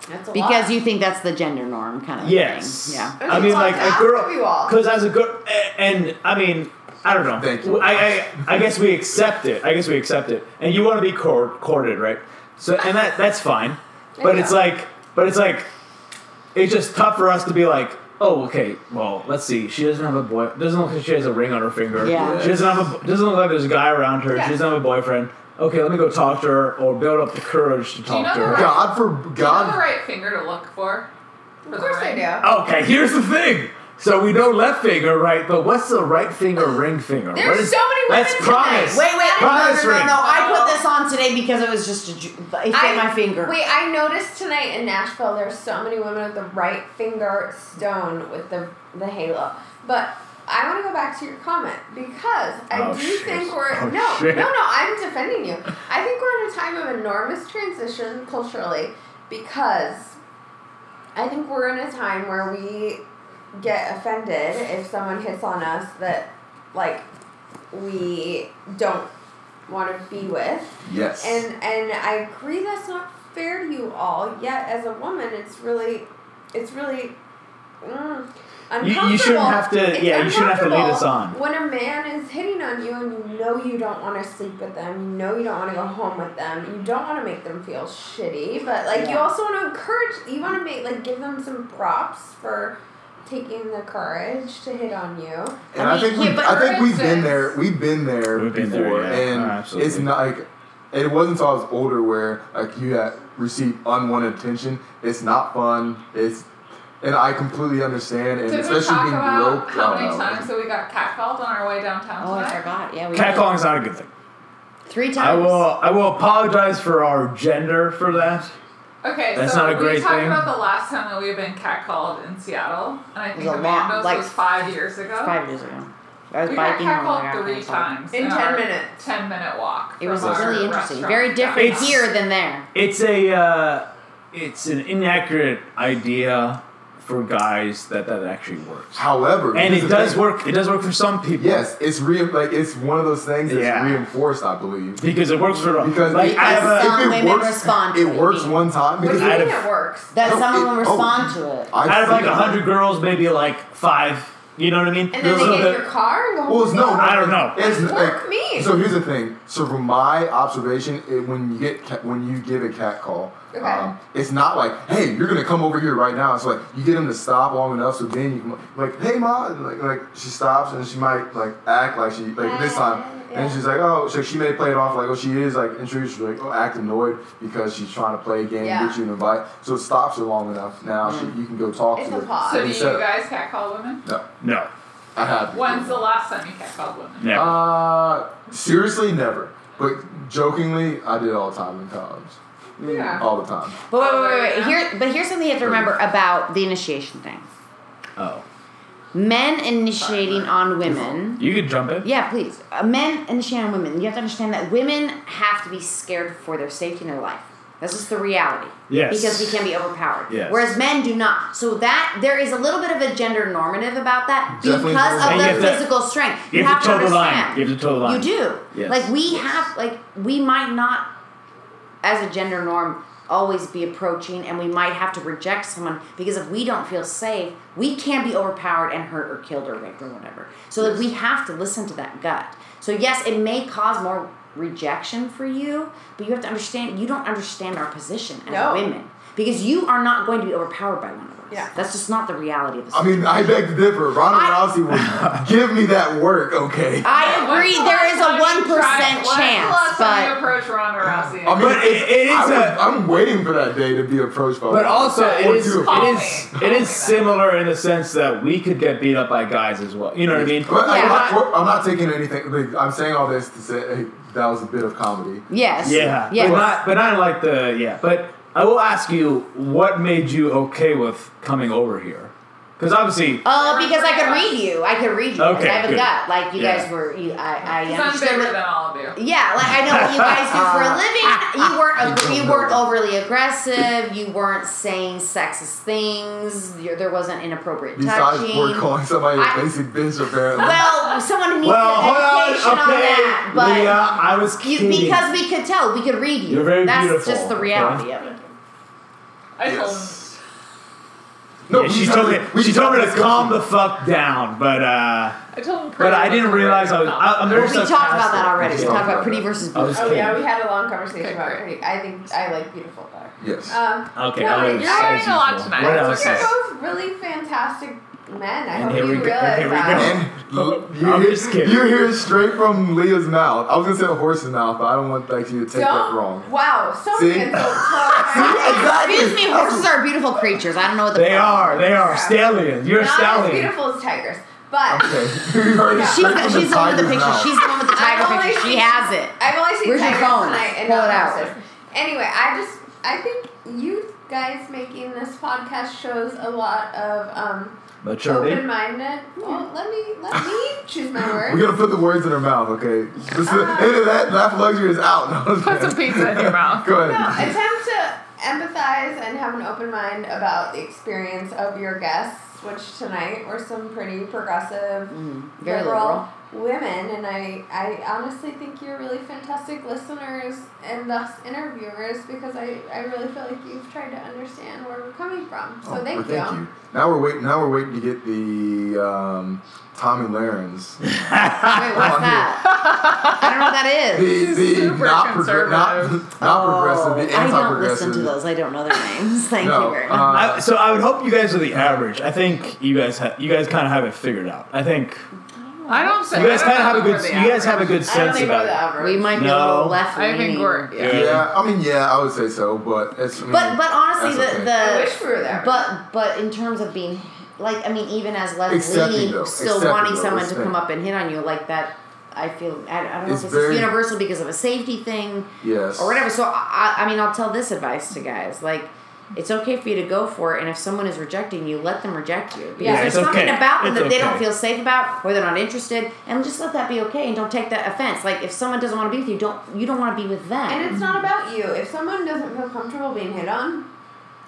[SPEAKER 5] That's a
[SPEAKER 4] Because
[SPEAKER 5] lot.
[SPEAKER 4] you think that's the gender norm kind of
[SPEAKER 2] Yes.
[SPEAKER 4] thing. Yeah.
[SPEAKER 5] There's
[SPEAKER 2] I
[SPEAKER 5] a
[SPEAKER 2] mean,
[SPEAKER 5] lot
[SPEAKER 2] like
[SPEAKER 5] to
[SPEAKER 2] a
[SPEAKER 5] ask
[SPEAKER 2] girl,
[SPEAKER 5] of you all.
[SPEAKER 2] because as a girl, and I mean, I don't know.
[SPEAKER 3] Thank you.
[SPEAKER 2] I, I, I guess we accept it. I guess we accept it. And you want to be court, courted, right? So, and that that's fine. But it's
[SPEAKER 5] Yeah.
[SPEAKER 2] like, but it's like, it's just tough for us to be like, oh, okay, well, let's see. She doesn't have a boy. Doesn't look like she has a ring on her finger.
[SPEAKER 4] Yeah.
[SPEAKER 2] She doesn't have a. Doesn't look like there's a guy around her.
[SPEAKER 5] Yeah.
[SPEAKER 2] She doesn't have a boyfriend. Okay, let me go talk to her or build up the courage to talk
[SPEAKER 6] know
[SPEAKER 2] to
[SPEAKER 6] the
[SPEAKER 2] her.
[SPEAKER 6] right-
[SPEAKER 3] God for
[SPEAKER 6] Not the
[SPEAKER 3] God.
[SPEAKER 6] right finger to look for.
[SPEAKER 5] Of course I do.
[SPEAKER 2] Okay, here's the thing. So we know left finger, right? But what's the right finger, ring finger?
[SPEAKER 5] There's
[SPEAKER 2] What is-
[SPEAKER 5] so many women
[SPEAKER 2] Let's promise.
[SPEAKER 4] Wait, wait, no, no,
[SPEAKER 2] promise
[SPEAKER 4] no, no,
[SPEAKER 2] ring.
[SPEAKER 4] no. I put this on today because it was just a, ju- it fit my finger.
[SPEAKER 5] Wait, I noticed tonight in Nashville there's so many women with the right finger stone with the the halo. But I want to go back to your comment because I
[SPEAKER 2] Oh,
[SPEAKER 5] do
[SPEAKER 2] shit.
[SPEAKER 5] think we're
[SPEAKER 2] Oh,
[SPEAKER 5] no
[SPEAKER 2] shit.
[SPEAKER 5] no no I'm defending you. I think we're in a time of enormous transition culturally because I think we're in a time where we get offended if someone hits on us that like we don't want to be with.
[SPEAKER 3] Yes.
[SPEAKER 5] And and I agree that's not fair to you all. Yet as a woman, it's really, it's really. Mm,
[SPEAKER 2] You- you
[SPEAKER 5] uncomfortable.
[SPEAKER 2] shouldn't have to-
[SPEAKER 5] It's
[SPEAKER 2] yeah, you shouldn't have to lead us
[SPEAKER 5] uncomfortable When a man is hitting on you and you know you don't want to sleep with them, you know you don't want to go home with them, you don't want to make them feel shitty, but like you
[SPEAKER 4] Yeah.
[SPEAKER 5] also want to encourage, you want to make like give them some props for taking the courage to hit on you.
[SPEAKER 3] And I,
[SPEAKER 4] I mean,
[SPEAKER 3] think
[SPEAKER 4] yeah,
[SPEAKER 3] we,
[SPEAKER 4] but
[SPEAKER 3] I think
[SPEAKER 6] for
[SPEAKER 3] we've been
[SPEAKER 6] instance-
[SPEAKER 3] there. We've been there
[SPEAKER 2] We've been there,
[SPEAKER 3] before,
[SPEAKER 2] yeah.
[SPEAKER 3] and
[SPEAKER 2] Oh, absolutely.
[SPEAKER 3] it's not like it wasn't until I was older where like you had received unwanted attention. It's not fun. It's and I completely understand, and
[SPEAKER 6] Did we
[SPEAKER 3] especially
[SPEAKER 6] talk
[SPEAKER 3] being
[SPEAKER 6] about
[SPEAKER 3] broke.
[SPEAKER 6] how
[SPEAKER 3] I don't
[SPEAKER 6] many
[SPEAKER 3] know.
[SPEAKER 6] times that we got catcalled on our way downtown
[SPEAKER 4] oh, I
[SPEAKER 6] tonight?
[SPEAKER 4] forgot. Yeah, we
[SPEAKER 2] Catcalling's not a good thing.
[SPEAKER 4] three times.
[SPEAKER 2] I will. I will apologize for our gender for that.
[SPEAKER 6] Okay,
[SPEAKER 2] That's
[SPEAKER 6] so
[SPEAKER 2] not a great
[SPEAKER 6] we talked
[SPEAKER 2] thing.
[SPEAKER 6] about the last time that we've been catcalled in Seattle, and I
[SPEAKER 4] was
[SPEAKER 6] think
[SPEAKER 4] a lot,
[SPEAKER 6] Amanda's
[SPEAKER 4] like-
[SPEAKER 6] was five years ago.
[SPEAKER 4] Five years ago. I was
[SPEAKER 6] we got
[SPEAKER 4] biking home. and I
[SPEAKER 6] catcalled
[SPEAKER 4] got
[SPEAKER 6] three
[SPEAKER 4] canceled.
[SPEAKER 6] times
[SPEAKER 5] In
[SPEAKER 6] in
[SPEAKER 5] 10
[SPEAKER 6] our
[SPEAKER 5] minutes.
[SPEAKER 6] Ten minute walk.
[SPEAKER 4] It was
[SPEAKER 6] from our
[SPEAKER 4] really interesting.
[SPEAKER 6] restaurant.
[SPEAKER 4] Very different
[SPEAKER 2] It's-
[SPEAKER 4] here than there.
[SPEAKER 2] It's a uh, it's an inaccurate idea for guys that that actually works,
[SPEAKER 3] However,
[SPEAKER 2] and
[SPEAKER 3] here's
[SPEAKER 2] it
[SPEAKER 3] the
[SPEAKER 2] does
[SPEAKER 3] thing.
[SPEAKER 2] work. It does work for some people.
[SPEAKER 3] Yes, it's re- like it's one of those things that's
[SPEAKER 2] Yeah.
[SPEAKER 3] reinforced, I believe.
[SPEAKER 2] because it works for
[SPEAKER 3] Because
[SPEAKER 2] like I have a.
[SPEAKER 4] Because some
[SPEAKER 3] if it
[SPEAKER 4] women
[SPEAKER 3] works,
[SPEAKER 4] respond to
[SPEAKER 3] It
[SPEAKER 4] it,
[SPEAKER 3] works
[SPEAKER 4] you mean.
[SPEAKER 3] one time.
[SPEAKER 5] What do
[SPEAKER 3] Because
[SPEAKER 5] you
[SPEAKER 2] I'd
[SPEAKER 5] mean
[SPEAKER 2] have-
[SPEAKER 5] it works?
[SPEAKER 4] That
[SPEAKER 3] No,
[SPEAKER 4] some of
[SPEAKER 3] it-
[SPEAKER 4] them
[SPEAKER 3] oh.
[SPEAKER 4] respond to it.
[SPEAKER 3] I've
[SPEAKER 2] out of like
[SPEAKER 3] seen it.
[SPEAKER 2] hundred girls, maybe like five. You know what I mean?
[SPEAKER 5] And then they
[SPEAKER 2] So
[SPEAKER 5] get
[SPEAKER 2] the-
[SPEAKER 5] your car and go home.
[SPEAKER 3] Well, it's no.
[SPEAKER 2] I don't know.
[SPEAKER 3] It's
[SPEAKER 5] What
[SPEAKER 3] like,
[SPEAKER 5] mean?
[SPEAKER 3] So here's the thing. So from my observation, it, when you get cat, when you give a cat call,
[SPEAKER 5] Okay.
[SPEAKER 3] um, it's not like, hey, you're gonna come over here right now. It's like you get them to stop long enough, so then you can like, hey, ma, and like, like she stops and she might like act like she like this time, and she's like, oh, so she may play it off like, oh, she is like intrigued, she's like, oh, act annoyed because she's trying to play a game,
[SPEAKER 5] Yeah. Mm.
[SPEAKER 3] get you an invite. So it stops her long enough. Now she, you can go talk
[SPEAKER 5] It's
[SPEAKER 3] to
[SPEAKER 5] a
[SPEAKER 3] her.
[SPEAKER 5] pause.
[SPEAKER 6] So do
[SPEAKER 3] You
[SPEAKER 6] you
[SPEAKER 3] said it.
[SPEAKER 6] guys catcall women?
[SPEAKER 3] No,
[SPEAKER 2] no,
[SPEAKER 3] I have.
[SPEAKER 6] When's the last time you catcalled women?
[SPEAKER 2] no.
[SPEAKER 3] Uh, seriously, never. But jokingly, I did all the time in college.
[SPEAKER 6] Yeah.
[SPEAKER 3] All the time.
[SPEAKER 4] But wait, wait, wait,
[SPEAKER 6] Yeah.
[SPEAKER 4] wait. Here, but here's something you have to remember about the initiation thing.
[SPEAKER 3] Uh,
[SPEAKER 2] oh,
[SPEAKER 4] Men initiating on women.
[SPEAKER 2] you could jump in.
[SPEAKER 4] Yeah, please. Uh, men initiating on women. You have to understand that women have to be scared for their safety and their life. That's just the reality.
[SPEAKER 2] Yes.
[SPEAKER 4] Because we can be overpowered.
[SPEAKER 2] Yes.
[SPEAKER 4] Whereas men do not. So that there is a little bit of a gender normative about that
[SPEAKER 3] Definitely
[SPEAKER 4] because
[SPEAKER 3] normative.
[SPEAKER 4] of
[SPEAKER 2] And you
[SPEAKER 4] their
[SPEAKER 2] have to-
[SPEAKER 4] physical strength.
[SPEAKER 2] you
[SPEAKER 4] You,
[SPEAKER 2] have
[SPEAKER 4] have,
[SPEAKER 2] to
[SPEAKER 4] to
[SPEAKER 2] toe the line.
[SPEAKER 4] understand.
[SPEAKER 2] You have to toe the line.
[SPEAKER 4] You do.
[SPEAKER 2] Yes.
[SPEAKER 4] Like we
[SPEAKER 2] Yes.
[SPEAKER 4] have like we might not as a gender norm always be approaching and we might have to reject someone because if we don't feel safe we can be overpowered and hurt or killed or raped or whatever so that we have to listen to that gut so yes it may cause more rejection for you but you have to understand you don't understand our position as
[SPEAKER 5] No.
[SPEAKER 4] women because you are not going to be overpowered by one of us
[SPEAKER 5] Yeah.
[SPEAKER 4] that's just not the reality of the
[SPEAKER 3] I mean, I beg to differ. Ronda
[SPEAKER 4] I-
[SPEAKER 3] Rousey would give me that work, okay?
[SPEAKER 4] I agree there is a one percent
[SPEAKER 6] When's the
[SPEAKER 4] chance,
[SPEAKER 6] last time you
[SPEAKER 4] but
[SPEAKER 6] approach Ronda Rousey?
[SPEAKER 3] I mean,
[SPEAKER 2] But
[SPEAKER 3] it's-
[SPEAKER 2] it- it is
[SPEAKER 3] I would-
[SPEAKER 2] a-
[SPEAKER 3] I'm waiting for that day to be approached by.
[SPEAKER 2] But also,
[SPEAKER 3] or
[SPEAKER 2] it is
[SPEAKER 3] two. Oh,
[SPEAKER 2] it is it is similar in the sense that we could get beat up by guys as well. You know what I mean?
[SPEAKER 3] But I'm,
[SPEAKER 4] Yeah.
[SPEAKER 3] not, we're- I'm not taking anything. Like, I'm saying all this to say hey, that was a bit of comedy.
[SPEAKER 4] yes
[SPEAKER 2] Yeah.
[SPEAKER 4] yes.
[SPEAKER 2] But not but not like the yeah. But I will ask you, what made you okay with coming over here? Because obviously,
[SPEAKER 4] Oh, because I could read you. I could read you. 'cause
[SPEAKER 2] Okay,
[SPEAKER 4] I have
[SPEAKER 2] good.
[SPEAKER 4] a gut. Like you
[SPEAKER 2] Yeah.
[SPEAKER 4] guys were. You, I, I
[SPEAKER 6] I'm
[SPEAKER 4] understood.
[SPEAKER 6] bigger
[SPEAKER 4] what-
[SPEAKER 6] than all of you.
[SPEAKER 4] yeah, like I know what you guys do for a living. You weren't
[SPEAKER 3] You don't
[SPEAKER 4] ag- you
[SPEAKER 3] know
[SPEAKER 4] weren't
[SPEAKER 3] that.
[SPEAKER 4] overly aggressive. You weren't saying sexist things. you there wasn't inappropriate
[SPEAKER 3] Besides,
[SPEAKER 4] touching.
[SPEAKER 3] we're calling somebody
[SPEAKER 4] I-
[SPEAKER 3] a basic bitch, apparently.
[SPEAKER 4] well, someone needs
[SPEAKER 2] well,
[SPEAKER 4] an
[SPEAKER 2] hold on,
[SPEAKER 4] education on,
[SPEAKER 2] okay,
[SPEAKER 4] that. But
[SPEAKER 2] Leah, I was
[SPEAKER 4] you,
[SPEAKER 2] kidding.
[SPEAKER 4] because we could tell, we could read you.
[SPEAKER 2] You're very
[SPEAKER 4] That's
[SPEAKER 2] beautiful,
[SPEAKER 4] just the
[SPEAKER 2] okay?
[SPEAKER 4] reality of it.
[SPEAKER 6] I told
[SPEAKER 3] Yes. no,
[SPEAKER 2] Yeah,
[SPEAKER 3] we
[SPEAKER 2] she
[SPEAKER 3] just
[SPEAKER 2] told me
[SPEAKER 3] had- we
[SPEAKER 2] she
[SPEAKER 3] just
[SPEAKER 2] told
[SPEAKER 3] had
[SPEAKER 2] me
[SPEAKER 3] a
[SPEAKER 2] to calm
[SPEAKER 3] discussion.
[SPEAKER 2] the fuck down, but uh,
[SPEAKER 6] I told him.
[SPEAKER 2] but I didn't realize I was. I, am very
[SPEAKER 4] we talked about that already. We
[SPEAKER 3] Yeah.
[SPEAKER 4] talked about pretty versus
[SPEAKER 2] I was
[SPEAKER 4] beautiful.
[SPEAKER 5] Oh yeah, we
[SPEAKER 2] kidding.
[SPEAKER 5] had a long conversation
[SPEAKER 6] Okay,
[SPEAKER 5] about
[SPEAKER 6] great.
[SPEAKER 5] pretty. I think I like beautiful better.
[SPEAKER 3] Yes.
[SPEAKER 5] Um,
[SPEAKER 2] Okay,
[SPEAKER 5] no,
[SPEAKER 2] I
[SPEAKER 5] you're
[SPEAKER 2] was
[SPEAKER 6] having a lot tonight.
[SPEAKER 2] What else?
[SPEAKER 6] It's
[SPEAKER 5] You're
[SPEAKER 6] okay.
[SPEAKER 2] is-
[SPEAKER 5] both really fantastic men. I
[SPEAKER 2] And
[SPEAKER 5] hope
[SPEAKER 2] here
[SPEAKER 5] you
[SPEAKER 2] we go-
[SPEAKER 5] realize
[SPEAKER 2] here we
[SPEAKER 5] that.
[SPEAKER 3] And l- you,
[SPEAKER 2] I'm
[SPEAKER 3] hear,
[SPEAKER 2] just kidding.
[SPEAKER 3] you hear it straight from Leah's mouth. I was gonna say a horse's mouth, but I don't want like, you to take that
[SPEAKER 5] Don't.
[SPEAKER 3] wrong.
[SPEAKER 5] Wow, so
[SPEAKER 3] See?
[SPEAKER 5] handsome. Not
[SPEAKER 3] Exactly.
[SPEAKER 4] Excuse me, horses are beautiful creatures. I don't know what the
[SPEAKER 2] They are.
[SPEAKER 4] problem
[SPEAKER 2] They are stallions. You're a
[SPEAKER 5] as
[SPEAKER 2] stallion.
[SPEAKER 5] beautiful as tigers, but
[SPEAKER 3] Okay. You heard it
[SPEAKER 5] She's
[SPEAKER 4] She's
[SPEAKER 3] straight from the
[SPEAKER 4] the, she's the one with
[SPEAKER 3] tiger's
[SPEAKER 4] the picture.
[SPEAKER 3] mouth.
[SPEAKER 4] She's the one with the
[SPEAKER 5] I've
[SPEAKER 4] tiger
[SPEAKER 5] only
[SPEAKER 4] picture. She
[SPEAKER 5] seen-
[SPEAKER 4] has it.
[SPEAKER 5] I've only seen
[SPEAKER 4] Where's your
[SPEAKER 5] tigers
[SPEAKER 4] phone?
[SPEAKER 5] tonight and
[SPEAKER 4] Pull
[SPEAKER 5] not
[SPEAKER 4] it out.
[SPEAKER 5] horses. Anyway, I just I think you guys making this podcast shows a lot of um,
[SPEAKER 2] Maturity.
[SPEAKER 5] open-minded. Well, let me let me choose my
[SPEAKER 3] We're
[SPEAKER 5] words.
[SPEAKER 3] gonna put the words in her mouth, okay? This is, hey, that laugh luxury is out. No, I'm
[SPEAKER 6] Put some
[SPEAKER 3] kidding.
[SPEAKER 6] pizza in your mouth.
[SPEAKER 3] Go
[SPEAKER 5] No,
[SPEAKER 3] ahead.
[SPEAKER 5] attempt to empathize and have an open mind about the experience of your guests, which tonight were some pretty progressive,
[SPEAKER 4] Mm, Very
[SPEAKER 5] liberal, women, and I, I honestly think you're really fantastic listeners and thus interviewers because I, I really feel like you've tried to understand where we're coming from. So
[SPEAKER 3] Oh,
[SPEAKER 5] thank,
[SPEAKER 3] well, thank
[SPEAKER 5] you.
[SPEAKER 3] you. Now we're waiting. Now we're waiting to get the um, Tommy Laren's
[SPEAKER 4] Wait, what's that? I don't know what that
[SPEAKER 3] the
[SPEAKER 4] is.
[SPEAKER 3] the
[SPEAKER 6] super
[SPEAKER 3] not, progr- not
[SPEAKER 6] conservative.
[SPEAKER 3] not progressive, the
[SPEAKER 4] Oh, I don't
[SPEAKER 3] anti-progressive.
[SPEAKER 4] listen to those. I don't know their names. Thank
[SPEAKER 3] No,
[SPEAKER 4] you very much.
[SPEAKER 3] uh,
[SPEAKER 2] I, so I would hope you guys are the average. I think you guys ha- you guys kind of have it figured out. I think
[SPEAKER 6] I don't say.
[SPEAKER 2] you guys
[SPEAKER 6] I
[SPEAKER 2] kind
[SPEAKER 6] don't
[SPEAKER 2] of have a
[SPEAKER 6] know
[SPEAKER 2] good
[SPEAKER 6] where they
[SPEAKER 2] you guys
[SPEAKER 6] are.
[SPEAKER 2] have a good sense about it.
[SPEAKER 4] we might be a
[SPEAKER 2] No.
[SPEAKER 4] little left
[SPEAKER 6] I think
[SPEAKER 4] leaning.
[SPEAKER 6] we're. Yeah.
[SPEAKER 3] yeah, I mean, yeah, I would say so, but it's. I mean,
[SPEAKER 4] But but honestly,
[SPEAKER 3] That's
[SPEAKER 4] the
[SPEAKER 3] okay.
[SPEAKER 4] the
[SPEAKER 5] I wish we were there.
[SPEAKER 4] but but in terms of being like I mean, even as left
[SPEAKER 3] Accepting,
[SPEAKER 4] leaning,
[SPEAKER 3] though.
[SPEAKER 4] still
[SPEAKER 3] Accepting,
[SPEAKER 4] wanting
[SPEAKER 3] though,
[SPEAKER 4] someone
[SPEAKER 3] is
[SPEAKER 4] to
[SPEAKER 3] the
[SPEAKER 4] come
[SPEAKER 3] thing.
[SPEAKER 4] up and hit on you like that. I feel I, I don't know
[SPEAKER 3] It's
[SPEAKER 4] if this
[SPEAKER 3] very-
[SPEAKER 4] is universal because of a safety thing
[SPEAKER 3] Yes.
[SPEAKER 4] or whatever. So I, I I mean, I'll tell this advice to guys: like, it's okay for you to go for it, and if someone is rejecting you, let them reject you. Because
[SPEAKER 5] Yeah,
[SPEAKER 4] there's
[SPEAKER 2] it's
[SPEAKER 4] something
[SPEAKER 2] okay.
[SPEAKER 4] about them
[SPEAKER 2] It's
[SPEAKER 4] that they don't
[SPEAKER 2] okay.
[SPEAKER 4] feel safe about, or they're not interested, and just let that be okay, and don't take that offense. Like, if someone doesn't want to be with you, don't you don't want to be with them.
[SPEAKER 5] And it's not about you. If someone doesn't feel comfortable being hit on,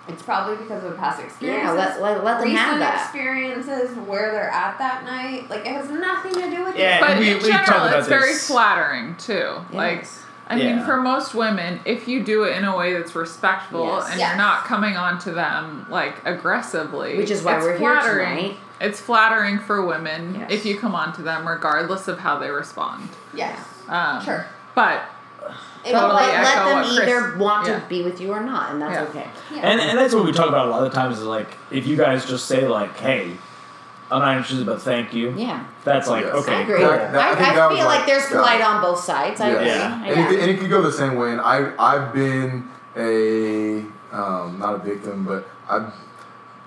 [SPEAKER 5] it's probably because of past experiences.
[SPEAKER 4] yeah, let, let, let them
[SPEAKER 5] recent
[SPEAKER 4] have that.
[SPEAKER 5] experiences, where they're at that night. Like, it has nothing to do with
[SPEAKER 2] Yeah.
[SPEAKER 5] you.
[SPEAKER 6] But
[SPEAKER 2] We-
[SPEAKER 6] in
[SPEAKER 2] we talked
[SPEAKER 6] general,
[SPEAKER 2] about
[SPEAKER 6] it's very
[SPEAKER 2] this.
[SPEAKER 6] flattering too. Like,
[SPEAKER 4] Yes.
[SPEAKER 6] I
[SPEAKER 2] Yeah.
[SPEAKER 6] mean, for most women, if you do it in a way that's respectful
[SPEAKER 4] Yes.
[SPEAKER 6] and
[SPEAKER 5] Yes.
[SPEAKER 6] you're not coming on to them like aggressively,
[SPEAKER 4] Which is why
[SPEAKER 6] it's
[SPEAKER 4] we're here
[SPEAKER 6] flattering.
[SPEAKER 4] tonight.
[SPEAKER 6] It's flattering for women
[SPEAKER 4] Yes.
[SPEAKER 6] if you come on to them, regardless of how they respond.
[SPEAKER 5] Yes.
[SPEAKER 6] Um,
[SPEAKER 5] Sure.
[SPEAKER 6] But
[SPEAKER 5] It-
[SPEAKER 4] But
[SPEAKER 6] Totally
[SPEAKER 4] let,
[SPEAKER 6] echo
[SPEAKER 4] let them
[SPEAKER 6] what Chris-
[SPEAKER 4] either want
[SPEAKER 6] yeah.
[SPEAKER 4] to be with you or not, and that's
[SPEAKER 6] Yeah.
[SPEAKER 4] okay.
[SPEAKER 5] yeah.
[SPEAKER 2] And, and that's what we talk about a lot of times is like if you guys just say like, "Hey, I'm not interested, but thank you."
[SPEAKER 4] Yeah.
[SPEAKER 2] That's like
[SPEAKER 3] Yes.
[SPEAKER 2] okay,
[SPEAKER 4] I agree.
[SPEAKER 2] cool.
[SPEAKER 3] That- that- I
[SPEAKER 4] I,
[SPEAKER 3] think
[SPEAKER 4] I,
[SPEAKER 3] that was
[SPEAKER 4] feel
[SPEAKER 3] like-
[SPEAKER 4] like there's
[SPEAKER 3] yeah.
[SPEAKER 4] polite on both sides. I
[SPEAKER 3] Yeah.
[SPEAKER 4] agree.
[SPEAKER 2] Yeah.
[SPEAKER 4] I
[SPEAKER 3] And, it,
[SPEAKER 4] agree.
[SPEAKER 3] could- and it could go the same way. And I, I've been a, um, not a victim, but I'm,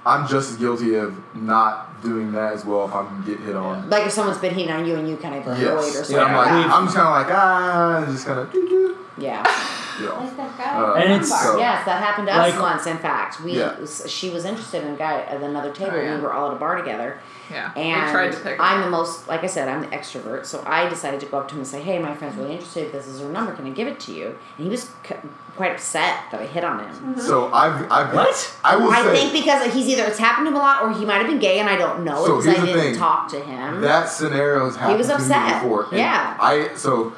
[SPEAKER 3] I'm just as guilty of not doing that as well if I'm get hit on.
[SPEAKER 4] like if someone's been hitting on you and you kind of avoid or
[SPEAKER 3] Yes.
[SPEAKER 4] something.
[SPEAKER 3] And I'm like,
[SPEAKER 2] Yeah.
[SPEAKER 3] I'm just kind of like, ah, just kind of, you
[SPEAKER 4] yeah.
[SPEAKER 3] know.
[SPEAKER 4] Mm-hmm.
[SPEAKER 5] Like that guy.
[SPEAKER 3] Uh,
[SPEAKER 5] at
[SPEAKER 2] And it's-
[SPEAKER 5] Dunbar.
[SPEAKER 3] so-
[SPEAKER 4] Yes, that happened to us
[SPEAKER 2] Like-
[SPEAKER 4] once. In fact, we
[SPEAKER 3] Yeah.
[SPEAKER 4] s- she was interested in a guy at another table.
[SPEAKER 6] Oh, yeah.
[SPEAKER 4] We were all at a bar together,
[SPEAKER 6] yeah,
[SPEAKER 4] and
[SPEAKER 6] we tried to pick.
[SPEAKER 4] I'm the most like I said, I'm the extrovert. So I decided to go up to him and say, "Hey, my friend's really interested. This is her number. Can I give it to you?" And he was c- quite upset that I hit on him.
[SPEAKER 3] So I've, I've,
[SPEAKER 2] What?
[SPEAKER 3] I will
[SPEAKER 4] I
[SPEAKER 3] say
[SPEAKER 4] think because he's either it's happened to him a lot, or he might have been gay, and I don't
[SPEAKER 3] So
[SPEAKER 4] know because
[SPEAKER 3] here's
[SPEAKER 4] I
[SPEAKER 3] the
[SPEAKER 4] didn't
[SPEAKER 3] thing.
[SPEAKER 4] talk to him.
[SPEAKER 3] that scenario has happened
[SPEAKER 4] was
[SPEAKER 3] to me
[SPEAKER 4] upset.
[SPEAKER 3] before. and
[SPEAKER 4] Yeah.
[SPEAKER 3] I so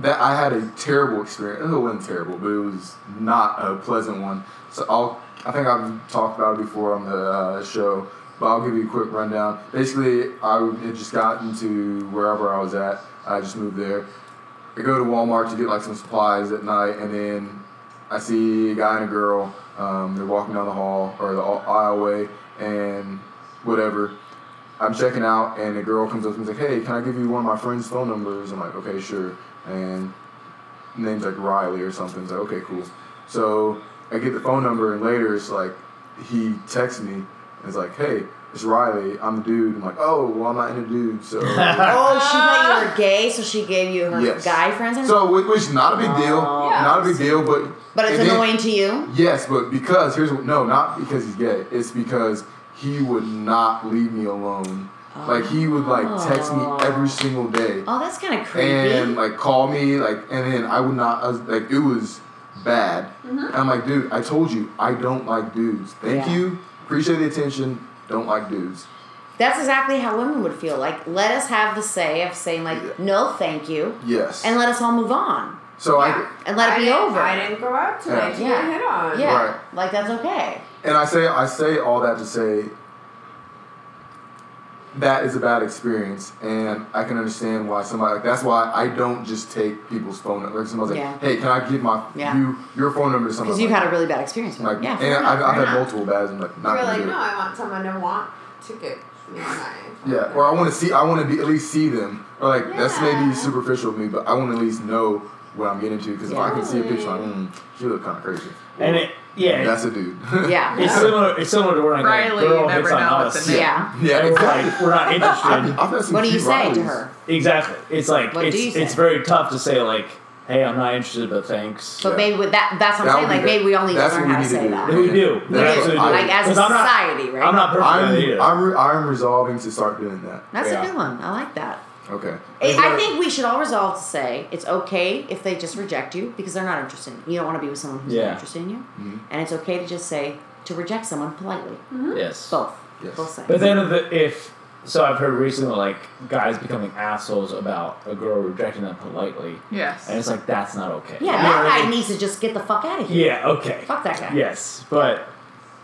[SPEAKER 3] that I had a terrible experience. It wasn't terrible, but it was not a pleasant one. So I'll I think I've talked about it before on the uh, show, but I'll give you a quick rundown. Basically, I had just gotten to wherever I was at. I just moved there. I go to Walmart to get like some supplies at night, and then I see a guy and a girl. Um, they're walking down the hall or the aisleway, and whatever. I'm checking out, and the girl comes up to me and is like, "Hey, can I give you one of my friend's phone numbers?" I'm like, "Okay, sure." And name's like Riley or something. It's like, "Okay, cool." So I get the phone number, and later it's like he texts me. And it's like, "Hey, it's Riley. I'm the dude." I'm like, "Oh, well, I'm not into dude." So
[SPEAKER 4] Oh, she thought you were gay, so she gave you her
[SPEAKER 3] Yes.
[SPEAKER 4] guy friends. and-
[SPEAKER 3] so whi- which is not a big deal.
[SPEAKER 4] Yeah.
[SPEAKER 3] Not a big deal, but
[SPEAKER 4] but it's
[SPEAKER 3] and then-
[SPEAKER 4] annoying to you.
[SPEAKER 3] Yes, but because here's what- no, not because he's gay. It's because he would not leave me alone. Like he would like text me every single day
[SPEAKER 4] Oh, that's kind of creepy.
[SPEAKER 3] and like call me like, and then I would not I was, like it was bad. I'm like, dude, I told you I don't like dudes. Thank
[SPEAKER 4] Mm-hmm. Yeah.
[SPEAKER 3] you, appreciate the attention. Don't like dudes.
[SPEAKER 4] that's exactly how women would feel. Like, let us have the say of saying like,
[SPEAKER 3] Yeah.
[SPEAKER 4] no, thank you,
[SPEAKER 3] Yes.
[SPEAKER 4] and let us all move on
[SPEAKER 3] so
[SPEAKER 5] Yeah.
[SPEAKER 3] I
[SPEAKER 4] and let it
[SPEAKER 5] I
[SPEAKER 4] be
[SPEAKER 5] didn't-
[SPEAKER 4] over.
[SPEAKER 5] I didn't grow up tonight to
[SPEAKER 4] Yeah.
[SPEAKER 5] get hit on.
[SPEAKER 4] Yeah,
[SPEAKER 3] Right.
[SPEAKER 4] like that's okay.
[SPEAKER 3] and I say I say all that to say that is a bad experience, and I can understand why somebody. Like, that's why I don't just take people's phone. number. Like somebody's
[SPEAKER 4] Yeah.
[SPEAKER 3] like, "Hey, can I give my
[SPEAKER 4] Yeah.
[SPEAKER 3] you your phone number?" to somebody?"
[SPEAKER 4] Because you've had a really bad experience with
[SPEAKER 3] like,
[SPEAKER 4] it. Yeah,
[SPEAKER 3] and
[SPEAKER 4] fair
[SPEAKER 3] I've,
[SPEAKER 4] enough,
[SPEAKER 3] I've
[SPEAKER 4] fair
[SPEAKER 3] had
[SPEAKER 4] enough.
[SPEAKER 3] multiple bads. I'm like, not
[SPEAKER 5] You're
[SPEAKER 3] gonna
[SPEAKER 5] like,
[SPEAKER 3] do it.
[SPEAKER 5] no, I want someone to want to get me my.
[SPEAKER 3] Yeah, or I want to see. I want to be at least see them. Or like that's
[SPEAKER 5] Yeah.
[SPEAKER 3] maybe superficial of me, but I want to at least know what I'm getting into. Because if I can see a picture, like,
[SPEAKER 5] Totally.
[SPEAKER 3] mm, she look kind of crazy.
[SPEAKER 2] And it yeah,
[SPEAKER 3] that's a dude.
[SPEAKER 4] Yeah,
[SPEAKER 2] it's similar. It's similar to where like
[SPEAKER 6] Riley,
[SPEAKER 2] a
[SPEAKER 6] you
[SPEAKER 2] girl
[SPEAKER 6] never
[SPEAKER 2] hits on
[SPEAKER 6] know what
[SPEAKER 2] us.
[SPEAKER 6] the name-
[SPEAKER 4] yeah.
[SPEAKER 3] yeah,
[SPEAKER 2] And we're
[SPEAKER 3] exactly.
[SPEAKER 2] like, we're not interested.
[SPEAKER 3] I've had some
[SPEAKER 4] What do you
[SPEAKER 3] cute
[SPEAKER 4] say to
[SPEAKER 3] Rileys.
[SPEAKER 4] her?
[SPEAKER 2] Exactly. It's like
[SPEAKER 4] What do you
[SPEAKER 2] it's
[SPEAKER 4] say?
[SPEAKER 2] it's very tough to say like, "Hey, I'm not interested, but thanks."
[SPEAKER 4] But
[SPEAKER 3] Yeah.
[SPEAKER 4] maybe with that, that's what
[SPEAKER 3] That would
[SPEAKER 4] I'm saying.
[SPEAKER 3] be
[SPEAKER 4] Like,
[SPEAKER 3] the-
[SPEAKER 4] maybe we all need to
[SPEAKER 3] that's
[SPEAKER 4] learn
[SPEAKER 3] what we
[SPEAKER 4] how
[SPEAKER 3] need
[SPEAKER 4] to
[SPEAKER 3] to
[SPEAKER 4] say
[SPEAKER 3] do.
[SPEAKER 4] that.
[SPEAKER 2] And we do. We
[SPEAKER 3] That's
[SPEAKER 2] absolutely
[SPEAKER 3] what
[SPEAKER 2] do.
[SPEAKER 3] I-
[SPEAKER 4] Like, as a
[SPEAKER 2] 'Cause I'm not-
[SPEAKER 4] society, right?
[SPEAKER 2] I'm not perfect at it
[SPEAKER 3] I'm,
[SPEAKER 2] either.
[SPEAKER 3] I'm, re- I'm resolving to start doing that.
[SPEAKER 4] That's
[SPEAKER 2] Yeah.
[SPEAKER 4] a good one. I like that.
[SPEAKER 3] Okay.
[SPEAKER 4] I I think we should all resolve to say it's okay if they just reject you because they're not interested. in You You don't want to be with someone who's
[SPEAKER 2] Yeah.
[SPEAKER 4] not interested in you, and it's okay to just say to reject someone politely.
[SPEAKER 2] yes.
[SPEAKER 4] Both,
[SPEAKER 3] Yes.
[SPEAKER 4] both sides.
[SPEAKER 2] But then if, if so, I've heard recently like guys becoming assholes about a girl rejecting them politely,
[SPEAKER 6] yes.
[SPEAKER 2] and it's like that's not okay.
[SPEAKER 4] yeah, that guy needs to just get the fuck out of here.
[SPEAKER 2] Yeah. Okay.
[SPEAKER 4] Fuck that guy.
[SPEAKER 2] Yes, but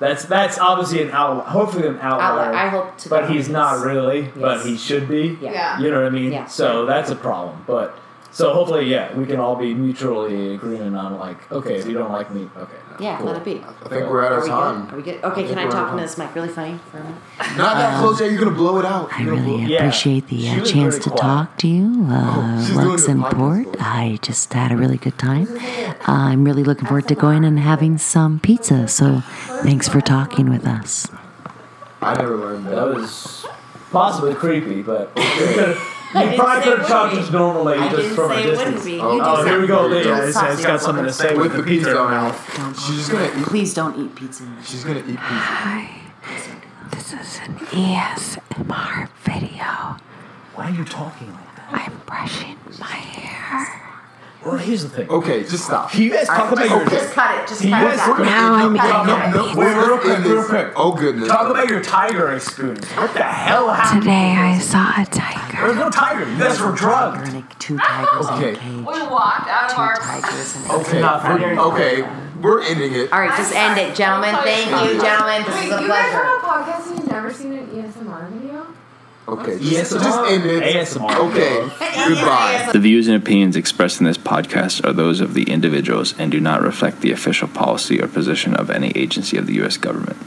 [SPEAKER 2] that's that's obviously an outlier. Hopefully, an outlier.
[SPEAKER 4] Outlier. I hope to
[SPEAKER 2] But
[SPEAKER 4] God
[SPEAKER 2] he's
[SPEAKER 4] it
[SPEAKER 2] not
[SPEAKER 4] is.
[SPEAKER 2] really. But
[SPEAKER 4] Yes.
[SPEAKER 2] he should be.
[SPEAKER 4] Yeah.
[SPEAKER 5] Yeah.
[SPEAKER 2] You know what I mean?
[SPEAKER 4] Yeah.
[SPEAKER 2] So that's a problem. But so hopefully, yeah, we can all be mutually agreeing on like, okay, if you don't like me, okay.
[SPEAKER 4] Yeah,
[SPEAKER 2] cool.
[SPEAKER 4] let it be.
[SPEAKER 3] I think we're out
[SPEAKER 4] Are
[SPEAKER 3] of
[SPEAKER 4] we
[SPEAKER 3] time.
[SPEAKER 4] good? Are we good? Okay, can I
[SPEAKER 3] we're
[SPEAKER 4] talk
[SPEAKER 3] on.
[SPEAKER 4] into this mic really funny for a minute?
[SPEAKER 3] Not
[SPEAKER 4] Um,
[SPEAKER 3] that close yet. You're gonna blow it out. You're gonna blow-
[SPEAKER 2] Yeah. appreciate the, uh, She was chance pretty to quiet. talk
[SPEAKER 7] to you, uh,
[SPEAKER 3] she's doing Lux the and podcast Port. voice.
[SPEAKER 7] I just had a really good time. Uh, I'm really looking forward to going and having some pizza. So, thanks for talking with us.
[SPEAKER 3] I never learned
[SPEAKER 2] That
[SPEAKER 3] that.
[SPEAKER 2] was possibly creepy, but we could You probably could have talked just normally,
[SPEAKER 4] I
[SPEAKER 2] just
[SPEAKER 4] didn't
[SPEAKER 2] from a
[SPEAKER 4] say it
[SPEAKER 2] distance.
[SPEAKER 4] wouldn't be. You
[SPEAKER 3] Oh,
[SPEAKER 4] do
[SPEAKER 2] Oh, here we go.
[SPEAKER 4] something.
[SPEAKER 2] Leah
[SPEAKER 4] Don't
[SPEAKER 2] has,
[SPEAKER 4] stop
[SPEAKER 2] has
[SPEAKER 4] yourself.
[SPEAKER 2] got something to say
[SPEAKER 3] With the pizza
[SPEAKER 2] in her
[SPEAKER 3] mouth. She's just gonna eat.
[SPEAKER 7] Please don't eat pizza.
[SPEAKER 3] She's gonna eat pizza.
[SPEAKER 7] This is an ESMR video.
[SPEAKER 2] Why are you talking like that?
[SPEAKER 7] I'm brushing my hair.
[SPEAKER 2] Well, here's the thing.
[SPEAKER 3] Okay, just stop.
[SPEAKER 2] Can you guys talk about your
[SPEAKER 4] Just cut it. Just
[SPEAKER 2] He is
[SPEAKER 4] cut it out.
[SPEAKER 3] gonna
[SPEAKER 7] Now
[SPEAKER 3] eat-
[SPEAKER 7] I'm
[SPEAKER 3] no, no,
[SPEAKER 7] eating
[SPEAKER 3] no,
[SPEAKER 7] pizza.
[SPEAKER 3] we're
[SPEAKER 2] Real quick,
[SPEAKER 3] in
[SPEAKER 2] real
[SPEAKER 3] this.
[SPEAKER 2] quick.
[SPEAKER 3] Oh goodness.
[SPEAKER 2] talk about your tiger experience? What the hell happened?
[SPEAKER 7] Today I saw a tiger.
[SPEAKER 2] There's no tiger. You guys were drugged.
[SPEAKER 7] Like two tigers in
[SPEAKER 3] Okay.
[SPEAKER 7] a cage.
[SPEAKER 6] We walked out of
[SPEAKER 7] Two
[SPEAKER 6] our.
[SPEAKER 7] tigers in a
[SPEAKER 3] Okay,
[SPEAKER 2] Enough.
[SPEAKER 3] we're, okay, we're ending it.
[SPEAKER 4] All right, just end it, gentlemen. Thank you, gentlemen. This
[SPEAKER 5] Wait,
[SPEAKER 4] is
[SPEAKER 5] you
[SPEAKER 4] a
[SPEAKER 5] guys
[SPEAKER 4] pleasure.
[SPEAKER 5] have a podcast and you've never seen an ESMR video?
[SPEAKER 3] Okay,
[SPEAKER 2] Yes,
[SPEAKER 3] just, just end it.
[SPEAKER 2] ASMR.
[SPEAKER 3] Okay, goodbye.
[SPEAKER 8] The views and opinions expressed in this podcast are those of the individuals and do not reflect the official policy or position of any agency of the U.S. government.